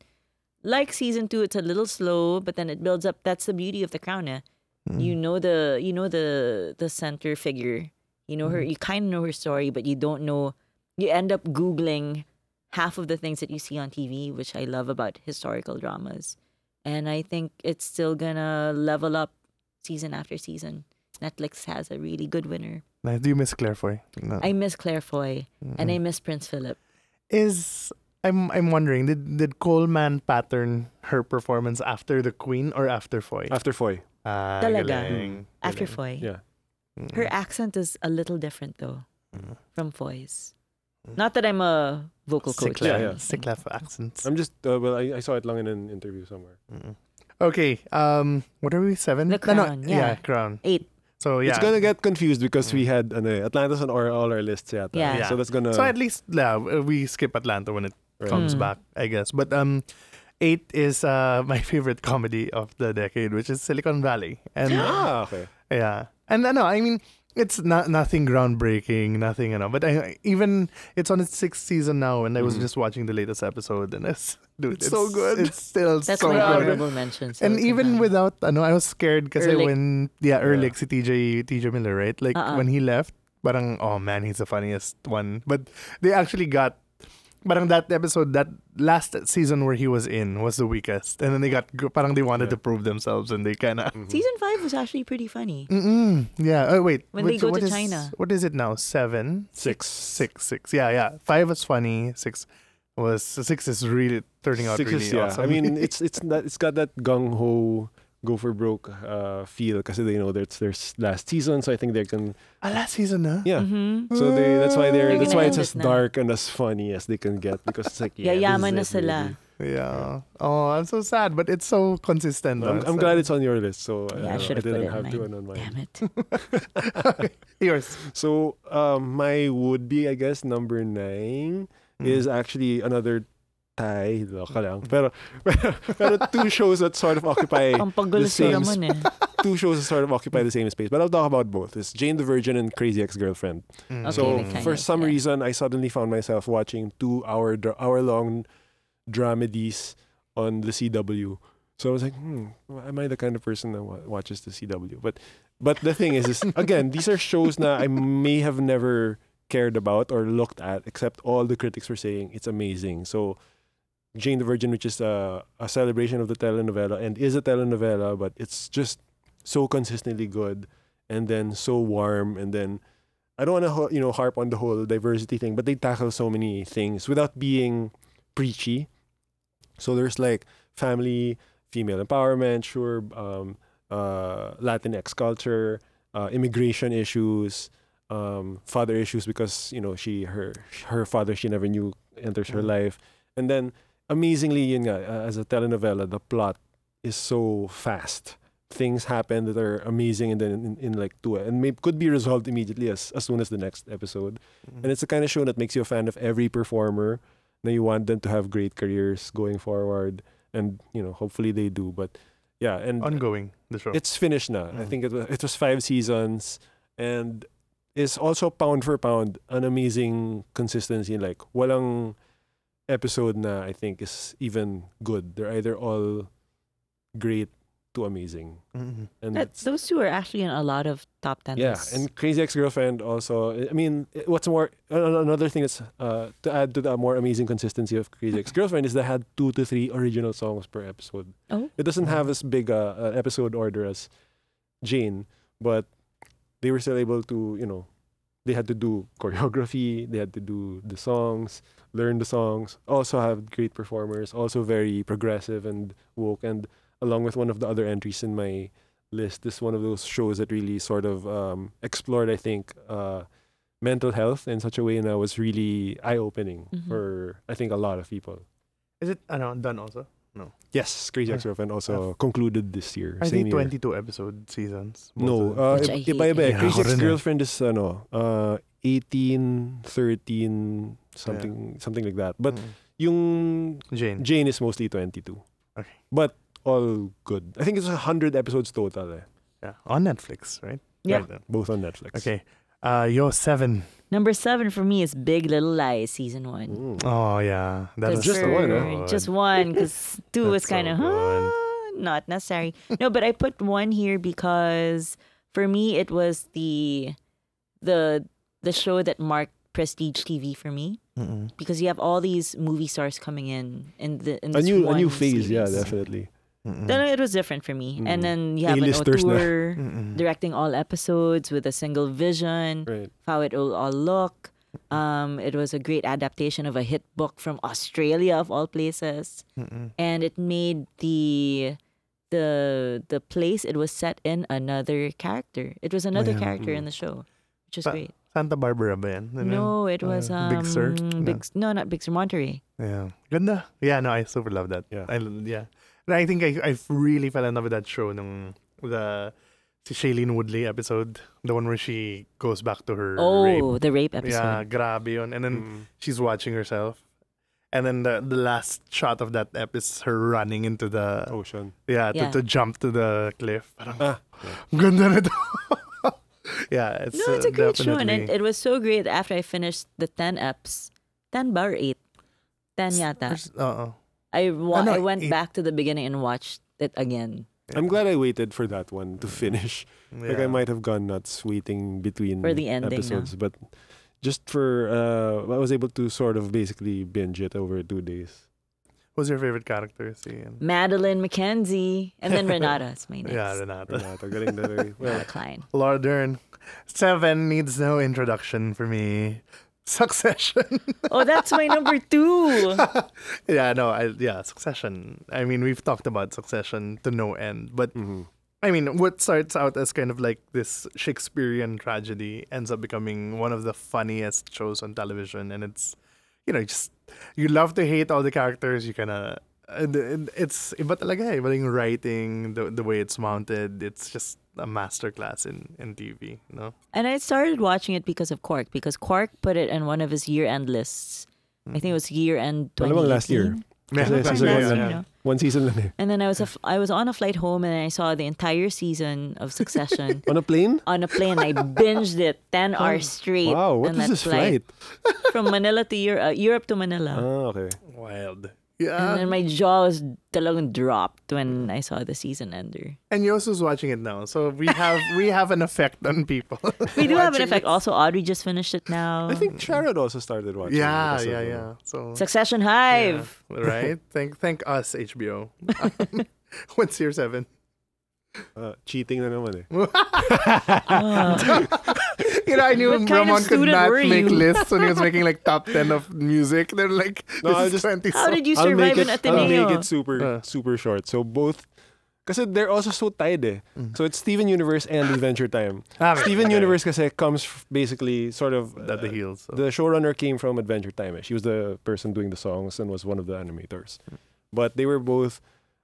Speaker 3: like season two. It's a little slow, but then it builds up. That's the beauty of the crown. Eh?
Speaker 1: Mm.
Speaker 3: You
Speaker 2: Mm.
Speaker 3: know the you know the the center figure. You know
Speaker 2: Mm-hmm.
Speaker 3: her. You kind of know her story, but you don't know. You end up googling half of the things that you see on TV, which I love about historical dramas, and I think it's still gonna level up season after season. Netflix has a really good winner.
Speaker 1: Nah, do you miss Claire Foy?
Speaker 2: Oh.
Speaker 1: No.
Speaker 3: I miss Claire Foy and
Speaker 2: Mm.
Speaker 3: I miss Prince Philip.
Speaker 1: Is I'm I'm wondering did did Coleman pattern her performance after the Queen or after Foy?
Speaker 2: After Foy,
Speaker 1: Ah,
Speaker 3: Talaga.
Speaker 1: galing.
Speaker 3: After
Speaker 1: Galing.
Speaker 3: Foy.
Speaker 2: yeah.
Speaker 1: Mm.
Speaker 3: Her accent is a little different though
Speaker 1: Mm.
Speaker 3: from Foy's. Not that I'm a vocal coach.
Speaker 1: Sick
Speaker 2: Mm. Yeah,
Speaker 1: laugh-
Speaker 2: yeah.
Speaker 1: sick laugh accents.
Speaker 2: I'm just uh, well, I, I saw it long in an interview somewhere.
Speaker 1: Mm. Okay. Um. What are we? Seven.
Speaker 3: The
Speaker 1: No, no,
Speaker 3: Crown,
Speaker 1: yeah.
Speaker 3: yeah.
Speaker 1: Crown.
Speaker 3: Eight.
Speaker 1: So yeah. Mm.
Speaker 2: It's gonna get confused because we had ano, eh, Atlantis on our, all our lists yata.
Speaker 3: Yeah.
Speaker 2: So that's gonna
Speaker 1: so at least yeah, we skip Atlanta when it
Speaker 2: right.
Speaker 1: comes
Speaker 3: Mm.
Speaker 1: back, I guess. But um, eight is uh my favorite comedy of the decade, which is Silicon Valley,
Speaker 3: Mm.
Speaker 1: and
Speaker 2: Ah, okay.
Speaker 1: yeah, and no, I mean. It's not nothing groundbreaking, nothing, you know. But I, even it's on its sixth season now, and I was
Speaker 2: Mhm.
Speaker 1: just watching the latest episode, and it's dude,
Speaker 2: It's so good.
Speaker 1: It's still
Speaker 3: That's
Speaker 1: so
Speaker 3: my
Speaker 1: good.
Speaker 3: honorable mention. so
Speaker 1: and
Speaker 3: it's in
Speaker 1: even
Speaker 3: that.
Speaker 1: without ano, I was scared kasi
Speaker 3: Ehrlich.
Speaker 1: when yeah,
Speaker 2: Yeah.
Speaker 1: Ehrlich si TJ TJ Miller, right? Like
Speaker 3: Uh-uh.
Speaker 1: when he left, parang oh man, he's the funniest one. But they actually got parang that episode that last season where he was in was the weakest. And then they got parang they wanted
Speaker 2: Yeah.
Speaker 1: to prove themselves and they kind of
Speaker 2: Mhm.
Speaker 3: season five was actually pretty funny.
Speaker 1: Mm-mm. Yeah. Oh wait.
Speaker 3: When they
Speaker 1: Which-
Speaker 3: go
Speaker 1: what
Speaker 3: to
Speaker 1: is-
Speaker 3: China.
Speaker 1: What is it now? Seven,
Speaker 2: Six.
Speaker 1: six, six. Yeah, yeah. Five was funny. Six was six is really turning out
Speaker 2: Six
Speaker 1: really
Speaker 2: is, yeah.
Speaker 1: awesome.
Speaker 2: I mean, it's it's not, it's got that gung ho go for broke uh, feel because they know that's their s- last season, so I think they can
Speaker 1: Ah, last season, huh?
Speaker 2: yeah.
Speaker 3: Mm-hmm.
Speaker 2: So they that's why they're,
Speaker 3: They're
Speaker 2: that's why
Speaker 3: gonna
Speaker 2: it's
Speaker 3: end
Speaker 2: as
Speaker 3: it na.
Speaker 2: dark and as funny as they can get because it's like yeah,
Speaker 3: Yayaman na
Speaker 2: this is it,
Speaker 3: sila.
Speaker 2: baby.
Speaker 1: Yeah. Oh, I'm so sad, but it's so consistent.
Speaker 2: I'm,
Speaker 1: though, so-
Speaker 2: I'm glad it's on your list, so uh,
Speaker 3: Yeah, I
Speaker 2: I,
Speaker 3: should've put
Speaker 2: didn't
Speaker 3: it in
Speaker 2: have to
Speaker 3: mine.
Speaker 2: on mine.
Speaker 3: Damn it.
Speaker 1: Yours.
Speaker 2: So um, my would be, I guess, number nine
Speaker 3: Mm.
Speaker 2: is uh, actually another tie. Loka lang. Pero, pero, pero two shows that sort of occupy
Speaker 3: Ang pagulo
Speaker 2: The same
Speaker 3: sa naman eh.
Speaker 2: two shows that sort of occupy the same space. But I'll talk about both. It's Jane the Virgin and Crazy Ex-Girlfriend.
Speaker 1: Mm.
Speaker 3: Okay,
Speaker 2: so
Speaker 3: like kind
Speaker 2: for
Speaker 3: of,
Speaker 2: some
Speaker 3: yeah.
Speaker 2: reason, I suddenly found myself watching two hour dra- hour long dramedies on the CW. So I was like, hmm, am I the kind of person that wa- watches the CW? But but the thing is, is again, these are shows that I may have never cared about or looked at, except all the critics were saying it's amazing. So Jane the Virgin, which is a, a celebration of the telenovela and is a telenovela, but it's just so consistently good and then so warm and then I don't want to you know harp on the whole diversity thing, but they tackle so many things without being preachy. So there's like family, female empowerment, sure, um, uh, Latinx culture, uh, immigration issues, um, father issues because you know she her her father she never knew enters her
Speaker 1: Mhm.
Speaker 2: life, and then amazingly, yun nga, uh, as a telenovela, the plot is so fast. Things happen that are amazing, and then in, in like two, and may, could be resolved immediately as as soon as the next episode. And it's the kind of show that makes you a fan of every performer. Now you want them to have great careers going forward, and you know hopefully they do. But yeah, and
Speaker 1: Ongoing, the show.
Speaker 2: it's finished now.
Speaker 1: Mm.
Speaker 2: I think it was it was five seasons, and is also pound for pound an amazing consistency. Like walang episode na I think is even good. They're either all great to amazing,
Speaker 1: Mm.
Speaker 2: and
Speaker 3: That,
Speaker 2: it's-
Speaker 3: those two are actually in a lot of top ten
Speaker 2: yeah,
Speaker 3: lists.
Speaker 2: and Crazy Ex-Girlfriend also. I- I mean, i- what's more, an- an- another thing that's uh, to add to the more amazing consistency of Crazy Ex-Girlfriend is they had two to three original songs per episode.
Speaker 3: Oh.
Speaker 2: It doesn't
Speaker 1: Mhm.
Speaker 2: have as big a, a episode order as Jane, but they were still able to, you know, they had to do choreography, they had to do the songs, learn the songs, also have great performers, also very progressive and woke. And along with one of the other entries in my list, this is one of those shows that really sort of um, explored, I think, uh, mental health in such a way that was really eye opening
Speaker 3: Mhm.
Speaker 2: for, I think, a lot of people.
Speaker 1: Is it? I know, done also. No.
Speaker 2: Yes, Crazy
Speaker 1: Ah.
Speaker 2: Ex-Girlfriend also concluded this year.
Speaker 1: I
Speaker 2: same
Speaker 1: think
Speaker 2: year.
Speaker 1: 22 episode seasons. Both
Speaker 2: No,
Speaker 1: of them.
Speaker 2: uh,
Speaker 3: Which I
Speaker 2: i- iba iba. eh.
Speaker 1: hate. Yeah,
Speaker 2: Crazy
Speaker 1: ako rin eh.
Speaker 2: Ex-Girlfriend is ano, uh, 18, 13, something something like that. But
Speaker 1: Mm.
Speaker 2: yung
Speaker 1: Jane.
Speaker 2: Jane is mostly 22.
Speaker 1: Hmm. Okay.
Speaker 2: But all good. I think it's 100 episodes total eh.
Speaker 1: Yeah. On Netflix, right?
Speaker 3: Yeah.
Speaker 1: Right.
Speaker 2: Both on Netflix.
Speaker 1: Okay. Uh, yo, seven.
Speaker 3: Number seven for me is Big Little Lies season
Speaker 2: Mm.
Speaker 3: one.
Speaker 1: Oh yeah, that
Speaker 3: Because
Speaker 1: was
Speaker 2: Just
Speaker 1: so
Speaker 2: the one,
Speaker 3: for-
Speaker 2: huh?
Speaker 1: good.
Speaker 3: Just one, because two was
Speaker 1: That's so
Speaker 3: kind of
Speaker 1: good.
Speaker 3: not necessary. No, but I put one here because for me it was the the the show that marked prestige TV for me
Speaker 1: Mm-mm.
Speaker 3: because you have all these movie stars coming in in the in
Speaker 2: A
Speaker 3: this
Speaker 2: new a new
Speaker 3: one
Speaker 2: phase, yeah,
Speaker 3: series.
Speaker 2: definitely.
Speaker 1: Mm-mm.
Speaker 3: Then it was different for me,
Speaker 2: Mm.
Speaker 3: and then you have
Speaker 2: A-listers
Speaker 3: an
Speaker 2: na.
Speaker 3: auteur
Speaker 1: Mm-mm.
Speaker 3: directing all episodes with a single vision
Speaker 2: Right.
Speaker 3: how it will all look. Um, it was a great adaptation of a hit book from Australia of all places,
Speaker 1: Mm-mm.
Speaker 3: and it made the the the place it was set in another character. It was another
Speaker 1: Oh, yeah.
Speaker 3: character in
Speaker 2: Mm.
Speaker 3: the show, which is
Speaker 1: But-
Speaker 3: great.
Speaker 1: Santa Barbara ba yan? Ano yun?
Speaker 3: No, it was
Speaker 1: uh,
Speaker 3: um,
Speaker 1: Big Sur?
Speaker 3: Big, no, not Big Sur Monterey.
Speaker 1: Yeah. Ganda. Yeah, no, I super love that.
Speaker 2: Yeah.
Speaker 1: I, l- yeah. And I think I, I really fell in love with that show nung the si Shailene Woodley episode, the one where she goes back to her
Speaker 3: Oh,
Speaker 1: rape.
Speaker 3: the rape
Speaker 1: Yeah,
Speaker 3: episode.
Speaker 1: grabe yun. And then
Speaker 2: Hmm.
Speaker 1: she's watching herself. And then the, the last shot of that ep is her running into the
Speaker 2: Ocean.
Speaker 1: yeah,
Speaker 3: Yeah.
Speaker 1: To, to jump to the cliff. Parang
Speaker 2: Ah.
Speaker 1: ganda nito. yeah, it's
Speaker 3: no, it's
Speaker 1: uh,
Speaker 3: a great show, and
Speaker 1: definitely.
Speaker 3: it, it was so great. After I finished the ten eps, ten bar eight, ten yata.
Speaker 1: Uh-oh.
Speaker 3: I wa-
Speaker 1: Ano,
Speaker 3: I went
Speaker 1: Oh, eight.
Speaker 3: back to the beginning and watched it again.
Speaker 2: I'm glad I waited for that one to finish. Like I
Speaker 1: Yeah.
Speaker 2: might have gone nuts waiting between
Speaker 3: For the ending, no?
Speaker 2: episodes, but just for uh, I was able to sort of basically binge it over two days.
Speaker 1: Who's your favorite character? Si,
Speaker 3: Madeline McKenzie, and then Renata's my next.
Speaker 1: yeah, Renata.
Speaker 2: Renata, galing talaga. Well,
Speaker 3: Renata Klein.
Speaker 1: Laura Dern. Seven needs no introduction for me. Succession.
Speaker 3: Oh, that's my number two.
Speaker 1: yeah, no, I, yeah, Succession. I mean, we've talked about Succession to no end, but
Speaker 2: mhm.
Speaker 1: I mean, what starts out as kind of like this Shakespearean tragedy ends up becoming one of the funniest shows on television, and it's, you know, just you love to hate all the characters. You kind of it's iba talaga, iba yung writing, the the way it's mounted. It's just a masterclass in in TV. No,
Speaker 3: And I started watching it because of Quark, because Quark put it in one of his year end lists. I think it was year end.
Speaker 2: Malamang last year.
Speaker 1: Yeah,
Speaker 2: Kasi
Speaker 1: that's
Speaker 2: season
Speaker 1: right,
Speaker 2: one
Speaker 1: yeah,
Speaker 2: lang.
Speaker 1: yeah.
Speaker 2: One season lang eh.
Speaker 3: And then I was a f- I was on a flight home and I saw the entire season of Succession
Speaker 2: On a plane?
Speaker 3: on a plane. I binged it ten hours straight.
Speaker 2: Oh. Wow, what
Speaker 3: on
Speaker 2: is
Speaker 3: that
Speaker 2: this flight?
Speaker 3: From Manila to Europe, uh, Europe to Manila.
Speaker 2: Ah, okay.
Speaker 1: Wild.
Speaker 3: and
Speaker 2: Uh.
Speaker 1: Yeah.
Speaker 3: then my jaw was talagang dropped when I saw the season ender.
Speaker 1: And Yosu's watching it now. So we have we have an effect on people.
Speaker 3: We do have an
Speaker 1: watching
Speaker 3: effect. Also, Audrey just finished it now.
Speaker 2: I think Sharad also started watching.
Speaker 1: yeah,
Speaker 2: it
Speaker 1: yeah,
Speaker 2: also.
Speaker 1: yeah. So
Speaker 3: Succession Hive.
Speaker 1: Yeah, right? thank thank us, HBO. What's your seven?
Speaker 2: Uh, cheating na naman eh.
Speaker 3: Ah.
Speaker 1: You know, I knew
Speaker 3: What kind of
Speaker 1: Ramon could
Speaker 3: student
Speaker 1: not
Speaker 3: were
Speaker 1: make
Speaker 3: you?
Speaker 1: lists when he was making like top ten of music. They're like,
Speaker 2: No, I'll
Speaker 1: this is
Speaker 2: just-
Speaker 1: twenty.
Speaker 3: how
Speaker 1: so-
Speaker 3: did you
Speaker 2: I'll make
Speaker 3: survive
Speaker 2: it,
Speaker 3: in
Speaker 2: I'll
Speaker 3: Ateneo?
Speaker 2: make it super,
Speaker 1: Uh.
Speaker 2: super short. So both, kasi they're also so tied eh. So it's Steven Universe and Adventure Time.
Speaker 1: Ah, okay,
Speaker 2: Steven
Speaker 1: okay.
Speaker 2: Universe kasi comes f- basically sort of... uh,
Speaker 1: at the heels. so-
Speaker 2: The showrunner came from Adventure Time. eh. She was the person doing the songs and was one of the animators. But they were both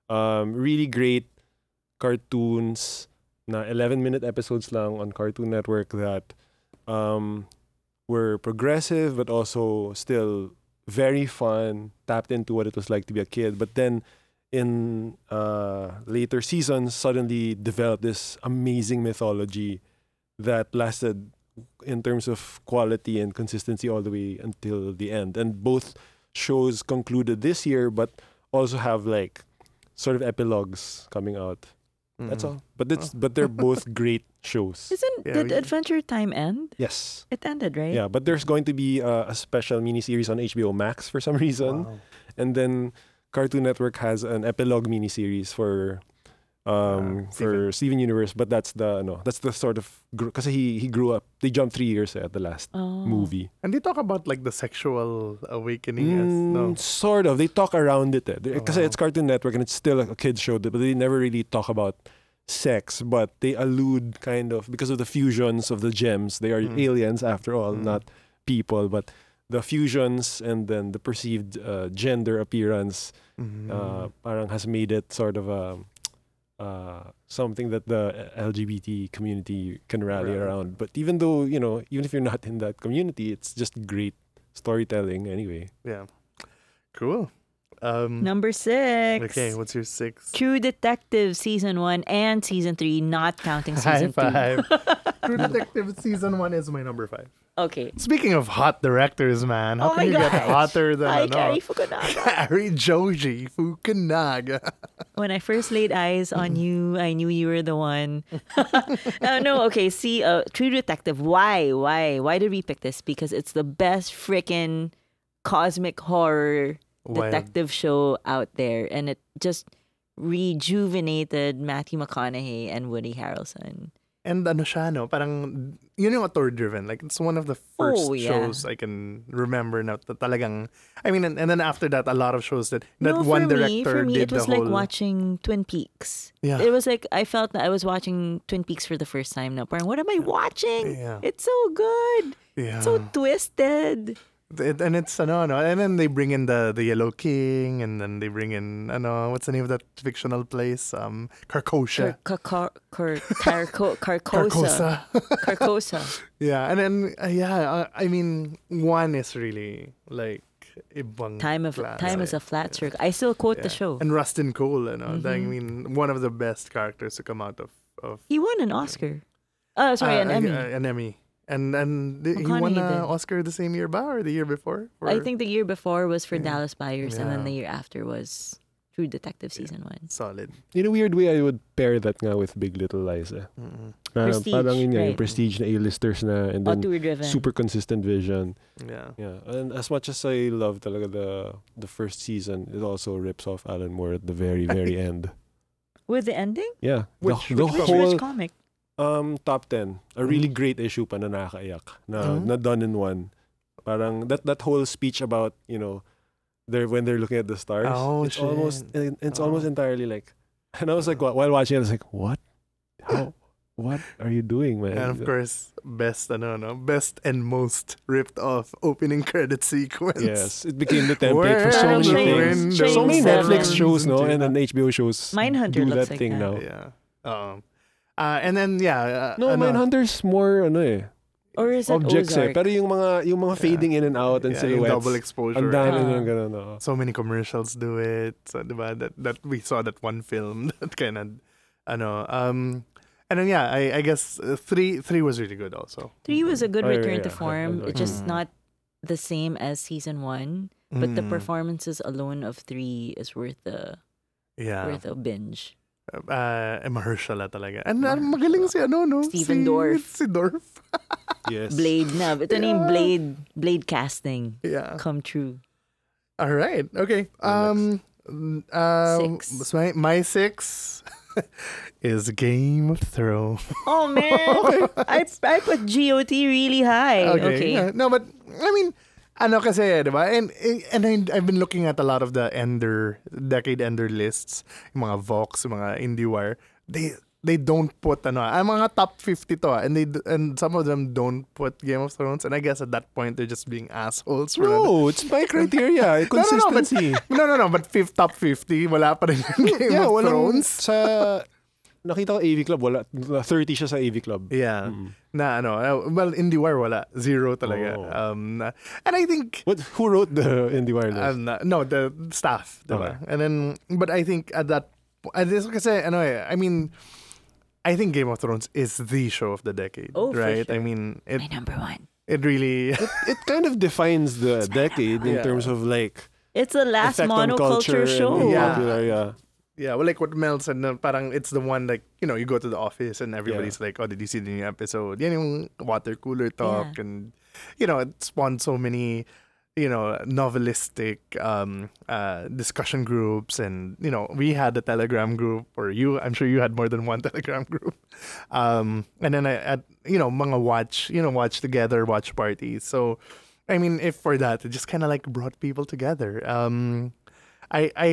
Speaker 2: um, really great cartoons na 11 minute episodes lang on Cartoon Network that um, were progressive but also still very fun, tapped into what it was like to be a kid. But then in uh, later seasons, suddenly developed this amazing mythology that lasted in terms of quality and consistency all the way until the end. And both shows concluded this year, but also have like sort of epilogues coming out.
Speaker 1: Mm.
Speaker 2: That's all. Oh. But it's but they're both great shows.
Speaker 3: Isn't
Speaker 1: Yeah,
Speaker 3: did
Speaker 1: we-
Speaker 3: Adventure Time end?
Speaker 2: Yes.
Speaker 3: It ended, right?
Speaker 2: Yeah, but there's going to be uh, a special miniseries on HBO Max for some reason,
Speaker 1: Wow.
Speaker 2: and then Cartoon Network has an epilogue miniseries for um
Speaker 1: Ah,
Speaker 2: for Steven Universe, but that's the no, that's the sort of because he he grew up. They jumped three years eh, at the last
Speaker 3: Oh.
Speaker 2: movie.
Speaker 1: And they talk about like the sexual awakening. as
Speaker 2: Mm,
Speaker 1: no.
Speaker 2: Sort of. They talk around it. Because eh.
Speaker 1: Oh,
Speaker 2: Kasi
Speaker 1: wow.
Speaker 2: it's Cartoon Network and it's still a kid's show, but they never really talk about sex. But they allude kind of, because of the fusions of the gems, they are
Speaker 1: Mm.
Speaker 2: aliens after all,
Speaker 1: Mm.
Speaker 2: not people. But the fusions and then the perceived uh, gender appearance
Speaker 1: Mm-hmm. Mm.
Speaker 2: uh, parang has made it sort of a uh, something that the uh, LGBT community can rally
Speaker 1: Right.
Speaker 2: around. But even though you know, even if you're not in that community, it's just great storytelling anyway.
Speaker 1: yeah. Cool. Um,
Speaker 3: Number six.
Speaker 1: okay, what's your six?
Speaker 3: True Detective season one and season three, not counting season two.
Speaker 1: True Detective season one is my number five.
Speaker 3: Okay.
Speaker 1: Speaking of hot directors, man, how
Speaker 3: oh
Speaker 1: can
Speaker 3: my
Speaker 1: you
Speaker 3: gosh.
Speaker 1: get hotter than
Speaker 3: I
Speaker 1: I
Speaker 3: carry Fukunaga.
Speaker 1: Harry Joji Fukunaga.
Speaker 3: When I first laid eyes
Speaker 1: Mm-hmm.
Speaker 3: on you, I knew you were the one. oh, no, okay. See, uh, True Detective. Why? Why? Why did we pick this? Because it's the best freaking cosmic horror
Speaker 1: Wild.
Speaker 3: detective show out there, and it just rejuvenated Matthew McConaughey and Woody Harrelson.
Speaker 1: And ano siya, no? Parang, yun yung author-driven. Like, it's one of the first
Speaker 3: Oh, yeah.
Speaker 1: shows I can remember na ta- talagang... I mean, and, and then after that, a lot of shows that that
Speaker 3: no,
Speaker 1: one
Speaker 3: for
Speaker 1: director
Speaker 3: me, for me,
Speaker 1: did
Speaker 3: it was
Speaker 1: the
Speaker 3: like
Speaker 1: whole...
Speaker 3: watching Twin Peaks.
Speaker 1: Yeah.
Speaker 3: It was like I felt that I was watching Twin Peaks for the first time. Now, parang, what am I watching?
Speaker 1: Yeah.
Speaker 3: It's so good.
Speaker 1: yeah.
Speaker 3: So twisted.
Speaker 1: It- and it's ano, ano, and then they bring in the the Yellow King, and then they bring in ano, what's the name of that fictional place? Um, Carcosa.
Speaker 3: Car- car- car- car- car- carcosa.
Speaker 1: Carcosa.
Speaker 3: Carcosa.
Speaker 1: yeah, and then uh, yeah, uh, I mean, one is really like ibang
Speaker 3: Time of
Speaker 1: klase.
Speaker 3: time is a flat circle. I still quote the
Speaker 1: Yeah.
Speaker 3: show. Mm-hmm.
Speaker 1: And Rustin Cole, you know, I mean, one of the best characters to come out of of
Speaker 3: He won an Oscar. Oh, sorry,
Speaker 1: uh,
Speaker 3: an
Speaker 1: uh,
Speaker 3: Emmy.
Speaker 1: uh, an Emmy. And and the, he won an
Speaker 3: McConaughey did.
Speaker 1: Oscar the same year, ba, or the year before?
Speaker 3: I
Speaker 1: For-
Speaker 3: think the year before was for Dallas Buyers, and
Speaker 1: Yeah.
Speaker 3: then the year after was True Detective season one.
Speaker 1: solid.
Speaker 2: In a weird way, I would pair that nga with Big Little Lies. Eh.
Speaker 1: Mm-mm.
Speaker 2: Na
Speaker 3: Prestige,
Speaker 2: parang yun nga, yung
Speaker 3: right.
Speaker 2: prestige na A-listers na and then
Speaker 3: Auteur driven.
Speaker 2: super consistent vision.
Speaker 1: Yeah.
Speaker 2: Yeah, and as much as I love talaga the the first season, it also rips off Alan Moore at the very very end.
Speaker 3: With the ending,
Speaker 2: Yeah,
Speaker 1: Which-
Speaker 2: the, the
Speaker 1: which-
Speaker 3: which
Speaker 2: whole
Speaker 3: was comic.
Speaker 2: um top 10, a really
Speaker 1: Mhm.
Speaker 2: great issue pa na nakakaiyak na,
Speaker 1: Mhm.
Speaker 2: na done in one. Parang that that whole speech about, you know, they're when they're looking at the stars,
Speaker 1: Oh,
Speaker 2: it's almost it- it's
Speaker 1: Oh.
Speaker 2: almost entirely like and I was like wa- while watching it, I was like, "What? How what are you doing, man?"
Speaker 1: And of course, best ano, no, best and most ripped off opening credit sequence.
Speaker 2: Yes, it became the template for so many
Speaker 3: Where are the
Speaker 2: things.
Speaker 3: windows?
Speaker 2: So many Netflix
Speaker 3: Seven.
Speaker 2: shows, no, and
Speaker 1: Yeah.
Speaker 2: then HBO shows
Speaker 3: Mindhunter
Speaker 2: do
Speaker 3: looks
Speaker 2: that
Speaker 3: like
Speaker 2: thing
Speaker 3: that.
Speaker 2: now.
Speaker 1: Yeah. Um, uh, and then yeah. Uh,
Speaker 2: No,
Speaker 1: ano,
Speaker 2: Mindhunter's more ano eh,
Speaker 3: Or is it
Speaker 2: objects eh.
Speaker 3: Ozark?
Speaker 2: Pero yung mga yung mga
Speaker 1: Yeah.
Speaker 2: fading in and out and
Speaker 1: yeah, yung
Speaker 2: silhouettes.
Speaker 1: double exposure.
Speaker 2: Ang dami
Speaker 3: Ah.
Speaker 2: ng ganun, oo.
Speaker 1: So many commercials do it. So, diba, that that we saw that one film that kind of, ano, um, and then yeah, I I guess uh, three three was really good also.
Speaker 3: Three was a good
Speaker 2: Oh, yeah,
Speaker 3: return to
Speaker 2: yeah.
Speaker 3: form.
Speaker 2: I'd- I'd
Speaker 3: It's just
Speaker 1: agree.
Speaker 3: not the same as season one, but the
Speaker 1: Mm,
Speaker 3: performances alone of three is worth the
Speaker 1: yeah,
Speaker 3: worth a binge.
Speaker 1: uh, Mahershala talaga. And uh,
Speaker 3: Mahershala.
Speaker 1: magaling si ano no? si,
Speaker 3: Stephen Dorff.
Speaker 1: Si Dorff.
Speaker 2: Yes.
Speaker 3: Blade na. Ito na yung
Speaker 1: Yeah.
Speaker 3: Blade Blade casting
Speaker 1: Yeah.
Speaker 3: come true.
Speaker 1: All right. Okay. Um, n-
Speaker 2: Your
Speaker 1: uh,
Speaker 3: Six.
Speaker 1: My, my six is Game of Thrones.
Speaker 3: Oh man, I I put GOT really high. Okay.
Speaker 1: yeah. No, but I mean, ano kasi, di ba? And, and I, I've been looking at a lot of the Ender, Decade Ender lists, yung mga Vox, yung mga IndieWire. They, they don't put, ano, ang mga top 50 to, ah, and they d- and some of them don't put Game of Thrones. And I guess at that point, they're just being assholes. for not-
Speaker 2: No, it's my
Speaker 1: No, no, no,
Speaker 2: criteria.
Speaker 1: but,
Speaker 2: Consistency.
Speaker 1: no, no, no, but fifth, top 50, wala pa rin yung Game
Speaker 2: yeah,
Speaker 1: of
Speaker 2: walang
Speaker 1: Thrones.
Speaker 2: sa nakita ko AV Club wala 30 siya sa AV Club.
Speaker 1: Yeah.
Speaker 2: Mm.
Speaker 1: Na ano, uh, well, IndieWire wala. Zero talaga.
Speaker 2: Oh.
Speaker 1: Um, na- and I think,
Speaker 2: What who wrote the IndieWire list?
Speaker 1: um, na- no, the staff. diba? And then, but I think at that, po- at this, kasi, ano eh, I mean, I think Game of Thrones is the show of the decade.
Speaker 3: Oh, for
Speaker 1: right?
Speaker 3: sure.
Speaker 1: I mean, it,
Speaker 3: My number one.
Speaker 1: it really,
Speaker 2: It kind of defines the decade in
Speaker 1: Yeah.
Speaker 2: terms of like
Speaker 3: It's the last
Speaker 2: effect on culture
Speaker 3: monoculture show.
Speaker 2: And
Speaker 1: Yeah.
Speaker 2: popular, yeah.
Speaker 1: yeah, well, like what Mel said, na parang it's the one, like, you know, you go to the office and everybody's like, oh, did you see the new episode? Yan yung water cooler talk.
Speaker 3: Yeah.
Speaker 1: And, you know, it spawned so many, you know, novelistic um, uh, discussion groups. And, you know, we had a Telegram group, or you, I'm sure you had more than one Telegram group. Um, and then I, at, you know, mga watch, you know, watch together, watch parties. So, I mean, if for that, it just kind of like brought people together. Um, I I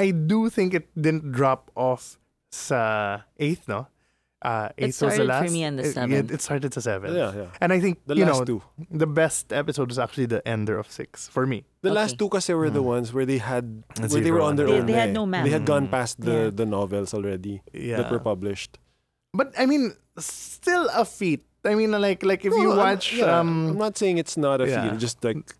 Speaker 1: I do think it didn't drop off sa eighth, no? uh,
Speaker 3: It
Speaker 1: eighth was the
Speaker 3: started for
Speaker 1: last.
Speaker 3: me on the
Speaker 1: It-
Speaker 3: seventh.
Speaker 1: It, it started to seven.
Speaker 2: Yeah, yeah.
Speaker 1: And I think
Speaker 2: The
Speaker 1: you
Speaker 2: last
Speaker 1: know
Speaker 2: two.
Speaker 1: the best episode is actually the ender of six for me.
Speaker 2: The
Speaker 3: Okay.
Speaker 2: last two kasi were the
Speaker 1: Mm.
Speaker 2: ones where they had
Speaker 1: Zero
Speaker 2: where they were on their own.
Speaker 3: Hmm. They- they had
Speaker 2: eh.
Speaker 3: no map.
Speaker 2: They had
Speaker 1: Mm.
Speaker 2: gone past the,
Speaker 3: Yeah.
Speaker 2: the novels already
Speaker 1: Yeah.
Speaker 2: that were published.
Speaker 1: But I mean, still a feat. I mean, like like if
Speaker 2: No,
Speaker 1: you
Speaker 2: I'm-
Speaker 1: watch
Speaker 2: yeah,
Speaker 1: um
Speaker 2: I'm not saying it's not a
Speaker 1: yeah.
Speaker 2: feat, just like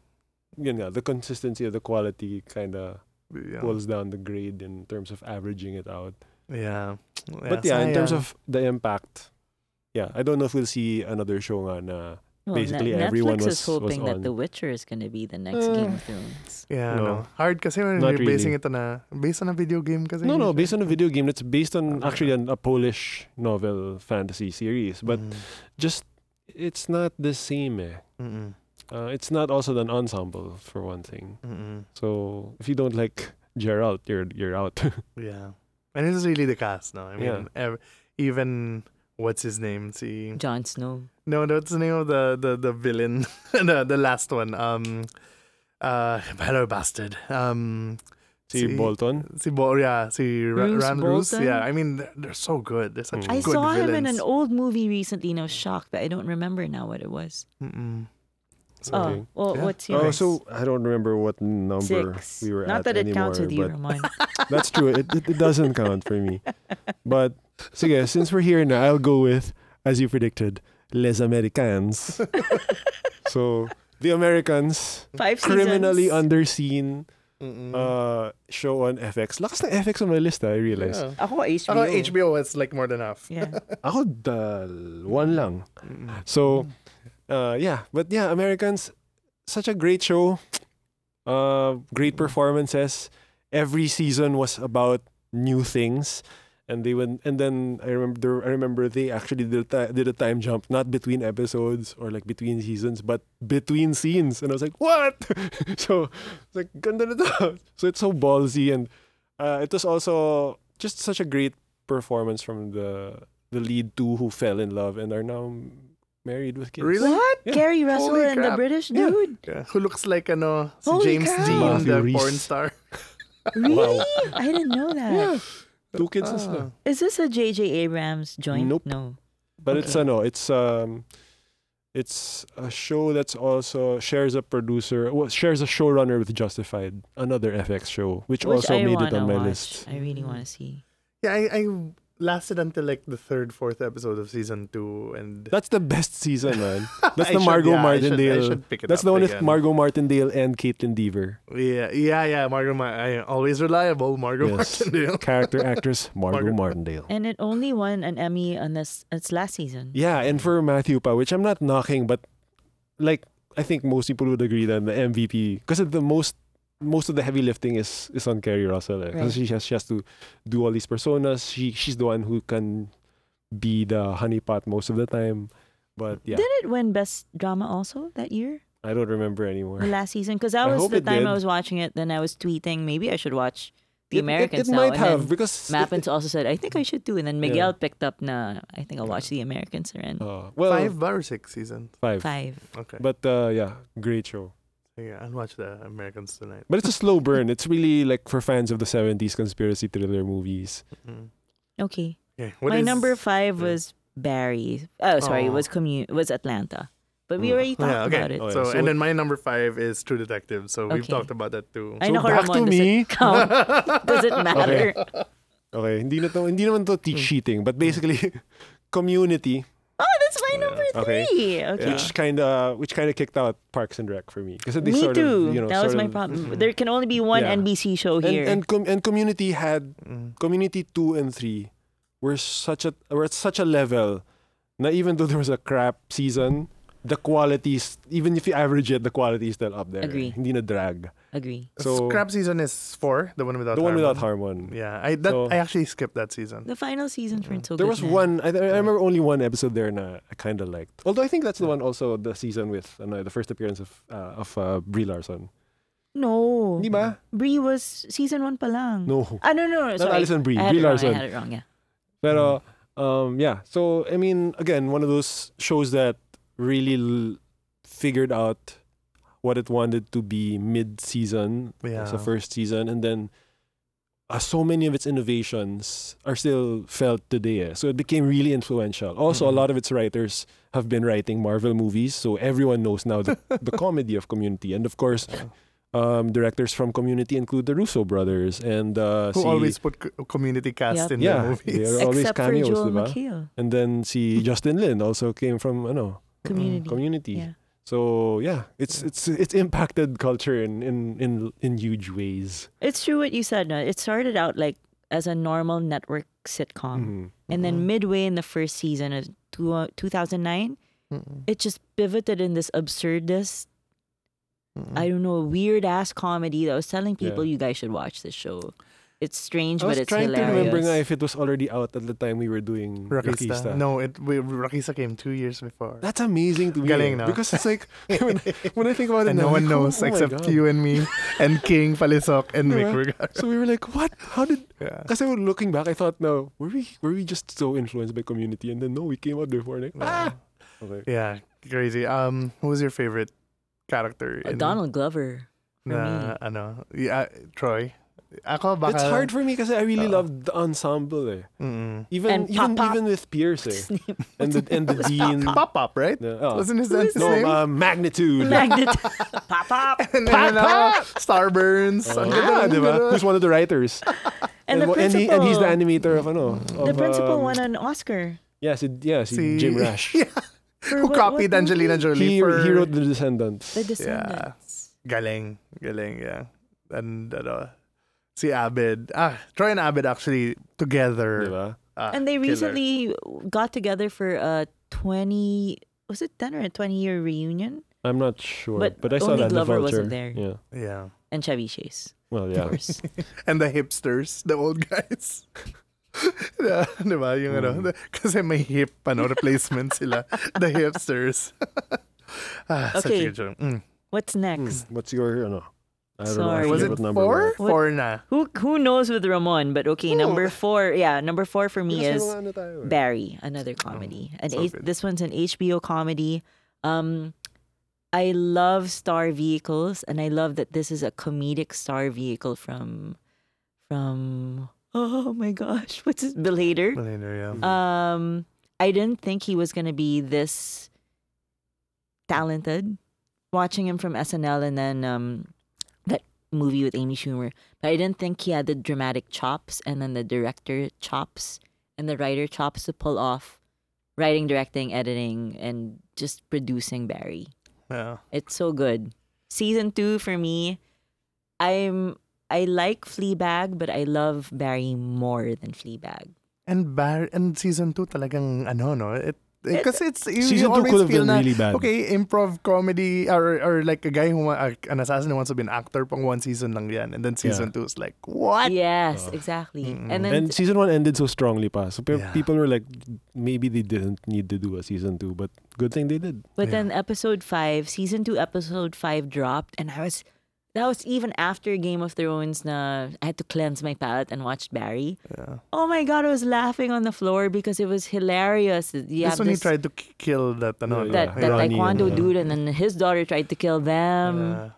Speaker 2: you know, the consistency of the quality kind of
Speaker 1: yeah,
Speaker 2: pulls down the grade in terms of averaging it out.
Speaker 1: yeah.
Speaker 2: but yeah, in terms
Speaker 1: sayang.
Speaker 2: of the impact, yeah, I don't know if we'll see another show uh, nga na
Speaker 3: Well,
Speaker 2: Basically,
Speaker 3: Netflix
Speaker 2: everyone was-
Speaker 3: is hoping
Speaker 2: was on.
Speaker 3: that The Witcher is going to be the next
Speaker 2: Uh,
Speaker 3: Game of Thrones.
Speaker 1: yeah,
Speaker 2: no.
Speaker 1: no. Hard kasi when
Speaker 2: Not
Speaker 1: you're basing
Speaker 2: really.
Speaker 1: it on a based on a video game kasi.
Speaker 2: No, no,
Speaker 1: usually.
Speaker 2: based on a video game that's based
Speaker 1: Okay.
Speaker 2: on actually an, a Polish novel fantasy series, but
Speaker 1: Mm,
Speaker 2: just it's not the same. Eh.
Speaker 1: mm-mm,
Speaker 2: Uh, it's not also an ensemble for one thing.
Speaker 1: mm-mm.
Speaker 2: So if you don't like Geralt, you're you're out.
Speaker 1: Yeah. And it's really the cast, no? I mean, ev-
Speaker 2: Yeah.
Speaker 1: even what's his name? See,
Speaker 3: Jon Snow.
Speaker 1: no, that's the name of the the, the villain, the the last one. Um, uh, hello, bastard. Um,
Speaker 2: See
Speaker 1: si-
Speaker 2: Bolton.
Speaker 1: Si Bo, yeah, si Ra-
Speaker 3: Roose
Speaker 1: Ran Roos.
Speaker 3: Bolton?
Speaker 1: Yeah, I mean, they're, they're so good. They're such
Speaker 2: Mm.
Speaker 3: I
Speaker 1: good
Speaker 3: saw
Speaker 1: villains.
Speaker 3: him in an old movie recently and I was shocked, but I don't remember now what it was.
Speaker 1: Mm-mm.
Speaker 2: Okay.
Speaker 3: Oh, well,
Speaker 1: Yeah.
Speaker 3: what's
Speaker 2: Oh,
Speaker 3: yours?
Speaker 2: so I don't remember what number
Speaker 3: Six.
Speaker 2: we were
Speaker 3: Not
Speaker 2: at
Speaker 3: that it
Speaker 2: anymore,
Speaker 3: counts with you,
Speaker 2: but
Speaker 3: Ramon.
Speaker 2: that's true. It, it, it doesn't count for me. But so yeah, since we're here now, I'll go with as you predicted, Les Americans. so the Americans,
Speaker 3: Five
Speaker 2: criminally
Speaker 3: seasons.
Speaker 2: underseen
Speaker 1: Mm-mm.
Speaker 2: uh, show on FX. Lakas ng FX on my list, ah, I realize.
Speaker 1: yeah. Oh,
Speaker 3: Ako, HBO.
Speaker 1: Ako, HBO is like more than half.
Speaker 3: Yeah.
Speaker 2: Ako dal one lang.
Speaker 1: Mm-mm.
Speaker 2: So, uh, yeah, but yeah, Americans, such a great show. Uh, great performances. Every season was about new things, and they went. And then I remember, I remember they actually did a, ti- did a time jump, not between episodes or like between seasons, but between scenes. And I was like, what? so it's like ganda na to. So it's so ballsy, and uh, it was also just such a great performance from the the lead two who fell in love and are now married with kids.
Speaker 1: Really?
Speaker 3: What?
Speaker 2: Yeah.
Speaker 3: Gary Russell
Speaker 1: Holy
Speaker 3: and
Speaker 1: crap.
Speaker 3: the British
Speaker 2: Yeah.
Speaker 3: dude?
Speaker 1: Yeah. Who looks like ano, si
Speaker 3: Holy
Speaker 1: James
Speaker 3: cow.
Speaker 1: Dean, the
Speaker 2: Matthew Reese.
Speaker 1: porn star.
Speaker 3: Really? I didn't know that. Is
Speaker 2: Yeah. Two kids na
Speaker 3: uh,
Speaker 2: sila.
Speaker 1: Ah.
Speaker 3: this a J.J. Abrams joint?
Speaker 2: Nope.
Speaker 3: No.
Speaker 2: But it's ano, it's um it's a show that's also shares a producer well, shares a showrunner with Justified, another FX show, which,
Speaker 3: Which
Speaker 2: also
Speaker 3: I
Speaker 2: made it
Speaker 3: wanna
Speaker 2: on my
Speaker 3: watch.
Speaker 2: list.
Speaker 3: I really want to see.
Speaker 1: Yeah, I, I lasted until like the third, fourth episode of season two, and
Speaker 2: That's the best season, man. That's
Speaker 1: I
Speaker 2: the
Speaker 1: should-
Speaker 2: Margot
Speaker 1: yeah, I should- I
Speaker 2: Martindale.
Speaker 1: should pick it
Speaker 2: That's
Speaker 1: up
Speaker 2: the one with
Speaker 1: again.
Speaker 2: Margot Martindale and Caitlin Deaver.
Speaker 1: Yeah, yeah, yeah. Margot, Mar- I, always reliable. Margot
Speaker 2: Yes.
Speaker 1: Martindale.
Speaker 2: Character actress Margot
Speaker 1: Margot.
Speaker 2: Martindale.
Speaker 3: And it only won an Emmy on this its last season.
Speaker 2: Yeah, and for Matthew Pa, which I'm not knocking, but like I think most people would agree that the MVP because the most most of the heavy lifting is is on Carrie Russell because she has she has to do all these personas. She she's the one who can be the honeypot most of the time. But yeah,
Speaker 3: Did it win Best Drama also that year?
Speaker 2: I don't remember
Speaker 3: The
Speaker 2: anymore.
Speaker 3: last season? Because that
Speaker 2: I
Speaker 3: was
Speaker 2: hope
Speaker 3: the
Speaker 2: it
Speaker 3: time
Speaker 2: did.
Speaker 3: I was watching it, then I was tweeting, maybe I should watch
Speaker 2: It-
Speaker 3: The
Speaker 2: it-
Speaker 3: Americans
Speaker 2: it,
Speaker 3: now.
Speaker 2: might
Speaker 3: and
Speaker 2: have
Speaker 3: then
Speaker 2: because
Speaker 3: Mappins also said, I think I should do. And then Miguel picked up, nah, I think I'll watch The Americans are in.
Speaker 2: uh, well
Speaker 1: Five or six seasons.
Speaker 2: five.
Speaker 3: Five.
Speaker 1: Okay.
Speaker 2: But uh, yeah, great show.
Speaker 1: yeah, I'll watch the Americans tonight.
Speaker 2: But it's a slow burn. It's really like for fans of the 70s conspiracy thriller movies.
Speaker 1: Mm.
Speaker 3: Okay.
Speaker 1: Okay. what
Speaker 3: My
Speaker 1: is-
Speaker 3: number five
Speaker 1: yeah.
Speaker 3: was Barry. Oh, sorry,
Speaker 1: Oh.
Speaker 3: was commu- was Atlanta. But we
Speaker 2: Mm.
Speaker 3: already talked
Speaker 1: Yeah, okay.
Speaker 3: about it.
Speaker 2: Oh, yeah.
Speaker 1: So,
Speaker 2: So
Speaker 1: and
Speaker 2: what-
Speaker 1: then my number five is True Detective. So we've
Speaker 3: Okay.
Speaker 1: talked about that too.
Speaker 3: I
Speaker 2: So
Speaker 3: know
Speaker 2: back
Speaker 3: Ramon,
Speaker 2: to
Speaker 3: does
Speaker 2: me.
Speaker 3: It count? does it matter?
Speaker 2: Okay, hindi na to, hindi naman to teach
Speaker 3: Hmm.
Speaker 2: cheating, but basically community,
Speaker 3: Oh, that's my number
Speaker 2: Okay.
Speaker 3: three. Okay.
Speaker 2: which kind of which kind of kicked out Parks and Rec for me because they
Speaker 3: Me
Speaker 2: sort
Speaker 3: too.
Speaker 2: of you know
Speaker 3: that was
Speaker 2: sort
Speaker 3: my
Speaker 2: of-
Speaker 3: problem.
Speaker 1: Mhm.
Speaker 3: There can only be one
Speaker 2: Yeah.
Speaker 3: NBC show
Speaker 2: And
Speaker 3: here.
Speaker 2: and, com- and community had
Speaker 1: Mm.
Speaker 2: community two and three were such a were at such a level na even though there was a crap season, the qualities even if you average it, the quality is still up there.
Speaker 3: Agree.
Speaker 2: Hindi na drag.
Speaker 3: Agree.
Speaker 2: So
Speaker 1: Scrap season is four, the one without
Speaker 2: the one
Speaker 1: Harmon.
Speaker 2: without Harmon.
Speaker 1: Yeah, I that
Speaker 2: So-
Speaker 1: I actually skipped that season.
Speaker 3: The final seasons weren't so
Speaker 2: There
Speaker 3: good.
Speaker 2: was
Speaker 3: man.
Speaker 2: one. I, I remember only one episode there, and I kind of liked. Although I think that's the one also the season with ano, the first appearance of uh, of uh, Brie Larson.
Speaker 3: No.
Speaker 2: Di ba?
Speaker 3: Brie was season one pa lang.
Speaker 2: No.
Speaker 3: Ah, no, no, no.
Speaker 2: Not
Speaker 3: Mm-hmm. Sorry.
Speaker 2: Alison Brie,
Speaker 3: I had
Speaker 2: Brie
Speaker 3: it wrong,
Speaker 2: Larson.
Speaker 3: I had it wrong, yeah.
Speaker 2: Pero um, yeah. So I mean, again, one of those shows that really l- figured out what it wanted to be mid season,
Speaker 1: Yeah.
Speaker 2: as a first season, and then uh, so many of its innovations are still felt today. eh. So it became really influential. Also,
Speaker 1: Mm-hmm.
Speaker 2: a lot of its writers have been writing Marvel movies, so everyone knows now the, the comedy of Community. And of course, um, directors from Community include the Russo brothers and uh,
Speaker 1: Who
Speaker 2: si-
Speaker 1: always put co- community cast
Speaker 3: Yep.
Speaker 1: in
Speaker 2: yeah,
Speaker 1: their movies.
Speaker 2: they're always
Speaker 3: Except for
Speaker 2: cameos,
Speaker 3: Joel
Speaker 2: diba?
Speaker 3: McHale.
Speaker 2: And then see Justin Lin also came from ano,
Speaker 3: Community.
Speaker 2: Mm-hmm. Community.
Speaker 3: Yeah.
Speaker 2: So yeah, it's it's it's impacted culture in in in, in huge ways.
Speaker 3: It's true what you said. No? It started out like as a normal network sitcom.
Speaker 2: Mhm.
Speaker 3: And then midway in the first season of two, 2009, it just pivoted in this absurdist, I don't know, weird ass comedy that was telling people
Speaker 2: Yeah.
Speaker 3: you guys should watch this show. It's strange,
Speaker 2: I was
Speaker 3: but it's
Speaker 2: trying to remember nga
Speaker 3: hilarious.
Speaker 2: if it was already out at the time we were doing
Speaker 1: Rakista.
Speaker 2: Rakista.
Speaker 1: No, it we, Rakista came two years before.
Speaker 2: That's amazing to me.
Speaker 1: Galing,
Speaker 2: eh.
Speaker 1: no?
Speaker 2: Because it's like when, when I think about
Speaker 1: and
Speaker 2: it, now,
Speaker 1: no one
Speaker 2: like, oh-
Speaker 1: knows
Speaker 2: oh my
Speaker 1: except
Speaker 2: God. Uh-huh.
Speaker 1: you and me and King Palisok and Mick
Speaker 2: Diba?
Speaker 1: Regar.
Speaker 2: So we were like, what? How did?
Speaker 1: Yeah.
Speaker 2: Because I was looking back, I thought, no, were we were we just so influenced by community? And then no, we came out before. Like, ah! Okay.
Speaker 1: Yeah, crazy. Um, who was your favorite character?
Speaker 3: Uh, Donald Glover. for
Speaker 1: Na, ano, yeah, Troy. Ako baka,
Speaker 2: It's hard for me because I really
Speaker 1: Oo.
Speaker 2: loved the ensemble. Eh.
Speaker 1: Mm-mm.
Speaker 2: Even
Speaker 3: And
Speaker 2: even
Speaker 3: Papa.
Speaker 2: even with Pierce eh. and the and the dean.
Speaker 1: Pop Up, right?
Speaker 2: Yeah, oh.
Speaker 1: Wasn't his, his
Speaker 2: No,
Speaker 1: name?
Speaker 2: uh, magnitude.
Speaker 3: Magnet. pop, pop.
Speaker 1: and then, uh, Starburns. Ang ganda,
Speaker 2: Ah,
Speaker 1: ang
Speaker 2: diba?
Speaker 1: ganda.
Speaker 2: Who's one of the writers?
Speaker 3: And the
Speaker 2: mo-
Speaker 3: principal.
Speaker 2: he- and he's the animator of ano.
Speaker 3: the
Speaker 2: of,
Speaker 3: principal
Speaker 2: um,
Speaker 3: won an Oscar.
Speaker 2: Yeah, si, yeah, si
Speaker 1: Si-
Speaker 2: Jim Rash.
Speaker 1: Yeah.
Speaker 3: For
Speaker 1: Who
Speaker 3: what-
Speaker 1: copied
Speaker 3: what
Speaker 1: Angelina
Speaker 3: movie?
Speaker 1: Jolie
Speaker 2: He,
Speaker 1: for
Speaker 2: he wrote The Descendants.
Speaker 3: The Descendants.
Speaker 1: Galing. Galing, yeah. And ano, si Abed. Ah, Troy and Abed actually together.
Speaker 2: Diba?
Speaker 1: Ah,
Speaker 3: And they
Speaker 1: killer.
Speaker 3: recently got together for a 20, was it 10 or a 20 year reunion?
Speaker 2: I'm not sure, but,
Speaker 3: But
Speaker 2: I saw
Speaker 3: only
Speaker 2: that in the
Speaker 3: Glover
Speaker 2: Vulture.
Speaker 3: wasn't there.
Speaker 2: Yeah.
Speaker 1: Yeah.
Speaker 3: And Chevy Chase,
Speaker 2: Well,
Speaker 3: of
Speaker 2: yeah.
Speaker 3: course.
Speaker 1: And the hipsters, the old guys. Yeah, diba? Yung ano, the- kasi may hip ano, replacement sila. The hipsters. ah, Such a
Speaker 3: Okay.
Speaker 1: good joke. Mm.
Speaker 3: What's next?
Speaker 2: Hmm, What's your ano? I don't know. I
Speaker 3: Sorry.
Speaker 1: Was
Speaker 2: forget
Speaker 1: it
Speaker 2: what number
Speaker 1: four?
Speaker 2: was.
Speaker 3: What?
Speaker 1: Four na.
Speaker 3: Who who knows with Ramon? But okay,
Speaker 1: Hmm.
Speaker 3: number four. Yeah, number four for me
Speaker 2: Kasi
Speaker 3: is
Speaker 2: mga ano tayo eh.
Speaker 3: Barry, another comedy.
Speaker 1: Oh,
Speaker 3: An
Speaker 1: so
Speaker 3: H-
Speaker 1: good.
Speaker 3: this one's an HBO comedy. Um, I love star vehicles, and I love that this is a comedic star vehicle from from. Oh my gosh, what's his Bill Hader?
Speaker 1: Millionaire, yeah.
Speaker 3: Um, I didn't think he was gonna be this talented. Watching him from SNL and then um, that movie with Amy Schumer, but I didn't think he had the dramatic chops and then the director chops and the writer chops to pull off writing, directing, editing, and just producing Barry.
Speaker 1: Yeah.
Speaker 3: It's so good. Season two for me, I'm I like Fleabag, but I love Barry more than Fleabag.
Speaker 1: And bar and season 2 talagang ano no it because it's you,
Speaker 2: Season
Speaker 1: you
Speaker 2: two
Speaker 1: always
Speaker 2: could have
Speaker 1: feel
Speaker 2: been
Speaker 1: na,
Speaker 2: really bad.
Speaker 1: Okay, improv comedy or or like a guy who wa- uh, an assassin who wants to be an actor pang one season lang yan and then season 2 is like what?
Speaker 3: Yes,
Speaker 2: Oh.
Speaker 3: exactly.
Speaker 1: Mm-mm.
Speaker 3: And then
Speaker 2: And season one ended so strongly, pa. So pe-
Speaker 1: Yeah.
Speaker 2: people were like, maybe they didn't need to do a season two, but good thing they did.
Speaker 3: But
Speaker 1: Yeah.
Speaker 3: then episode five, season two, episode five dropped, and I was that was even after Game of Thrones. Na I had to cleanse my palate and watched Barry.
Speaker 1: Yeah.
Speaker 3: Oh my god, I was laughing on the floor because it was hilarious. You
Speaker 1: This
Speaker 3: have
Speaker 1: one he
Speaker 3: this,
Speaker 1: tried to k- kill that ano
Speaker 2: Yeah,
Speaker 1: no,
Speaker 3: that, that
Speaker 1: yeah.
Speaker 2: Ronnie and,
Speaker 3: taekwondo
Speaker 2: uh,
Speaker 3: dude, and then his daughter tried to kill them.
Speaker 1: Yeah.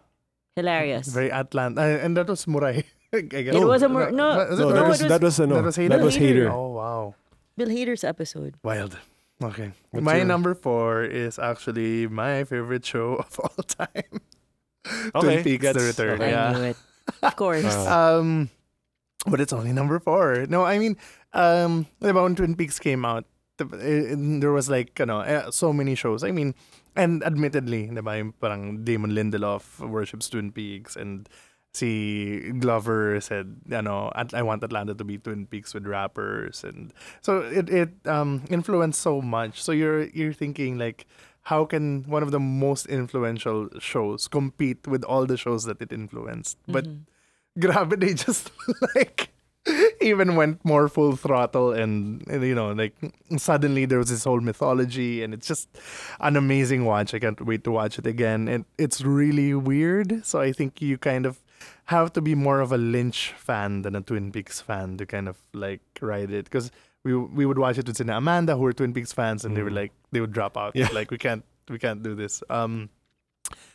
Speaker 3: hilarious.
Speaker 1: very Atlanta uh, and that was Murai. I guess.
Speaker 3: It was a Mur- no,
Speaker 1: was it
Speaker 2: No, that
Speaker 3: No,
Speaker 1: Murai?
Speaker 2: was,
Speaker 3: it was-
Speaker 2: that was ano,
Speaker 1: that was Hader.
Speaker 2: That was Hader.
Speaker 1: Oh wow.
Speaker 3: Bill Hader's episode.
Speaker 1: Wild. Okay.
Speaker 2: What's
Speaker 1: my
Speaker 2: your-
Speaker 1: number 4 is actually my favorite show of all time. Twin
Speaker 2: Okay,
Speaker 1: Peaks The
Speaker 2: that's-
Speaker 1: Return.
Speaker 2: okay.
Speaker 1: Yeah.
Speaker 3: I knew it. Of course.
Speaker 2: Uh,
Speaker 1: Um, but it's only number four. No, I mean, um, diba, when Twin Peaks came out, the- eh, there was like, you know, eh, so many shows. I mean, and admittedly, diba, yung parang Damon Lindelof worships Twin Peaks and si Glover said, you know, At- I want Atlanta to be Twin Peaks with rappers and so it, it um influenced so much. So you're you're thinking like how can one of the most influential shows compete with all the shows that it influenced? But grabe, they just like even went more full throttle and, and, you know like suddenly there was this whole mythology and it's just an amazing watch i can't wait to watch it again and it's really weird so i think you kind of have to be more of a lynch fan than a twin peaks fan to kind of like ride it because we we would watch it with Sina amanda who were twin peaks fans and they were
Speaker 2: Mm.
Speaker 1: like they would drop out
Speaker 2: Yeah.
Speaker 1: like we can't we can't do this um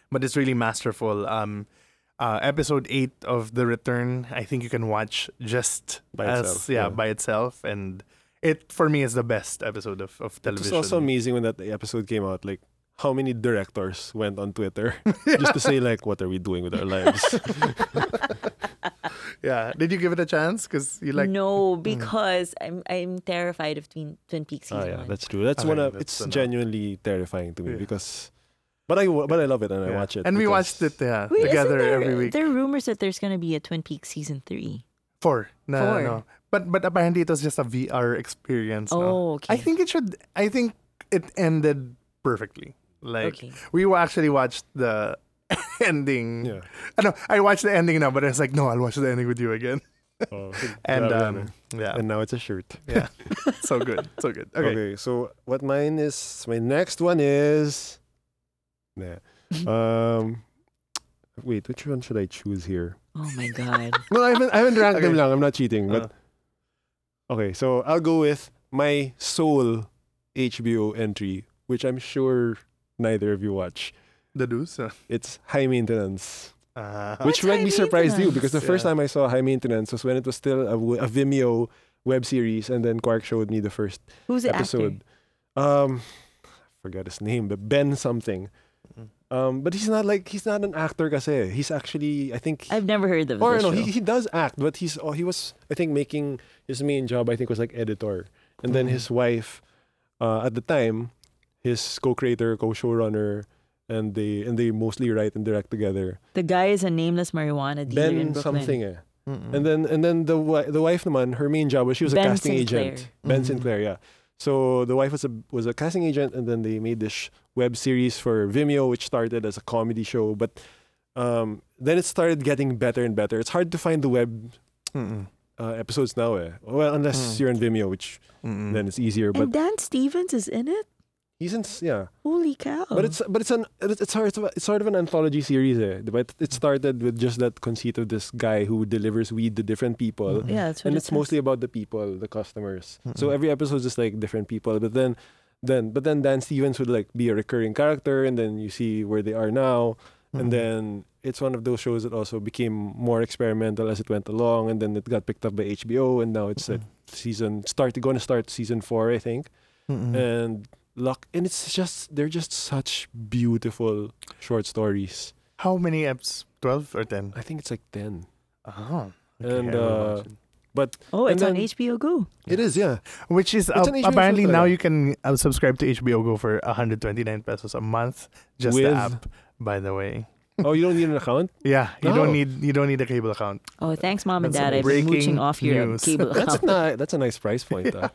Speaker 1: but it's really masterful um uh, episode eight of The Return. I think you can watch just
Speaker 2: By
Speaker 1: as
Speaker 2: itself,
Speaker 1: yeah,
Speaker 2: yeah.
Speaker 1: by itself, and it for me is the best episode of, of
Speaker 2: It was
Speaker 1: television.
Speaker 2: also amazing when that episode came out. Like, how many directors went on Twitter just to say like, "What are we doing with our lives?"
Speaker 1: yeah, did you give it a chance? Because you like mm.
Speaker 3: no, because I'm I'm terrified of Twin Twin Peaks
Speaker 2: Ah,
Speaker 3: season
Speaker 2: yeah,
Speaker 3: one.
Speaker 2: that's true. That's
Speaker 1: Okay,
Speaker 2: one of
Speaker 1: Oh, that's
Speaker 2: it's
Speaker 1: a no.
Speaker 2: genuinely terrifying to me
Speaker 1: Yeah.
Speaker 2: because, but I but I love it and I
Speaker 1: yeah.
Speaker 2: watch it.
Speaker 1: and we
Speaker 2: because-
Speaker 1: watched it yeah
Speaker 3: Wait, isn't
Speaker 1: together
Speaker 3: there,
Speaker 1: every week.
Speaker 3: There are rumors that there's gonna be a Twin Peaks season three.
Speaker 1: Four, no,
Speaker 3: Four.
Speaker 1: no, but but apparently it was just a VR experience. no?
Speaker 3: Oh, okay.
Speaker 1: I think it should. I think it ended perfectly. Like
Speaker 3: okay.
Speaker 1: we wa- actually watched the ending.
Speaker 2: Yeah.
Speaker 1: I know I watched the ending now, but it's like no, I'll watch the ending with you again.
Speaker 2: Oh,
Speaker 1: And
Speaker 2: grabe, ano.
Speaker 1: um, yeah,
Speaker 2: and now it's a shirt.
Speaker 1: yeah, so good, so good. Okay,
Speaker 2: Okay. so what mine is my next one is nah.
Speaker 3: Oh
Speaker 2: um wait, which one should I choose here?
Speaker 3: Oh my god.
Speaker 2: No, I haven't I haven't ranked them
Speaker 1: Okay. Uh.
Speaker 2: lang. I'm not cheating, but okay, so I'll go with my sole HBO entry, which I'm sure neither of you watch.
Speaker 1: the deuce. uh,
Speaker 2: It's High Maintenance,
Speaker 1: Uh,
Speaker 2: which
Speaker 3: What's
Speaker 2: might
Speaker 3: High
Speaker 2: be surprised you because the
Speaker 1: Maintenance?
Speaker 2: first
Speaker 1: Yeah.
Speaker 2: time I saw High Maintenance was when it was still a, w- a Vimeo web series, and then Quark showed me the first
Speaker 3: Who's the
Speaker 2: episode. Um, I forgot his name, but Ben something.
Speaker 1: Mm.
Speaker 2: Um, but he's not like he's not an actor, kasi. He's actually I think.
Speaker 3: actor? I've never heard of
Speaker 2: or
Speaker 3: this
Speaker 2: no,
Speaker 3: show.
Speaker 2: he, he does act, but he's oh, he was I think making his main job I think was like editor, and then
Speaker 3: Mm-hmm.
Speaker 1: Mm.
Speaker 2: his wife, uh, at the time, his co-creator, co-showrunner, and they and they mostly write and direct together.
Speaker 3: the guy is a nameless marijuana dealer
Speaker 2: ben
Speaker 3: in Brooklyn. Mm-hmm.
Speaker 2: something, eh.
Speaker 1: mm-mm.
Speaker 2: And then and then the wi- the wife naman, her main job was she was a
Speaker 3: Ben
Speaker 2: casting
Speaker 3: Sinclair. Mm-hmm.
Speaker 2: agent. Ben
Speaker 1: Mhm.
Speaker 2: Sinclair, yeah. So the wife was a was a casting agent and then they made this sh- web series for Vimeo which started as a comedy show but um, then it started getting better and better. It's hard to find the web
Speaker 1: Mm-mm.
Speaker 2: uh, episodes now eh. Well, unless
Speaker 1: Mm.
Speaker 2: you're on Vimeo which
Speaker 1: Mm-mm.
Speaker 2: then it's easier but
Speaker 3: and Dan Stevens is in it.
Speaker 2: he's in s- yeah.
Speaker 3: Holy cow!
Speaker 2: But it's but it's an it's it's sort of it's sort of an anthology series eh. But it started with just that conceit of this guy who delivers weed to different people.
Speaker 1: Mm-mm.
Speaker 3: yeah, that's
Speaker 2: and
Speaker 3: what it
Speaker 2: it's
Speaker 3: says.
Speaker 2: mostly about the people, the customers. So
Speaker 1: Mm-mm.
Speaker 2: every episode is just like different people, but then then but then Dan Stevens would like be a recurring character and then you see where they are now
Speaker 1: Mm-mm.
Speaker 2: and then it's one of those shows that also became more experimental as it went along and then it got picked up by HBO and now it's like season start going to start season 4 I think Mm-hmm.
Speaker 1: Mm-mm.
Speaker 2: and luck and it's just they're just such beautiful short stories.
Speaker 1: How many eps? Twelve or ten?
Speaker 2: I think it's like 10.
Speaker 1: Oh,
Speaker 2: And,
Speaker 1: I will
Speaker 2: uh,
Speaker 1: watch it.
Speaker 2: But
Speaker 3: oh, it's
Speaker 2: and
Speaker 3: on
Speaker 2: then-
Speaker 3: HBO Go.
Speaker 2: it is yeah.
Speaker 1: Which is
Speaker 2: It's
Speaker 1: uh,
Speaker 2: an HBO
Speaker 1: apparently
Speaker 2: show
Speaker 1: now
Speaker 2: talaga.
Speaker 1: you can uh, subscribe to HBO Go for 129 pesos a month. Just the
Speaker 2: With-
Speaker 1: app, by the way.
Speaker 2: oh, you don't need an account?
Speaker 1: Yeah, you
Speaker 2: Oh.
Speaker 1: don't need you don't need a cable account.
Speaker 3: Oh, thanks, mom and
Speaker 1: That's
Speaker 3: dad. I've been
Speaker 1: breaking
Speaker 3: mooching off your
Speaker 1: news.
Speaker 3: cable account.
Speaker 2: That's not. That's a nice price point. though.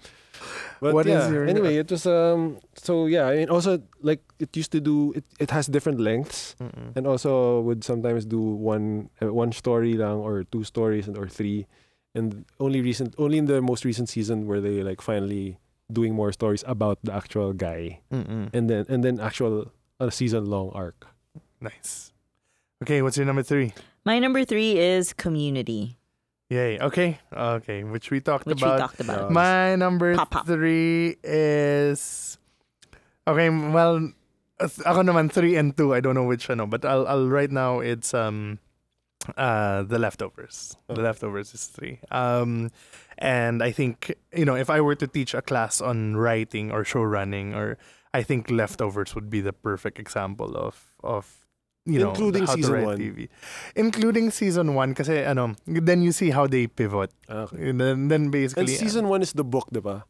Speaker 2: But
Speaker 1: What is
Speaker 2: yeah,
Speaker 1: your-
Speaker 2: anyway, it was um. So yeah, I mean, also like it used to do. It, it has different lengths,
Speaker 1: Mm-mm.
Speaker 2: and also would sometimes do one uh, one story lang or two stories and or three, and only recent only in the most recent season were they like finally doing more stories about the actual guy,
Speaker 1: Mm-mm.
Speaker 2: and then and then actual a season long arc.
Speaker 1: Nice. Okay, what's your number three?
Speaker 3: My number three is Community,
Speaker 1: Yay. Okay. Okay, which we talked
Speaker 3: which we
Speaker 1: about.
Speaker 3: talked
Speaker 2: Yeah.
Speaker 3: about.
Speaker 1: My number
Speaker 3: Pop, pop.
Speaker 1: three is okay. Well, as- ako naman three and two. I don't know which ano, but I'll, I'll right now it's um uh the leftovers. The
Speaker 2: Okay.
Speaker 1: leftovers is three. Um, and I think you know if I were to teach a class on writing or show running or I think leftovers would be the perfect example of of you know
Speaker 2: Including
Speaker 1: how to
Speaker 2: season
Speaker 1: write
Speaker 2: one.
Speaker 1: TV. including season one. Kasi ano, then you see how they pivot.
Speaker 2: Okay.
Speaker 1: And then, then
Speaker 2: And
Speaker 1: basically
Speaker 2: season one is the book, diba?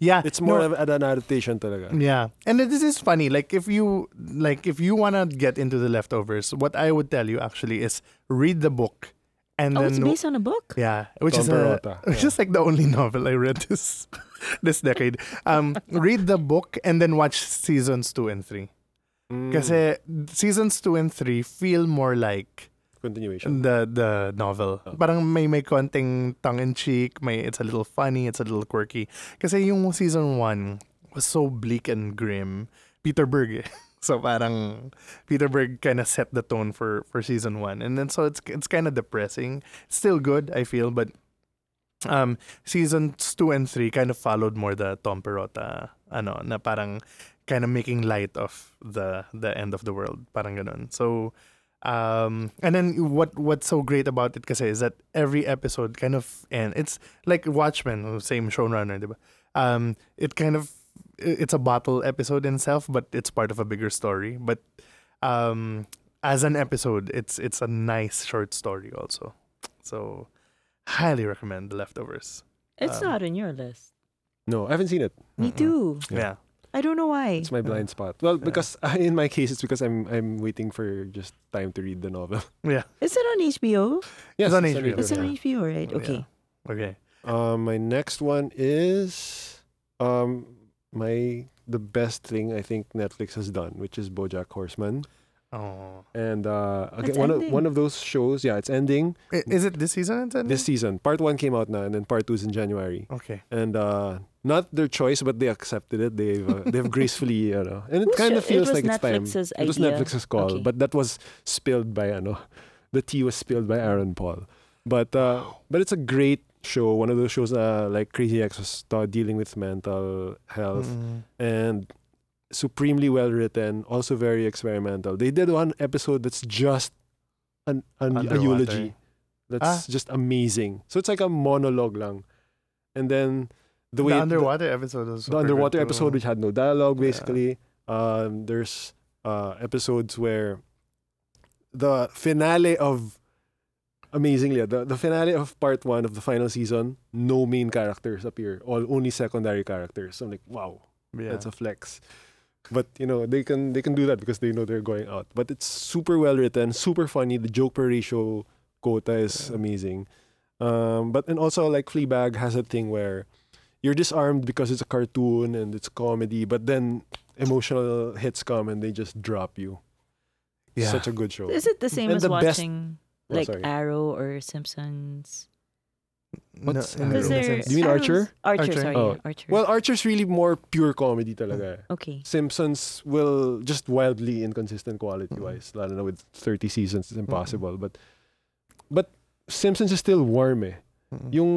Speaker 1: yeah,
Speaker 2: It's more
Speaker 1: no,
Speaker 2: of an adaptation, talaga.
Speaker 1: yeah, and this is funny. Like if you like if you wanna get into the leftovers, what I would tell you actually is read the book, and
Speaker 3: oh,
Speaker 1: then
Speaker 3: it's based on a book.
Speaker 1: yeah, which
Speaker 2: Tom
Speaker 1: is a,
Speaker 2: Perrotta,
Speaker 1: which
Speaker 2: yeah.
Speaker 1: is like the only novel I read this this decade. Um, read the book and then watch seasons two and three.
Speaker 2: Mm,
Speaker 1: Kasi seasons two and three feel more like
Speaker 2: Mm. continuation.
Speaker 1: the the novel.
Speaker 2: Oh.
Speaker 1: Parang may may konting tongue in cheek, may it's a little funny, it's a little quirky. Kasi yung season 1 was so bleak and grim. Peter Berg. eh. So parang Peter Berg kind of set the tone for for season 1. And then so it's it's kind of depressing. Still good, I feel, but um seasons 2 and 3 kind of followed more the Tom Perrotta ano na parang kind of making light of the the end of the world, parang ganun. So Um, and then what what's so great about it kasi is that every episode kind of and it's like Watchmen, same showrunner, diba? Um, it kind of it's a bottle episode in itself, but it's part of a bigger story. But um, as an episode, it's it's a nice short story also. So highly recommend The Leftovers.
Speaker 3: It's
Speaker 1: Um,
Speaker 3: not on your list.
Speaker 2: No, I haven't seen it.
Speaker 3: Me
Speaker 1: Mm-mm.
Speaker 3: too.
Speaker 2: Yeah.
Speaker 1: Yeah.
Speaker 3: I don't know why.
Speaker 2: It's my blind spot. Well, because in my case, it's because I'm I'm waiting for just time to read the novel.
Speaker 3: Is it on HBO?
Speaker 2: yes,
Speaker 1: on
Speaker 2: on
Speaker 1: HBO.
Speaker 3: It's
Speaker 2: HBO.
Speaker 3: on HBO, right?
Speaker 1: Yeah.
Speaker 2: Oh,
Speaker 3: Okay.
Speaker 1: Okay.
Speaker 2: Uh, my next one is um my the best thing I think Netflix has done, which is BoJack Horseman,
Speaker 1: Oh.
Speaker 2: and uh, again,
Speaker 3: It's
Speaker 2: one of
Speaker 3: ending.
Speaker 2: one of those shows. Yeah, it's ending
Speaker 1: I- Is it this season? it's ending?
Speaker 2: this season. Part one came out now, and then part two is in January.
Speaker 1: Okay.
Speaker 2: And uh, not their choice, but they accepted it. They've uh, they've gracefully, you know, and it
Speaker 3: Who's
Speaker 2: kind of
Speaker 3: your- it
Speaker 2: feels
Speaker 3: was
Speaker 2: like it's time.
Speaker 3: Netflix's
Speaker 2: It was
Speaker 3: idea.
Speaker 2: Netflix's call,
Speaker 3: Okay.
Speaker 2: but that was spilled by ano, the tea was spilled by Aaron Paul. But uh, but it's a great show. One of those shows, uh, like Crazy Ex, was uh, dealing with mental health
Speaker 1: Mm.
Speaker 2: and supremely well written. Also very experimental. They did one episode that's just an, an a
Speaker 1: Underwater. Ah.
Speaker 2: eulogy. That's just amazing. So it's like a monologue lang, and then the way
Speaker 1: the
Speaker 2: it-
Speaker 1: underwater episode was
Speaker 2: the
Speaker 1: super good
Speaker 2: underwater
Speaker 1: too.
Speaker 2: episode which had no dialogue
Speaker 1: Yeah.
Speaker 2: basically um there's uh episodes where the finale of amazingly the, the finale of part one of the final season no main characters appear all only secondary characters so i'm like wow
Speaker 1: yeah.
Speaker 2: that's a flex but you know they can they can do that because they know they're going out but it's super well written super funny the joke per ratio quota is
Speaker 1: Yeah.
Speaker 2: amazing um but and also like fleabag has a thing where you're disarmed because it's a cartoon and it's comedy but then emotional hits come and they just drop you
Speaker 1: Yeah.
Speaker 2: such a good show
Speaker 3: Is it the same
Speaker 2: And
Speaker 3: as
Speaker 2: the best-
Speaker 3: watching
Speaker 2: Oh,
Speaker 3: like
Speaker 2: sorry.
Speaker 3: Arrow or Simpsons?
Speaker 2: What's
Speaker 1: no, in
Speaker 2: Arrow?
Speaker 1: the
Speaker 3: Because
Speaker 1: sense-
Speaker 3: they're-
Speaker 2: Do you mean
Speaker 3: Arrow's-
Speaker 2: Archer?
Speaker 3: Archer,
Speaker 1: Archer.
Speaker 3: sorry,
Speaker 2: Oh.
Speaker 3: yeah, Archer.
Speaker 2: well archer's really more pure comedy
Speaker 1: Mm.
Speaker 2: talaga eh.
Speaker 3: okay.
Speaker 2: Simpsons will just wildly inconsistent quality wise.
Speaker 1: Mm-hmm.
Speaker 2: Lalo na with 30 seasons, it's impossible. But but Simpsons is still warm eh.
Speaker 1: Mm.
Speaker 2: Yung,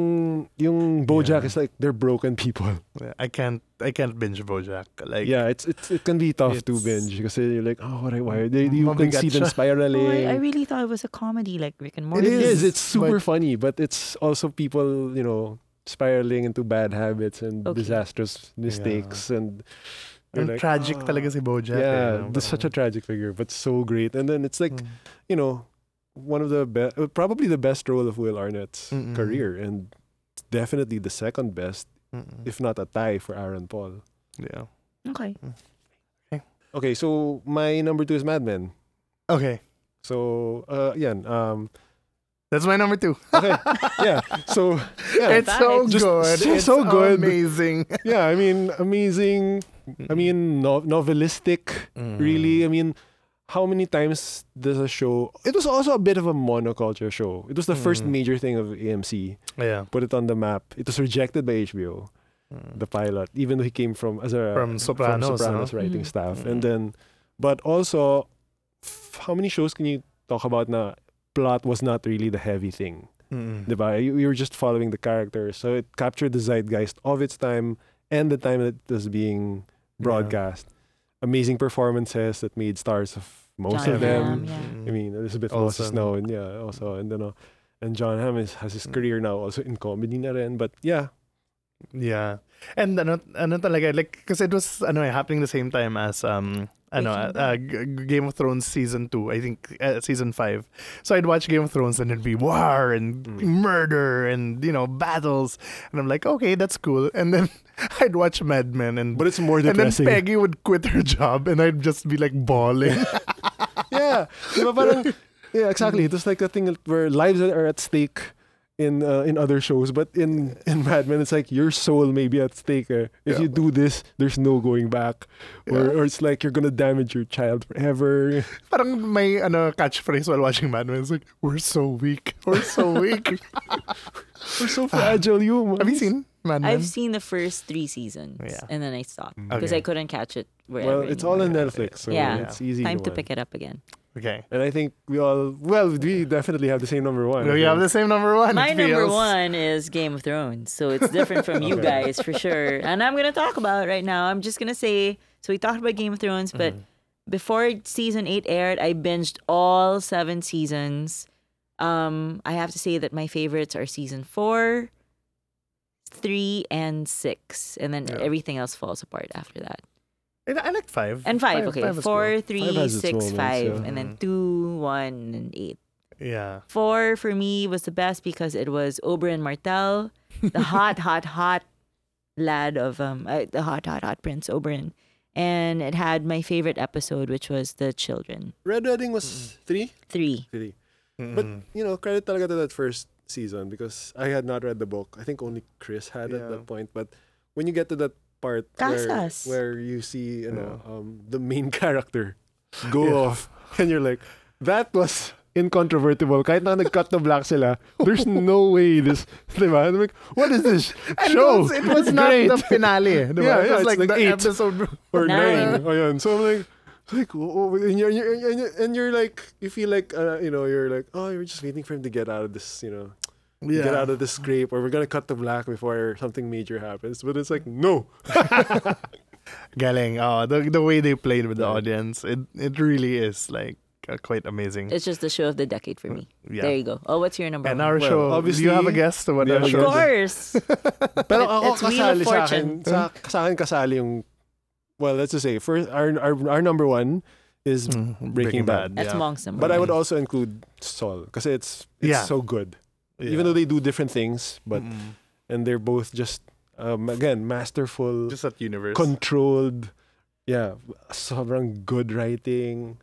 Speaker 2: yung Bojack
Speaker 1: Yeah.
Speaker 2: is like, they're broken people.
Speaker 1: Yeah, I can't I can't binge BoJack. Like
Speaker 2: yeah, it's, it's it can be tough
Speaker 1: It's-
Speaker 2: to
Speaker 1: Mm-hmm.
Speaker 2: binge because you're like, oh, what, why? They, you can
Speaker 1: Mabigat
Speaker 2: see
Speaker 1: siya.
Speaker 2: them
Speaker 3: Oh, I, I
Speaker 2: spiraling.
Speaker 3: really thought it was a comedy like Rick and
Speaker 2: it
Speaker 3: Morty.
Speaker 1: is,
Speaker 2: is. It's super
Speaker 1: but-
Speaker 2: funny, but it's also people, you know, spiraling into bad habits and
Speaker 3: Okay.
Speaker 2: disastrous mistakes and you're
Speaker 1: ang
Speaker 2: like,
Speaker 1: tragic
Speaker 2: "Ah."
Speaker 1: talaga si BoJack. eh,
Speaker 2: yeah,
Speaker 1: no?
Speaker 2: that's such a tragic figure, but so great. And then it's like,
Speaker 1: Mm.
Speaker 2: you know, one of the best, probably the best role of Will Arnett's
Speaker 1: Mm-mm.
Speaker 2: career, and definitely the second best,
Speaker 1: Mm-mm.
Speaker 2: if not a tie for Aaron Paul.
Speaker 1: yeah.
Speaker 3: Okay.
Speaker 2: Okay, so my number two is Mad Men.
Speaker 1: Okay,
Speaker 2: So, uh, yan. Um,
Speaker 1: that's my number two.
Speaker 2: okay, yeah. So, yeah,
Speaker 1: it's so
Speaker 2: Just
Speaker 1: good.
Speaker 2: so-
Speaker 1: it's
Speaker 2: so good.
Speaker 1: Amazing.
Speaker 2: yeah. I mean, amazing. I mean, no- novelistic.
Speaker 1: Mm.
Speaker 2: Really, I mean, how many times does a show? It was also a bit of a monoculture show. It was the first
Speaker 1: Mm.
Speaker 2: major thing of AMC.
Speaker 1: Yeah.
Speaker 2: Put it on the map. It was rejected by HBO.
Speaker 1: Mm.
Speaker 2: the pilot, even though he came from as a
Speaker 1: From Sopranos,
Speaker 2: Sopranos
Speaker 3: no?
Speaker 2: writing
Speaker 3: Mhm.
Speaker 1: Mm.
Speaker 2: staff, and then, but also, f- how many shows can you talk about? Na plot was not really the heavy thing,
Speaker 1: Mm-mm.
Speaker 2: diba? You, you were just following the characters, so it captured the zeitgeist of its time and the time that it was being broadcast. Amazing performances that made stars of most
Speaker 3: John
Speaker 2: of
Speaker 3: Hamm,
Speaker 2: them.
Speaker 3: yeah.
Speaker 1: Mm-mm.
Speaker 2: I mean, Elizabeth Moss is
Speaker 1: Olsen.
Speaker 2: now, and yeah, also, and then. Uh, and John Hamm is, has his
Speaker 1: Mm.
Speaker 2: career now also in comedy na rin. But yeah,
Speaker 1: Yeah. And ano, ano talaga, like, kasi it was, ano eh, happening the same time as, um, ano,
Speaker 3: Breaking
Speaker 1: uh, G- G- Game of Thrones season 2, I think, uh, season 5. So I'd watch Game of Thrones and it'd be war and
Speaker 2: Mm.
Speaker 1: murder and, you know, battles. And I'm like, okay, that's cool. And then I'd watch Mad Men and,
Speaker 2: but it's more
Speaker 1: and then
Speaker 2: depressing.
Speaker 1: Peggy would quit her job and I'd just be like bawling.
Speaker 2: yeah. Diba parang, yeah, exactly. It was like the thing where lives are at stake in uh, in other shows, but in in Mad Men, it's like your soul may be at stake. eh. If
Speaker 1: Yeah.
Speaker 2: you do this, there's no going back, or,
Speaker 1: Yeah.
Speaker 2: or it's like you're gonna damage your child forever.
Speaker 1: Parang may, ano, catchphrase while watching Mad Men. It's like, we're so weak. We're so weak.
Speaker 2: We're so fragile, you.
Speaker 1: Have you seen Mad Men?
Speaker 3: I've seen the first three seasons
Speaker 1: Yeah.
Speaker 3: and then I stopped because
Speaker 1: Okay.
Speaker 3: I couldn't catch it wherever.
Speaker 2: Mm. Well, it's all on
Speaker 3: anymore.
Speaker 2: Netflix, so
Speaker 3: Yeah.
Speaker 2: it's easy.
Speaker 3: Time to pick it up again.
Speaker 1: Okay.
Speaker 2: And I think we all well, we definitely have the same number one.
Speaker 1: We
Speaker 2: I
Speaker 1: have
Speaker 2: think.
Speaker 1: the same number one.
Speaker 3: My
Speaker 1: it feels.
Speaker 3: number one is Game of Thrones, so it's different from you
Speaker 2: Okay.
Speaker 3: guys for sure. And I'm gonna talk about it right now. I'm just gonna say so we talked about Game of Thrones, but before season eight aired, I binged all seven seasons. Um, I have to say that my favorites are season four, three, and six, and then
Speaker 1: Yeah.
Speaker 3: everything else falls apart after that.
Speaker 1: I, I like five.
Speaker 3: And five, okay,
Speaker 1: is
Speaker 3: four, three,
Speaker 2: Five has
Speaker 3: six, five,
Speaker 2: its moments, yeah.
Speaker 3: and then two, one, and eight.
Speaker 1: cool. Yeah.
Speaker 3: Four for me was the best because it was Oberyn Martell, the hot, hot, hot lad of um, uh, the hot, hot, hot Prince Oberyn, and it had my favorite episode, which was the children
Speaker 2: Red Wedding was
Speaker 1: Mm-hmm.
Speaker 2: three.
Speaker 3: three.
Speaker 2: Three. But you know, credit talaga to that first season because I had not read the book. I think only Chris had at
Speaker 1: Yeah.
Speaker 2: that point. But when you get to that part where,
Speaker 3: Casas.
Speaker 2: where you see, you know,
Speaker 1: Yeah.
Speaker 2: um, the main character go
Speaker 1: Yeah.
Speaker 2: off, and you're like, that was incontrovertible. Kahit na nag-cut the black sila, there's no way this, diba? I'm like, what is this
Speaker 1: And
Speaker 2: show?
Speaker 1: it was, it was not
Speaker 2: Great.
Speaker 1: the finale. eh, diba?
Speaker 2: Yeah,
Speaker 1: it
Speaker 2: yeah,
Speaker 1: was
Speaker 2: it's
Speaker 1: like,
Speaker 2: like
Speaker 1: the
Speaker 2: eight.
Speaker 1: episode.
Speaker 2: or
Speaker 3: Nine.
Speaker 2: nine. Ayun. Oh, So I'm like, like, oh, oh, and, you're, you're, and, you're, and you're like, you feel like, uh, you know, you're like, oh, you're just waiting for him to get out of this, you know,
Speaker 1: Yeah.
Speaker 2: get out of this scrape, or we're gonna cut the black before something major happens. But it's like, no,
Speaker 1: Galing. Oh, the, the way they played with the
Speaker 2: Yeah.
Speaker 1: audience, it, it really is like uh, quite amazing.
Speaker 3: It's just the show of the decade for me.
Speaker 1: yeah.
Speaker 3: There you go. Oh, what's your number?
Speaker 1: and
Speaker 3: one?
Speaker 1: our
Speaker 2: Well,
Speaker 1: show, obviously,
Speaker 2: obviously,
Speaker 1: do you have a guess to what
Speaker 2: we
Speaker 1: our
Speaker 2: have a
Speaker 1: show
Speaker 3: of
Speaker 1: is?
Speaker 3: course.
Speaker 2: Pero
Speaker 3: It-
Speaker 2: ako
Speaker 3: it's Wheel of
Speaker 2: kasali sa akin.
Speaker 3: Fortune.
Speaker 2: Sa, sa akin kasali yung, well, let's just say, first, our, our, our number one is
Speaker 1: Mm, Breaking,
Speaker 2: Breaking Bad.
Speaker 1: Bad.
Speaker 3: That's Oh,
Speaker 1: yeah.
Speaker 3: Monk's number.
Speaker 2: But I
Speaker 3: one.
Speaker 2: would also include Saul because it's it's
Speaker 1: Mm. Yeah.
Speaker 2: so good.
Speaker 1: Yeah. Mm.
Speaker 2: Even though they do different things, but
Speaker 1: Mm-mm.
Speaker 2: and they're both just um, again masterful,
Speaker 1: just that universe.
Speaker 2: controlled. Yeah, sobrang good writing.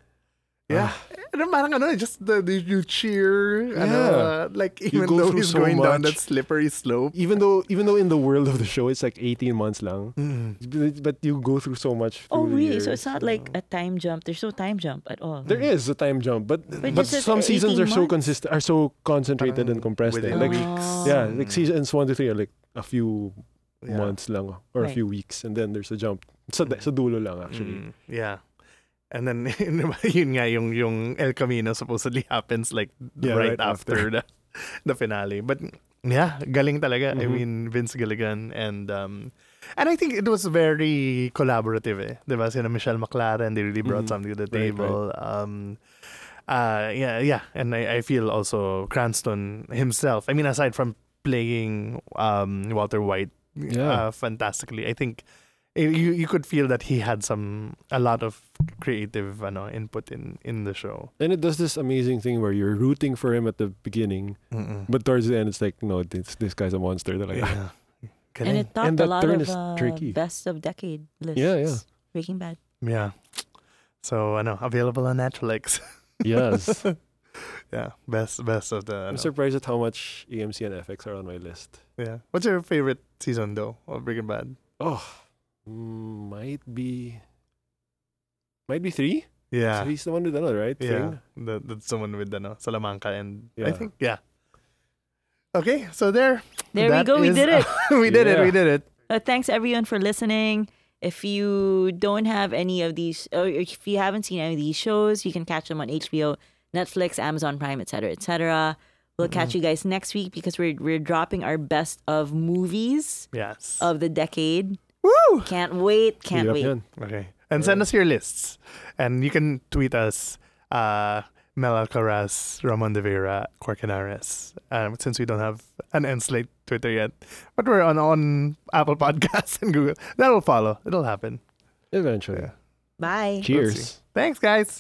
Speaker 2: Um,
Speaker 1: yeah. And then parang ano, just the, the- you cheer. Ano,
Speaker 2: Yeah.
Speaker 1: uh, like even
Speaker 2: go
Speaker 1: though
Speaker 2: through
Speaker 1: he's
Speaker 2: so
Speaker 1: going down
Speaker 2: much.
Speaker 1: that slippery slope.
Speaker 2: Even though even though in the world of the show it's like 18 months long,
Speaker 1: Mm.
Speaker 2: but but you go through so much.
Speaker 3: Oh,
Speaker 2: through the
Speaker 3: really? So it's
Speaker 2: years.
Speaker 3: not like a time jump. There's no time jump at all.
Speaker 2: There is a time jump, but
Speaker 3: But
Speaker 2: but,
Speaker 3: you said
Speaker 2: some seasons are
Speaker 3: 18
Speaker 2: so
Speaker 3: months?
Speaker 2: consistent, are so concentrated
Speaker 1: Parang
Speaker 2: and compressed. eh.
Speaker 1: within
Speaker 2: Like
Speaker 1: weeks.
Speaker 2: yeah, like seasons one to three are like a few
Speaker 1: Yeah.
Speaker 2: months lang or a
Speaker 3: Right.
Speaker 2: few weeks, and then there's a jump. Sa,
Speaker 1: Mm.
Speaker 2: sa dulo lang actually.
Speaker 1: Mm, yeah. And then yun nga yung yung El Camino supposedly happens like
Speaker 2: Yeah,
Speaker 1: right,
Speaker 2: right
Speaker 1: after, the the finale. But yeah, galing talaga. I
Speaker 2: Mhm.
Speaker 1: mean Vince Gilligan and um and I think it was very collaborative. Eh. Diba? Sina Michelle McLaren, they really brought
Speaker 2: Mhm.
Speaker 1: something to the
Speaker 2: Right, right.
Speaker 1: table. Um uh yeah, yeah. And I, I feel also Cranston himself. I mean aside from playing um Walter White
Speaker 2: Yeah.
Speaker 1: uh, fantastically. I think eh, you you could feel that he had some a lot of creative ano, input in in the show.
Speaker 2: And it does this amazing thing where you're rooting for him at the beginning, but towards the end it's like no, this this guy's a monster. They're like,
Speaker 1: yeah.
Speaker 3: And
Speaker 1: Galing.
Speaker 3: it topped
Speaker 2: And
Speaker 3: a
Speaker 2: that
Speaker 3: lot
Speaker 2: turn
Speaker 3: of
Speaker 2: is
Speaker 3: uh,
Speaker 2: tricky.
Speaker 3: best of decade lists.
Speaker 2: Yeah, yeah.
Speaker 3: Breaking Bad.
Speaker 1: yeah. So ano, available on Netflix.
Speaker 2: yes.
Speaker 1: yeah, best best of the.
Speaker 2: I'm
Speaker 1: ano,
Speaker 2: surprised at how much AMC and FX are on my list.
Speaker 1: yeah. What's your favorite season though of Breaking Bad?
Speaker 2: Oh, mm, might be, might be three.
Speaker 1: Yeah.
Speaker 2: So he's the one with another right
Speaker 1: Yeah,
Speaker 2: thing.
Speaker 1: that, that's someone with ano, Salamanca and I
Speaker 2: Yeah.
Speaker 1: think yeah. Okay, so there.
Speaker 3: There
Speaker 1: that
Speaker 3: we go. We
Speaker 1: is-
Speaker 3: did it.
Speaker 1: we did it.
Speaker 2: Yeah.
Speaker 1: We did it.
Speaker 3: Uh, thanks everyone for listening. If you don't have any of these, or if you haven't seen any of these shows, you can catch them on HBO, Netflix, Amazon Prime, etc., etc. We'll catch you guys next week because we're we're dropping our best of movies
Speaker 1: Yes.
Speaker 3: of the decade.
Speaker 1: Woo!
Speaker 3: Can't wait! Can't
Speaker 2: Hirap
Speaker 3: wait!
Speaker 2: yan.
Speaker 1: Okay. And send us your lists. And you can tweet us, uh, Mel Alcaraz, Ramon De Vera, Corcanares. Um, since we don't have an end slate Twitter yet. But we're on, on Apple Podcasts and Google. That'll follow. It'll happen.
Speaker 2: Eventually.
Speaker 1: Yeah.
Speaker 3: Bye.
Speaker 2: Cheers.
Speaker 1: Thanks, guys.